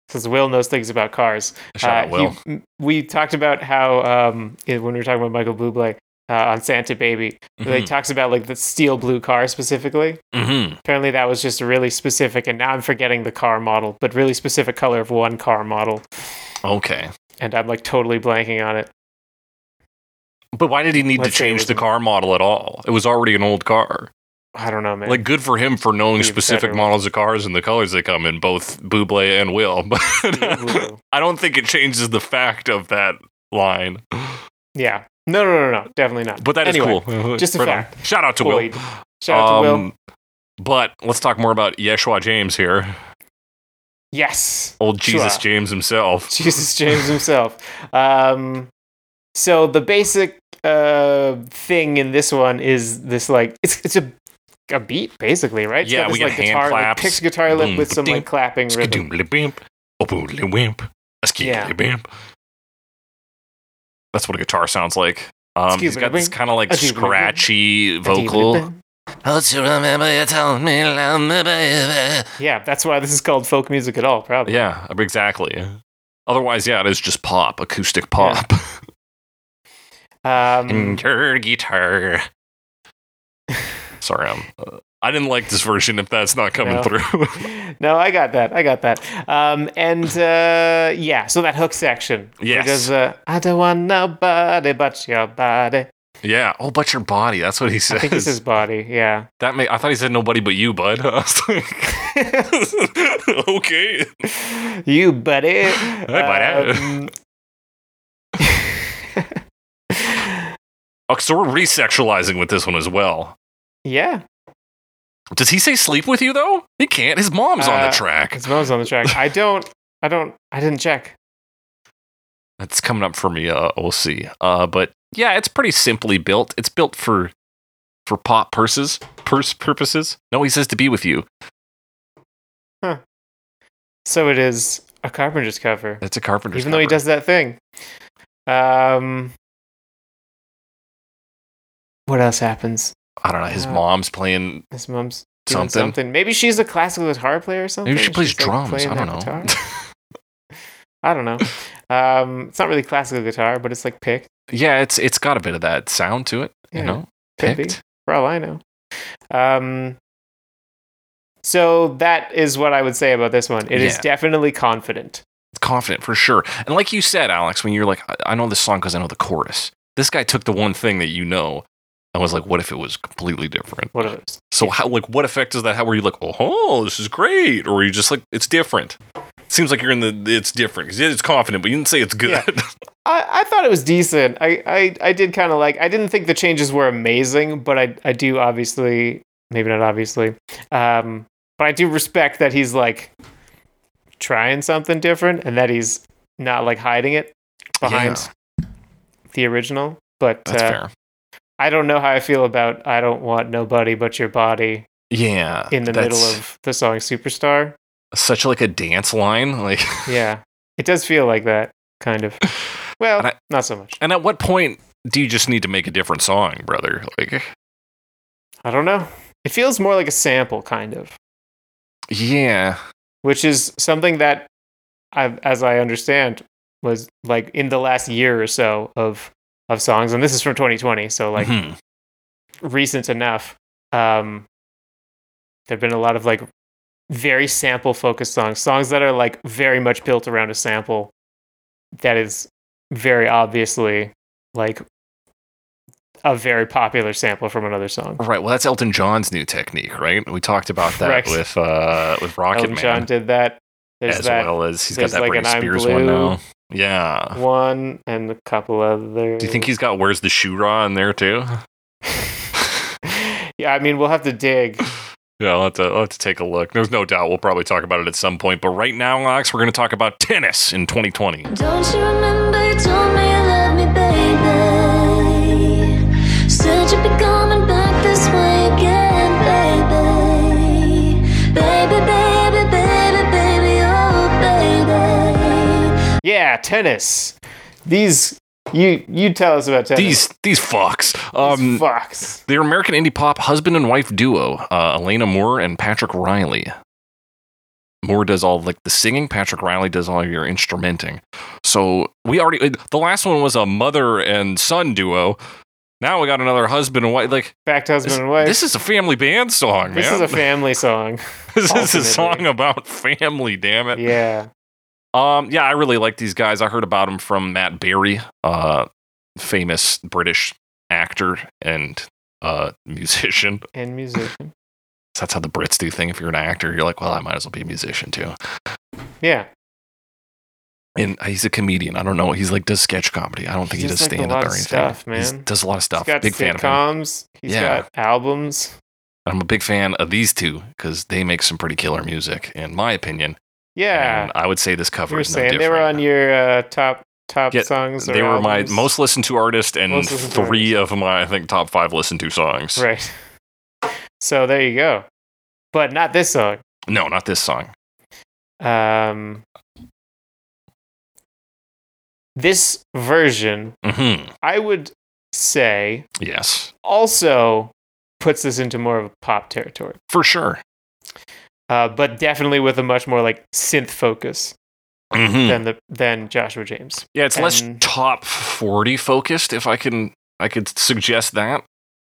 Speaker 3: because Will knows things about cars.
Speaker 1: Shout out
Speaker 3: Uh, he-
Speaker 1: Will.
Speaker 3: m- we talked about how um, eh, when we were talking about Michael Bublé uh, on Santa Baby, he
Speaker 1: Mhm,
Speaker 3: talks about like the steel blue car specifically.
Speaker 1: mhm.
Speaker 3: Apparently, that was just a really specific, and now I'm forgetting the car model, but really specific color of one car model,
Speaker 1: Okay,
Speaker 3: and I'm like totally blanking on it.
Speaker 1: but why did he need
Speaker 3: Let's
Speaker 1: to
Speaker 3: say it
Speaker 1: change
Speaker 3: was
Speaker 1: the
Speaker 3: a-
Speaker 1: car model at all? It was already an old car.
Speaker 3: I don't know, man.
Speaker 1: Like, good for him for knowing
Speaker 3: Be a
Speaker 1: specific
Speaker 3: better-
Speaker 1: models of cars and the colors they come in, both Buble and Will. But
Speaker 3: Steel blue.
Speaker 1: I don't think it changes the fact of that line.
Speaker 3: yeah, no, no, no, no, definitely not.
Speaker 1: But that is
Speaker 3: Anyway,
Speaker 1: cool.
Speaker 3: just a
Speaker 1: Right on. Shout out to Will.
Speaker 3: Boyd. Shout out to Will.
Speaker 1: Um, But let's talk more about Yeshua James here,
Speaker 3: Yes,
Speaker 1: old Jesus
Speaker 3: Sure.
Speaker 1: James himself.
Speaker 3: Jesus James himself. Um, so the basic uh, thing in this one is this like it's it's a a beat basically, right? It's
Speaker 1: Yeah,
Speaker 3: got
Speaker 1: we get
Speaker 3: this, like,
Speaker 1: hand
Speaker 3: guitar,
Speaker 1: claps. Mm.
Speaker 3: Like, pitch guitar lick
Speaker 1: Boom,
Speaker 3: with some
Speaker 1: ba-ding,
Speaker 3: like clapping rhythm.
Speaker 1: Skidoodly-bimp, oboodly-wimp, askidoodly-bimp. That's what a guitar sounds like. Um, he's got this
Speaker 3: Skidoodly-bimp,
Speaker 1: kind of like
Speaker 3: askidoodly-bimp,
Speaker 1: scratchy vocal. Don't you remember you told me you loved me, baby?
Speaker 3: Yeah, that's why this is called folk music at all, probably.
Speaker 1: Yeah, exactly. Otherwise, yeah, it is just pop, acoustic pop.
Speaker 3: Um,
Speaker 1: And your guitar. Sorry, I'm. Uh, I didn't like this version. If that's not coming
Speaker 3: No.
Speaker 1: through,
Speaker 3: no, I got that. I got that. Um, and uh, yeah, so that hook section. where he
Speaker 1: Yes.
Speaker 3: Does, uh, I don't want nobody but your body.
Speaker 1: yeah. Oh, but your body. That's what he says.
Speaker 3: I think this is body. Yeah.
Speaker 1: That may, I thought he said nobody but you, bud. I was like, okay.
Speaker 3: you buddy. Um, Hey,
Speaker 1: buddy. Oh, so we're resexualizing with this one as well.
Speaker 3: yeah,
Speaker 1: Does he say sleep with you though? He can't. His mom's on
Speaker 3: Uh,
Speaker 1: the track.
Speaker 3: his mom's on the track. I don't. I don't. I didn't check.
Speaker 1: That's coming up for me. Uh, we'll see. Uh, but yeah, it's pretty simply built. It's built for for pop purses, purse purposes. No, he says to be with you.
Speaker 3: So it is a Carpenter's cover,
Speaker 1: That's a carpenter's.
Speaker 3: even though he
Speaker 1: cover.
Speaker 3: does that thing. Um. What else happens?
Speaker 1: I don't know. His
Speaker 3: Uh,
Speaker 1: mom's playing
Speaker 3: His mom's doing
Speaker 1: something.
Speaker 3: something. Maybe she's a classical guitar player or something.
Speaker 1: Maybe she plays
Speaker 3: She's, like,
Speaker 1: drums.
Speaker 3: playing
Speaker 1: I don't
Speaker 3: that
Speaker 1: know.
Speaker 3: guitar. I don't know. Um, it's not really classical guitar, but it's like picked.
Speaker 1: yeah, it's it's got a bit of that sound to it.
Speaker 3: Yeah.
Speaker 1: You know,
Speaker 3: Could be.
Speaker 1: picked.
Speaker 3: for all I know. Um, so that is what I would say about this one. It is
Speaker 1: Yeah.
Speaker 3: definitely confident.
Speaker 1: confident for sure. And like you said, Alex, when you're like, I, I know this song because I know the chorus. This guy took the one thing that you know I was like, what if it was completely different?
Speaker 3: What if it's
Speaker 1: So how like what effect does that have? Where you like, oh, this is great, or you just like it's different. Seems like you're in the it's different because it's confident, but you didn't say it's good.
Speaker 3: Yeah. I, I thought it was decent. I, I, I did kind of like. I didn't think the changes were amazing, but I I do obviously maybe not obviously, um, but I do respect that he's like trying something different and that he's not like hiding it behind the original. But
Speaker 1: That's
Speaker 3: uh,
Speaker 1: fair.
Speaker 3: I don't know how I feel about "I Don't Want Nobody But Your Body"
Speaker 1: Yeah,
Speaker 3: in the middle
Speaker 1: that's
Speaker 3: of the song "Superstar."
Speaker 1: such like a dance line. Like,
Speaker 3: Yeah, it does feel like that kind of. Well,
Speaker 1: And I-
Speaker 3: not so much.
Speaker 1: and at what point do you just need to make a different song, brother? Like,
Speaker 3: I don't know. It feels more like a sample, kind of,
Speaker 1: yeah,
Speaker 3: which is something that, I've, as I understand, was like in the last year or so of of songs, and this is from 2020, so like
Speaker 1: Mhm.
Speaker 3: recent enough. Um, there've been a lot of like very sample focused songs, songs that are like very much built around a sample that is very obviously like a very popular sample from another song.
Speaker 1: right. Well, that's Elton John's new technique, right? We talked about that
Speaker 3: Right.
Speaker 1: with uh with Rocket
Speaker 3: Elton
Speaker 1: Man,
Speaker 3: John did that. There's
Speaker 1: as
Speaker 3: that
Speaker 1: well as he's got
Speaker 3: there's
Speaker 1: that
Speaker 3: like an
Speaker 1: Britney
Speaker 3: I'm
Speaker 1: Spears one
Speaker 3: Blue.
Speaker 1: now. Yeah.
Speaker 3: one and a couple others.
Speaker 1: Do you think he's got "Where's the Shoe Raw" in there too?
Speaker 3: Yeah, I mean, we'll have to dig.
Speaker 1: Yeah, I'll have, to, I'll have to take a look. There's no doubt we'll probably talk about it at some point. But right now, Alex, we're going to talk about tennis in 2020.
Speaker 5: Don't you remember you told me you love me, baby? Said you'd be coming back this way again, baby. Baby, baby, baby, baby, oh, baby.
Speaker 3: Yeah, tennis. These you you tell us about tennis.
Speaker 1: These these fucks.
Speaker 3: These
Speaker 1: Um,
Speaker 3: fucks.
Speaker 1: they're American indie pop husband and wife duo, uh, Elena Moore and Patrick Riley. Moore does all like the singing. Patrick Riley does all your instrumenting. So we already the last one was a mother and son duo. Now we got another husband and wife. Like
Speaker 3: Back to husband
Speaker 1: this,
Speaker 3: and wife.
Speaker 1: this is a family band song,
Speaker 3: This
Speaker 1: man.
Speaker 3: is a family song.
Speaker 1: this is a
Speaker 3: ultimately.
Speaker 1: song about family. Damn it.
Speaker 3: Yeah.
Speaker 1: Um, yeah, I really like these guys. I heard about them from Matt Berry, uh, famous British actor and uh, musician.
Speaker 3: And musician.
Speaker 1: That's how the Brits do thing. If you're an actor, you're like, well, I might as well be a musician too.
Speaker 3: Yeah.
Speaker 1: And he's a comedian. I don't know. He's like does sketch comedy. I don't think he
Speaker 3: He does,
Speaker 1: does
Speaker 3: like, a
Speaker 1: stand
Speaker 3: lot
Speaker 1: up or
Speaker 3: of
Speaker 1: anything.
Speaker 3: stuff,
Speaker 1: He's-
Speaker 3: man.
Speaker 1: does a lot of
Speaker 3: He's
Speaker 1: stuff.
Speaker 3: got
Speaker 1: Big fan of him.
Speaker 3: sitcoms. He's
Speaker 1: Yeah.
Speaker 3: got albums.
Speaker 1: I'm a big fan of these two because they make some pretty killer music, in my opinion.
Speaker 3: Yeah.
Speaker 1: And I would say this cover
Speaker 3: you were
Speaker 1: is no
Speaker 3: saying they were
Speaker 1: different.
Speaker 3: on your uh, top top
Speaker 1: Yeah,
Speaker 3: songs. or
Speaker 1: they were my
Speaker 3: albums?
Speaker 1: most listened to artist and
Speaker 3: Most listened to
Speaker 1: three of my I think top five listened to songs.
Speaker 3: right. So there you go. But not this song.
Speaker 1: No, not this song.
Speaker 3: Um, this version,
Speaker 1: hmm
Speaker 3: I would say,
Speaker 1: Yes,
Speaker 3: also puts this into more of a pop territory,
Speaker 1: for sure.
Speaker 3: uh, but definitely with a much more like synth focus
Speaker 1: Mhm.
Speaker 3: than the than Joshua James.
Speaker 1: Yeah, it's less
Speaker 3: and-
Speaker 1: top forty focused. If I can, I could suggest that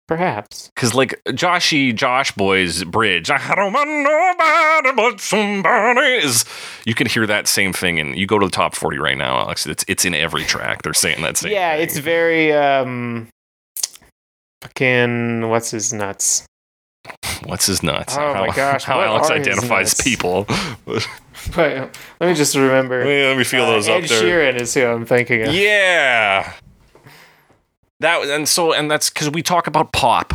Speaker 3: Perhaps
Speaker 1: because like Joshy Josh Boy's bridge, I don't want nobody but somebody is. You can hear that same thing, and you go to the top forty right now, Alex. It's it's in every track. They're saying that same.
Speaker 3: yeah,
Speaker 1: thing.
Speaker 3: it's very um, fucking what's his nuts?
Speaker 1: what's his nuts?
Speaker 3: Oh my gosh,
Speaker 1: how
Speaker 3: what
Speaker 1: Alex
Speaker 3: are his
Speaker 1: identifies
Speaker 3: nuts?
Speaker 1: people.
Speaker 3: But uh, let me just remember.
Speaker 1: Let me feel
Speaker 3: Uh,
Speaker 1: those up
Speaker 3: Ed
Speaker 1: there.
Speaker 3: Sheeran is who I'm thinking of.
Speaker 1: Yeah. That and so and that's because we talk about pop,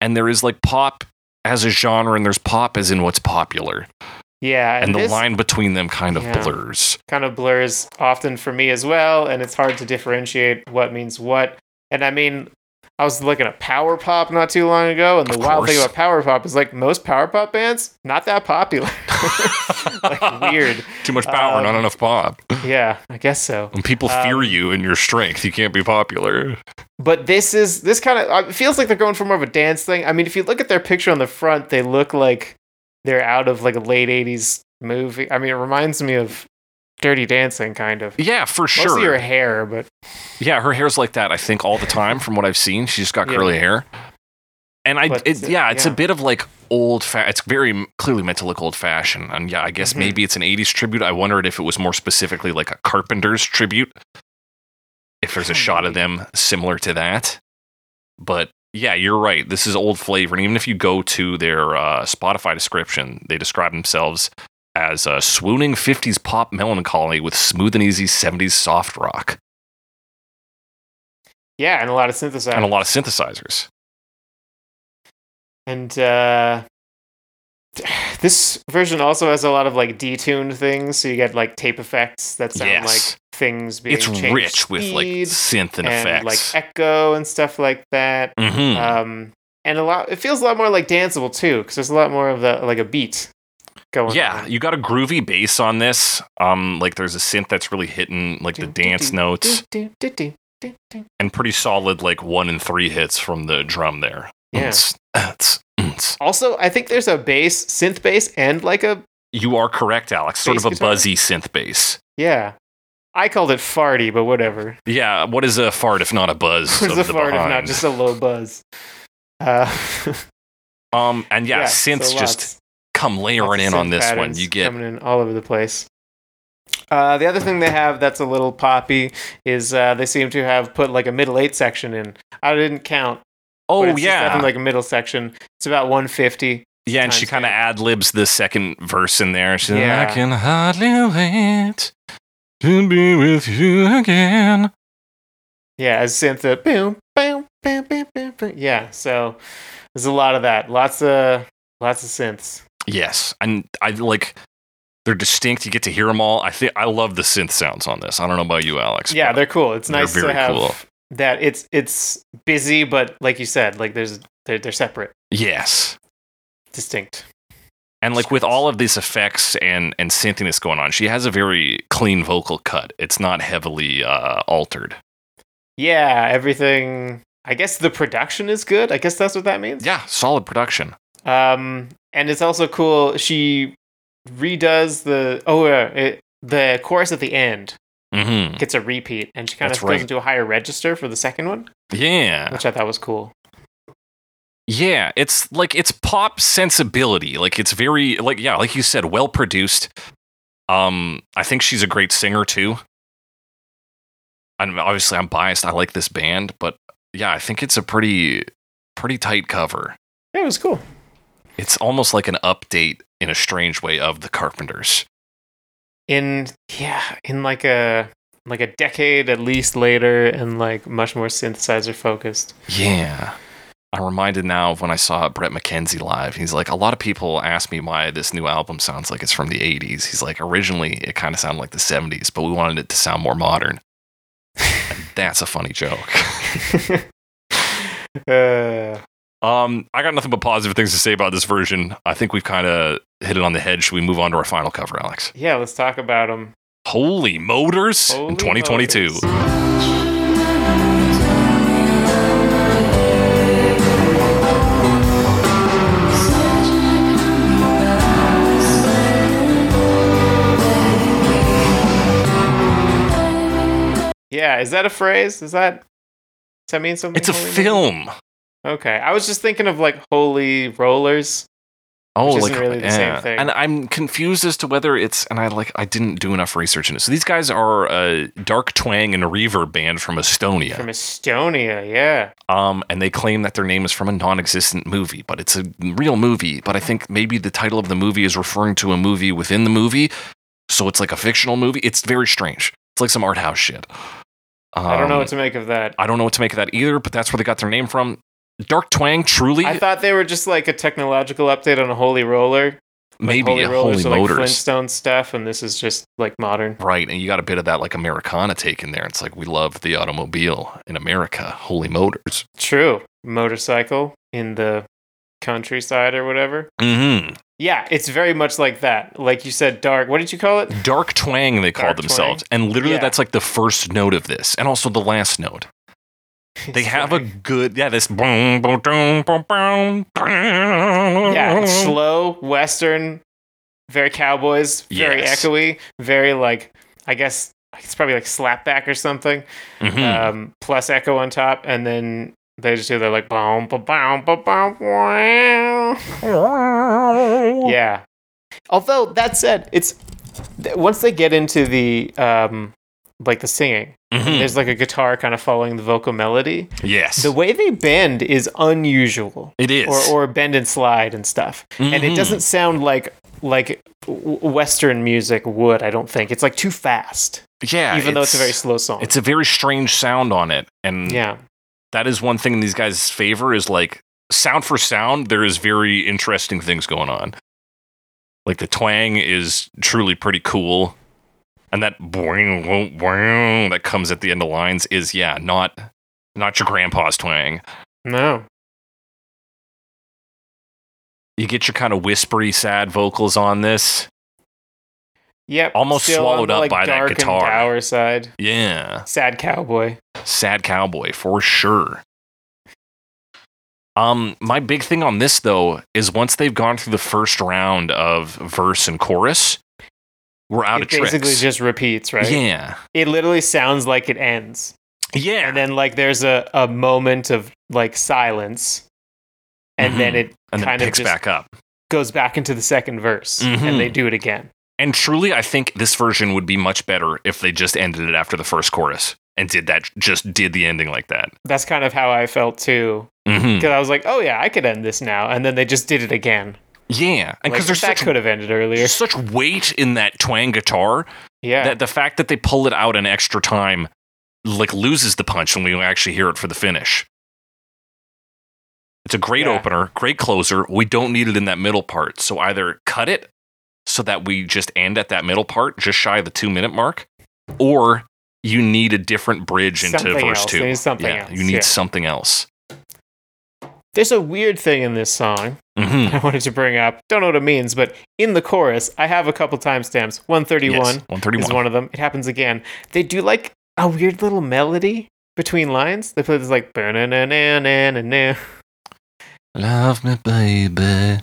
Speaker 1: and there is like pop as a genre, and there's pop as in what's popular,
Speaker 3: Yeah,
Speaker 1: and, the
Speaker 3: this-
Speaker 1: line between them kind of
Speaker 3: Yeah.
Speaker 1: blurs.
Speaker 3: kind of blurs often for me as well, and it's hard to differentiate what means what. And I mean, I was looking at power pop not too long ago, and the
Speaker 1: Of
Speaker 3: wild thing
Speaker 1: course.
Speaker 3: about power pop is like most power pop bands not that popular. like weird.
Speaker 1: Too much power,
Speaker 3: Um,
Speaker 1: not enough pop.
Speaker 3: Yeah, I guess so.
Speaker 1: When people fear
Speaker 3: um,
Speaker 1: you and your strength, you can't be popular.
Speaker 3: But this is this kind of it feels like they're going for more of a dance thing. I mean, if you look at their picture on the front, they look like they're out of like a late '80s movie. I mean, it reminds me of Dirty Dancing, kind of.
Speaker 1: Yeah, for sure.
Speaker 3: Mostly her hair, but
Speaker 1: Yeah, her hair's like that. I think all the time, from what I've seen, she's just got
Speaker 3: Yeah.
Speaker 1: curly hair. And I,
Speaker 3: But,
Speaker 1: it,
Speaker 3: uh,
Speaker 1: yeah, it's a
Speaker 3: yeah.
Speaker 1: bit of like old. Fa- it's very m- clearly meant to look old fashioned. And yeah, I guess
Speaker 3: Mhm.
Speaker 1: maybe it's an '80s tribute. I wondered if it was more specifically like a Carpenter's tribute. If there's a shot of them similar to that, but yeah, you're right. This is old flavor. And even if you go to their uh, Spotify description, they describe themselves as a swooning 50s pop melancholy with smooth and easy 70s soft rock
Speaker 3: Yeah, and a lot of synthesizers.
Speaker 1: and a lot of synthesizers.
Speaker 3: And uh, this version also has a lot of like detuned things, so you get like tape effects that sound
Speaker 1: Yes.
Speaker 3: like things being
Speaker 1: It's
Speaker 3: changed
Speaker 1: rich with like
Speaker 3: speed
Speaker 1: synth and,
Speaker 3: and
Speaker 1: effects.
Speaker 3: like echo and stuff like that.
Speaker 1: Mhm.
Speaker 3: Um, and a lot, it feels a lot more like danceable too, because there's a lot more of the like a beat going.
Speaker 1: yeah,
Speaker 3: on.
Speaker 1: you got a groovy bass on this. Um, like there's a synth that's really hitting like the
Speaker 3: Do, do,
Speaker 1: dance
Speaker 3: do,
Speaker 1: notes.
Speaker 3: Do, do, do, do, do.
Speaker 1: and pretty solid like one and three hits from the drum there.
Speaker 3: Yeah.
Speaker 1: Unts, unts, unts.
Speaker 3: Also, I think there's a bass, synth bass, and like a
Speaker 1: You are correct, Alex. Sort
Speaker 3: Bass
Speaker 1: of a
Speaker 3: guitar?
Speaker 1: buzzy synth bass.
Speaker 3: yeah. I called it farty, but whatever.
Speaker 1: Yeah, what is a fart if not a buzz?
Speaker 3: It's
Speaker 1: of
Speaker 3: a
Speaker 1: the
Speaker 3: fart, if not
Speaker 1: behind?
Speaker 3: just a low buzz. Uh,
Speaker 1: um and yeah, synths
Speaker 3: so
Speaker 1: just
Speaker 3: lots-
Speaker 1: come layering
Speaker 3: lots of
Speaker 1: in
Speaker 3: synth
Speaker 1: on this one.
Speaker 3: patterns
Speaker 1: You get
Speaker 3: coming in all over the place. Uh, the other thing they have that's a little poppy is uh, they seem to have put like a middle eight section in. I didn't count. but
Speaker 1: Oh
Speaker 3: it's just
Speaker 1: yeah.
Speaker 3: having, like a middle section. It's about 150.
Speaker 1: yeah, and she
Speaker 3: times
Speaker 1: kinda
Speaker 3: eight.
Speaker 1: ad libs the second verse in there. She's like,
Speaker 3: Yeah.
Speaker 1: I can hardly wait to be with you again.
Speaker 3: Yeah, as synth uh, boom, boom, boom, boom, boom, boom. Yeah, so there's a lot of that. Lots of lots of synths.
Speaker 1: Yes, and I like they're distinct. You get to hear them all. I think I love the synth sounds on this. I don't know about you, Alex.
Speaker 3: Yeah,
Speaker 1: but
Speaker 3: they're cool. It's
Speaker 1: They're
Speaker 3: nice to
Speaker 1: very
Speaker 3: have
Speaker 1: cool.
Speaker 3: that. It's it's busy, but like you said, like there's they're, they're separate,
Speaker 1: yes,
Speaker 3: distinct.
Speaker 1: and like with all of these effects and and synthiness going on, she has a very clean vocal cut. It's not heavily uh, altered.
Speaker 3: Yeah, everything. I guess the production is good. I guess that's what that means.
Speaker 1: Yeah, solid production.
Speaker 3: Um, and it's also cool. She redoes the oh uh, it, the chorus at the end
Speaker 1: hmm
Speaker 3: gets a repeat, and she kind of
Speaker 1: That's
Speaker 3: goes
Speaker 1: right.
Speaker 3: into a higher register for the second one,
Speaker 1: Yeah,
Speaker 3: which I thought was cool.
Speaker 1: yeah. It's like it's pop sensibility. Like it's very like yeah, like you said, well produced. Um, I think she's a great singer too. I'm obviously I'm biased. I like this band, but yeah, I think it's a pretty pretty tight cover.
Speaker 3: Yeah, it was cool.
Speaker 1: It's almost like an update in a strange way of the Carpenters.
Speaker 3: In yeah, in like a like a decade at least later, and like much more synthesizer focused.
Speaker 1: Yeah. I'm reminded now of when I saw Brett McKenzie live. He's like, a lot of people ask me why this new album sounds like it's from the 80s. He's like, originally it kind of sounded like the 70s, but we wanted it to sound more modern. and that's a funny joke.
Speaker 3: uh,
Speaker 1: Um, I got nothing but positive things to say about this version. I think we've kind of hit it on the head. Should we move on to our final cover, Alex?
Speaker 3: yeah, let's talk about them.
Speaker 1: Holy motors
Speaker 3: Holy
Speaker 1: in 2022.
Speaker 3: motors. Yeah, is that a phrase? Is that does that mean something?
Speaker 1: It's a
Speaker 3: holy moly?
Speaker 1: film.
Speaker 3: Okay, I was just thinking of like holy rollers.
Speaker 1: Oh,
Speaker 3: Which isn't really the same thing.
Speaker 1: And I'm confused as to whether it's and I like I didn't do enough research in it. So these guys are a dark twang and reverb band from Estonia.
Speaker 3: from Estonia. Yeah,
Speaker 1: um, and they claim that their name is from a non-existent movie, but it's a real movie. But I think maybe the title of the movie is referring to a movie within the movie, so it's like a fictional movie. It's very strange. It's like some art house shit. Um,
Speaker 3: I don't know what to make of that.
Speaker 1: I don't know what to make of that either. But that's where they got their name from. Dark twang, truly,
Speaker 3: I thought they were just like a technological update on a holy roller. Like,
Speaker 1: maybe
Speaker 3: holy
Speaker 1: a
Speaker 3: rollers
Speaker 1: holy
Speaker 3: are, like
Speaker 1: motors.
Speaker 3: Flintstone stuff, and this is just like modern.
Speaker 1: Right, and you got a bit of that like Americana take in there. It's like we love the automobile in America, holy motors.
Speaker 3: True motorcycle in the countryside or whatever.
Speaker 1: Mm-hmm.
Speaker 3: Yeah, it's very much like that. Like you said, dark. What did you call it?
Speaker 1: Dark twang, they call
Speaker 3: Dark
Speaker 1: themselves, and literally
Speaker 3: Yeah.
Speaker 1: that's like the first note of this, and also the last note. They have a good yeah. This yeah,
Speaker 3: yeah,
Speaker 1: Mm-hmm.
Speaker 3: it's slow western, very cowboys, very
Speaker 1: Yes.
Speaker 3: echoey, very like I guess it's probably like slapback or something.
Speaker 1: Mm-hmm. Hmm.
Speaker 3: um, plus echo on top, and then they just do they're like boom, ba boom, ba boom, wow. Yeah. Although that said, it's th- once they get into the um, like the singing.
Speaker 1: Mhm.
Speaker 3: There's like a guitar kind of following the vocal melody.
Speaker 1: Yes,
Speaker 3: The way they bend is unusual.
Speaker 1: it is.
Speaker 3: Or, or bend and slide and stuff, and it
Speaker 1: Mhm.
Speaker 3: doesn't sound like like w- Western music would. I don't think it's like too fast,
Speaker 1: yeah,
Speaker 3: even though it's a very slow song.
Speaker 1: it's a very strange sound on it, and
Speaker 3: yeah,
Speaker 1: that is one thing in these guys' favor is like sound for sound. There is very interesting things going on. Like the twang is truly pretty cool, and that boing, boing, boing that comes at the end of lines is yeah, not not your grandpa's twang.
Speaker 3: no,
Speaker 1: You get your kind of whispery, sad vocals on this.
Speaker 3: yep,
Speaker 1: Almost
Speaker 3: still on
Speaker 1: swallowed
Speaker 3: the,
Speaker 1: up
Speaker 3: like,
Speaker 1: by that
Speaker 3: dark and
Speaker 1: guitar.
Speaker 3: dour side,
Speaker 1: Yeah.
Speaker 3: sad cowboy.
Speaker 1: sad cowboy for sure. Um, my big thing on this though is once they've gone through the first round of verse and chorus, we're out
Speaker 3: it
Speaker 1: of tricks.
Speaker 3: basically just repeats, right?
Speaker 1: Yeah,
Speaker 3: It literally sounds like it ends.
Speaker 1: yeah,
Speaker 3: and then like there's a, a moment of like silence and then
Speaker 1: Mhm.
Speaker 3: it
Speaker 1: and then
Speaker 3: kind
Speaker 1: it
Speaker 3: of
Speaker 1: picks
Speaker 3: just
Speaker 1: back up.
Speaker 3: goes back into the second verse
Speaker 1: Mhm.
Speaker 3: and they do it again
Speaker 1: And truly, I think this version would be much better if they just ended it after the first chorus and did that. Just did the ending like that.
Speaker 3: that's kind of how i felt too
Speaker 1: Mhm.
Speaker 3: because i was like oh yeah i could end this now and then they just did it again
Speaker 1: Yeah, and
Speaker 3: like,
Speaker 1: because there's
Speaker 3: that
Speaker 1: such
Speaker 3: could have ended earlier
Speaker 1: there's such weight in that twang guitar
Speaker 3: yeah
Speaker 1: that the fact that they pull it out an extra time like loses the punch when we actually hear it for the finish. It's a great
Speaker 3: Yeah.
Speaker 1: opener, great closer. We don't need it in that middle part. So either cut it so that we just end at that middle part, just shy of the two minute mark, or you need a different bridge into
Speaker 3: Something
Speaker 1: verse
Speaker 3: else.
Speaker 1: two.
Speaker 3: They need something
Speaker 1: yeah,
Speaker 3: else,
Speaker 1: You need
Speaker 3: yeah.
Speaker 1: something else.
Speaker 3: there's a weird thing in this song
Speaker 1: Mm-hmm.
Speaker 3: i wanted to bring up don't know what it means but in the chorus i have a couple timestamps 131 is
Speaker 1: 131.
Speaker 3: one of them. It happens again. They do like a weird little melody between lines. They play this like "Ba-na-na-na-na-na-na."
Speaker 1: Love me, baby.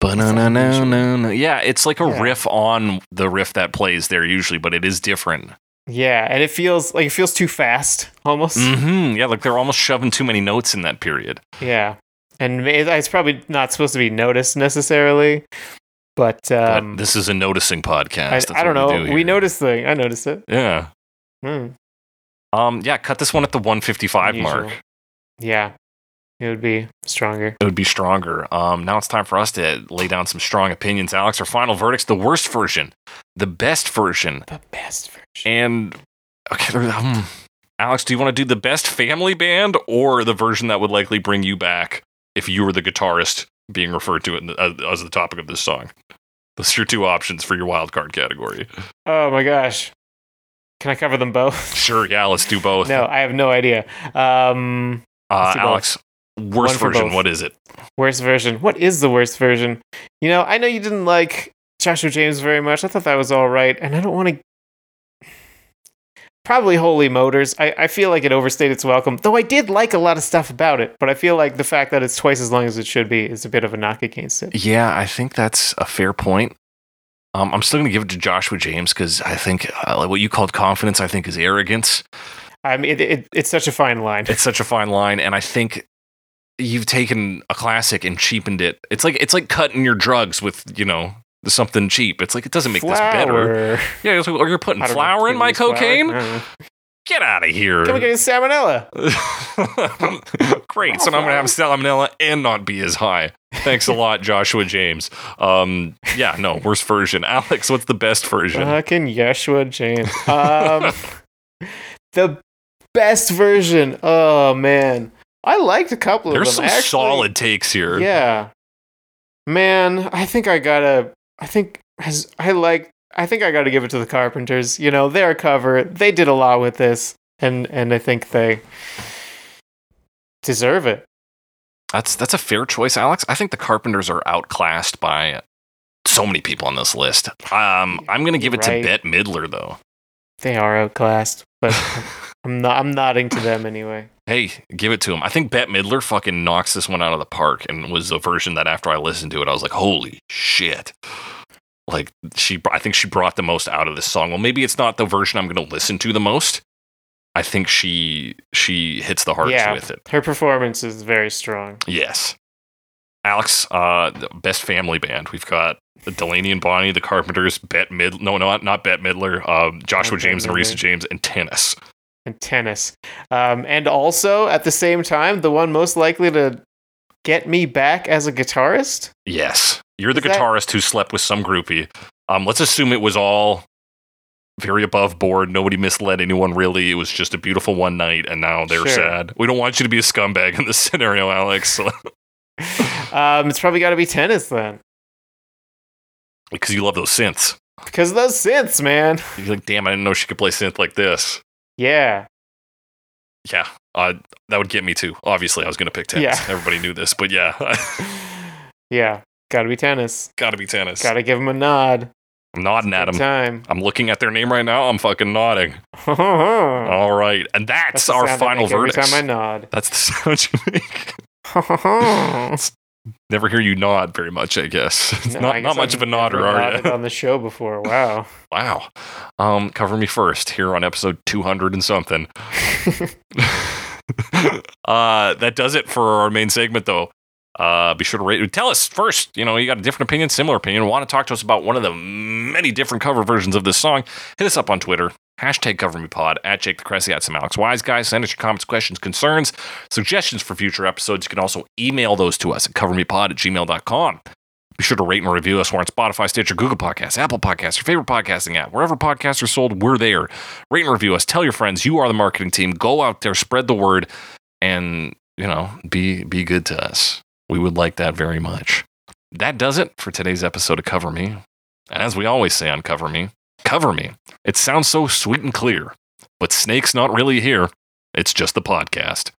Speaker 1: But no, no, no, no, no. Yeah, it's like a
Speaker 3: Yeah.
Speaker 1: riff on the riff that plays there usually, but it is different.
Speaker 3: Yeah, and it feels like it feels too fast almost.
Speaker 1: hmm Yeah, like they're almost shoving too many notes in that period.
Speaker 3: Yeah, and ma- it's probably not supposed to be noticed necessarily, but
Speaker 1: But
Speaker 3: um,
Speaker 1: this is a noticing podcast.
Speaker 3: I,
Speaker 1: That's
Speaker 3: I don't
Speaker 1: what
Speaker 3: know.
Speaker 1: do
Speaker 3: We,
Speaker 1: here.
Speaker 3: noticed the I noticed it.
Speaker 1: Yeah.
Speaker 3: Hmm.
Speaker 1: Um. Yeah. Cut this one at the 155
Speaker 3: Unusual.
Speaker 1: mark.
Speaker 3: Yeah, it would be stronger.
Speaker 1: It would be stronger. Um. Now it's time for us to lay down some strong opinions. Alex, our final verdicts: the worst version, the best version,
Speaker 3: The best version.
Speaker 1: and okay. there- Um, Alex, do you want to do the best family band or the version that would likely bring you back if you were the guitarist being referred to in the, as, as the topic of this song? Those are your two options for your wild card category.
Speaker 3: Oh my gosh, can I cover them both?
Speaker 1: Sure, yeah, let's do both.
Speaker 3: no, I have no idea. Um,
Speaker 1: uh,
Speaker 3: let's do both.
Speaker 1: Alex, worst
Speaker 3: One for
Speaker 1: version.
Speaker 3: both.
Speaker 1: What is it?
Speaker 3: Worst version. What is the worst version? You know, I know you didn't like Joshua James very much. I thought that was all right, and I don't want to. Probably Holy Motors. I, I feel like it overstayed its welcome, though I did like a lot of stuff about it, but I feel like the fact that it's twice as long as it should be is a bit of a knock against it.
Speaker 1: Yeah, I think that's a fair point. Um, I'm still going to give it to Joshua James because I think uh, like what you called confidence, I think is arrogance.
Speaker 3: I mean, it, it, it's such a fine line.
Speaker 1: It's such a fine line, and I think you've taken a classic and cheapened it. It's like it's like cutting your drugs with you know something cheap. It's like it doesn't make this better.
Speaker 3: Flour.
Speaker 1: Yeah, it's like, oh, you're
Speaker 3: I
Speaker 1: putting
Speaker 3: don't know,
Speaker 1: flour in
Speaker 3: maybe
Speaker 1: my
Speaker 3: it's flour.
Speaker 1: cocaine.
Speaker 3: I don't know.
Speaker 1: Get out of here.
Speaker 3: Can we get salmonella?
Speaker 1: Great. So now I'm gonna have salmonella and not be as high. Thanks a lot, Joshua James. Um, yeah, no, worst version. Alex, what's the best version?
Speaker 3: Fucking Yeshua James. Um, the best version. Oh man, I liked a couple of
Speaker 1: There's
Speaker 3: them.
Speaker 1: some
Speaker 3: Actually,
Speaker 1: solid takes here.
Speaker 3: Yeah, man, I think I gotta. I think has I like. I think I gotta give it to the Carpenters. You know, their cover. They did a lot with this, and and I think they deserve it.
Speaker 1: That's that's a fair choice, Alex. I think the Carpenters are outclassed by so many people on this list. Um, I'm gonna give it
Speaker 3: Right.
Speaker 1: to Bette Midler though.
Speaker 3: They are outclassed, but I'm not. I'm nodding to them anyway.
Speaker 1: Hey, give it to him. I think Bette Midler fucking knocks this one out of the park and was the version that after I listened to it, I was like, holy shit. Like, she, I think she brought the most out of this song. Well, maybe it's not the version I'm going to listen to the most. I think she she hits the hearts
Speaker 3: Yeah.
Speaker 1: with it.
Speaker 3: Her performance is very strong.
Speaker 1: Yes. Alex, uh, the best family band. We've got Delaney and Bonnie, The Carpenters, Bette Mid. No, no, not Bette Midler. Um, Joshua
Speaker 3: Not Bette
Speaker 1: James and Reese
Speaker 3: Midler.
Speaker 1: James and Tennis.
Speaker 3: and tennis. Um, and also, at the same time, the one most likely to get me back as a guitarist?
Speaker 1: Yes, you're the
Speaker 3: Is that-
Speaker 1: guitarist who slept with some groupie. Um, let's assume it was all very above board. Nobody misled anyone really. It was just a beautiful one night, and now they're
Speaker 3: Sure.
Speaker 1: sad. We don't want you to be a scumbag in this scenario, Alex,
Speaker 3: Um, it's probably got to be tennis then.
Speaker 1: because you love those synths.
Speaker 3: Because of those synths, man.
Speaker 1: You're like, damn, I didn't know she could play synth like this.
Speaker 3: Yeah.
Speaker 1: Yeah, uh, that would get me too. Obviously, I was going to pick tennis.
Speaker 3: Yeah.
Speaker 1: Everybody knew this, but yeah,
Speaker 3: Yeah. Got to be tennis.
Speaker 1: got to be tennis.
Speaker 3: Got to give him a nod.
Speaker 1: I'm nodding at
Speaker 3: Good
Speaker 1: them.
Speaker 3: time.
Speaker 1: I'm looking at their name right now. I'm fucking nodding.
Speaker 3: That's
Speaker 1: All right, and that's,
Speaker 3: Oh. the
Speaker 1: our
Speaker 3: sound I
Speaker 1: final
Speaker 3: make every
Speaker 1: verdict.
Speaker 3: time I nod.
Speaker 1: That's the sound you make. Never hear you nod very much, I guess. It's
Speaker 3: No,
Speaker 1: not
Speaker 3: I
Speaker 1: not
Speaker 3: guess
Speaker 1: much
Speaker 3: I've
Speaker 1: of a nodder,
Speaker 3: never
Speaker 1: are
Speaker 3: nodded
Speaker 1: you?
Speaker 3: on the show before. Wow.
Speaker 1: Wow. Um, cover me first here on episode 200 and something. uh, that does it for our main segment, though. Uh, be sure to rate. Tell us first. You know, you got a different opinion, similar opinion. Want to talk to us about one of the many different cover versions of this song? Hit us up on Twitter. Hashtag cover me pod at Jake the Cressy at some Alex Wise guys. Send us your comments, questions, concerns, suggestions for future episodes. You can also email those to us at covermepod at gmail.com. Be sure to rate and review us. We're on Spotify, Stitcher, Google Podcasts, Apple Podcasts, your favorite podcasting app. Wherever podcasts are sold, we're there. Rate and review us. Tell your friends you are the marketing team. Go out there, spread the word, and you know, be be good to us. We would like that very much. That does it for today's episode of Cover Me. And as we always say on Cover Me, cover me. It sounds so sweet and clear, but Snake's not really here. It's just the podcast.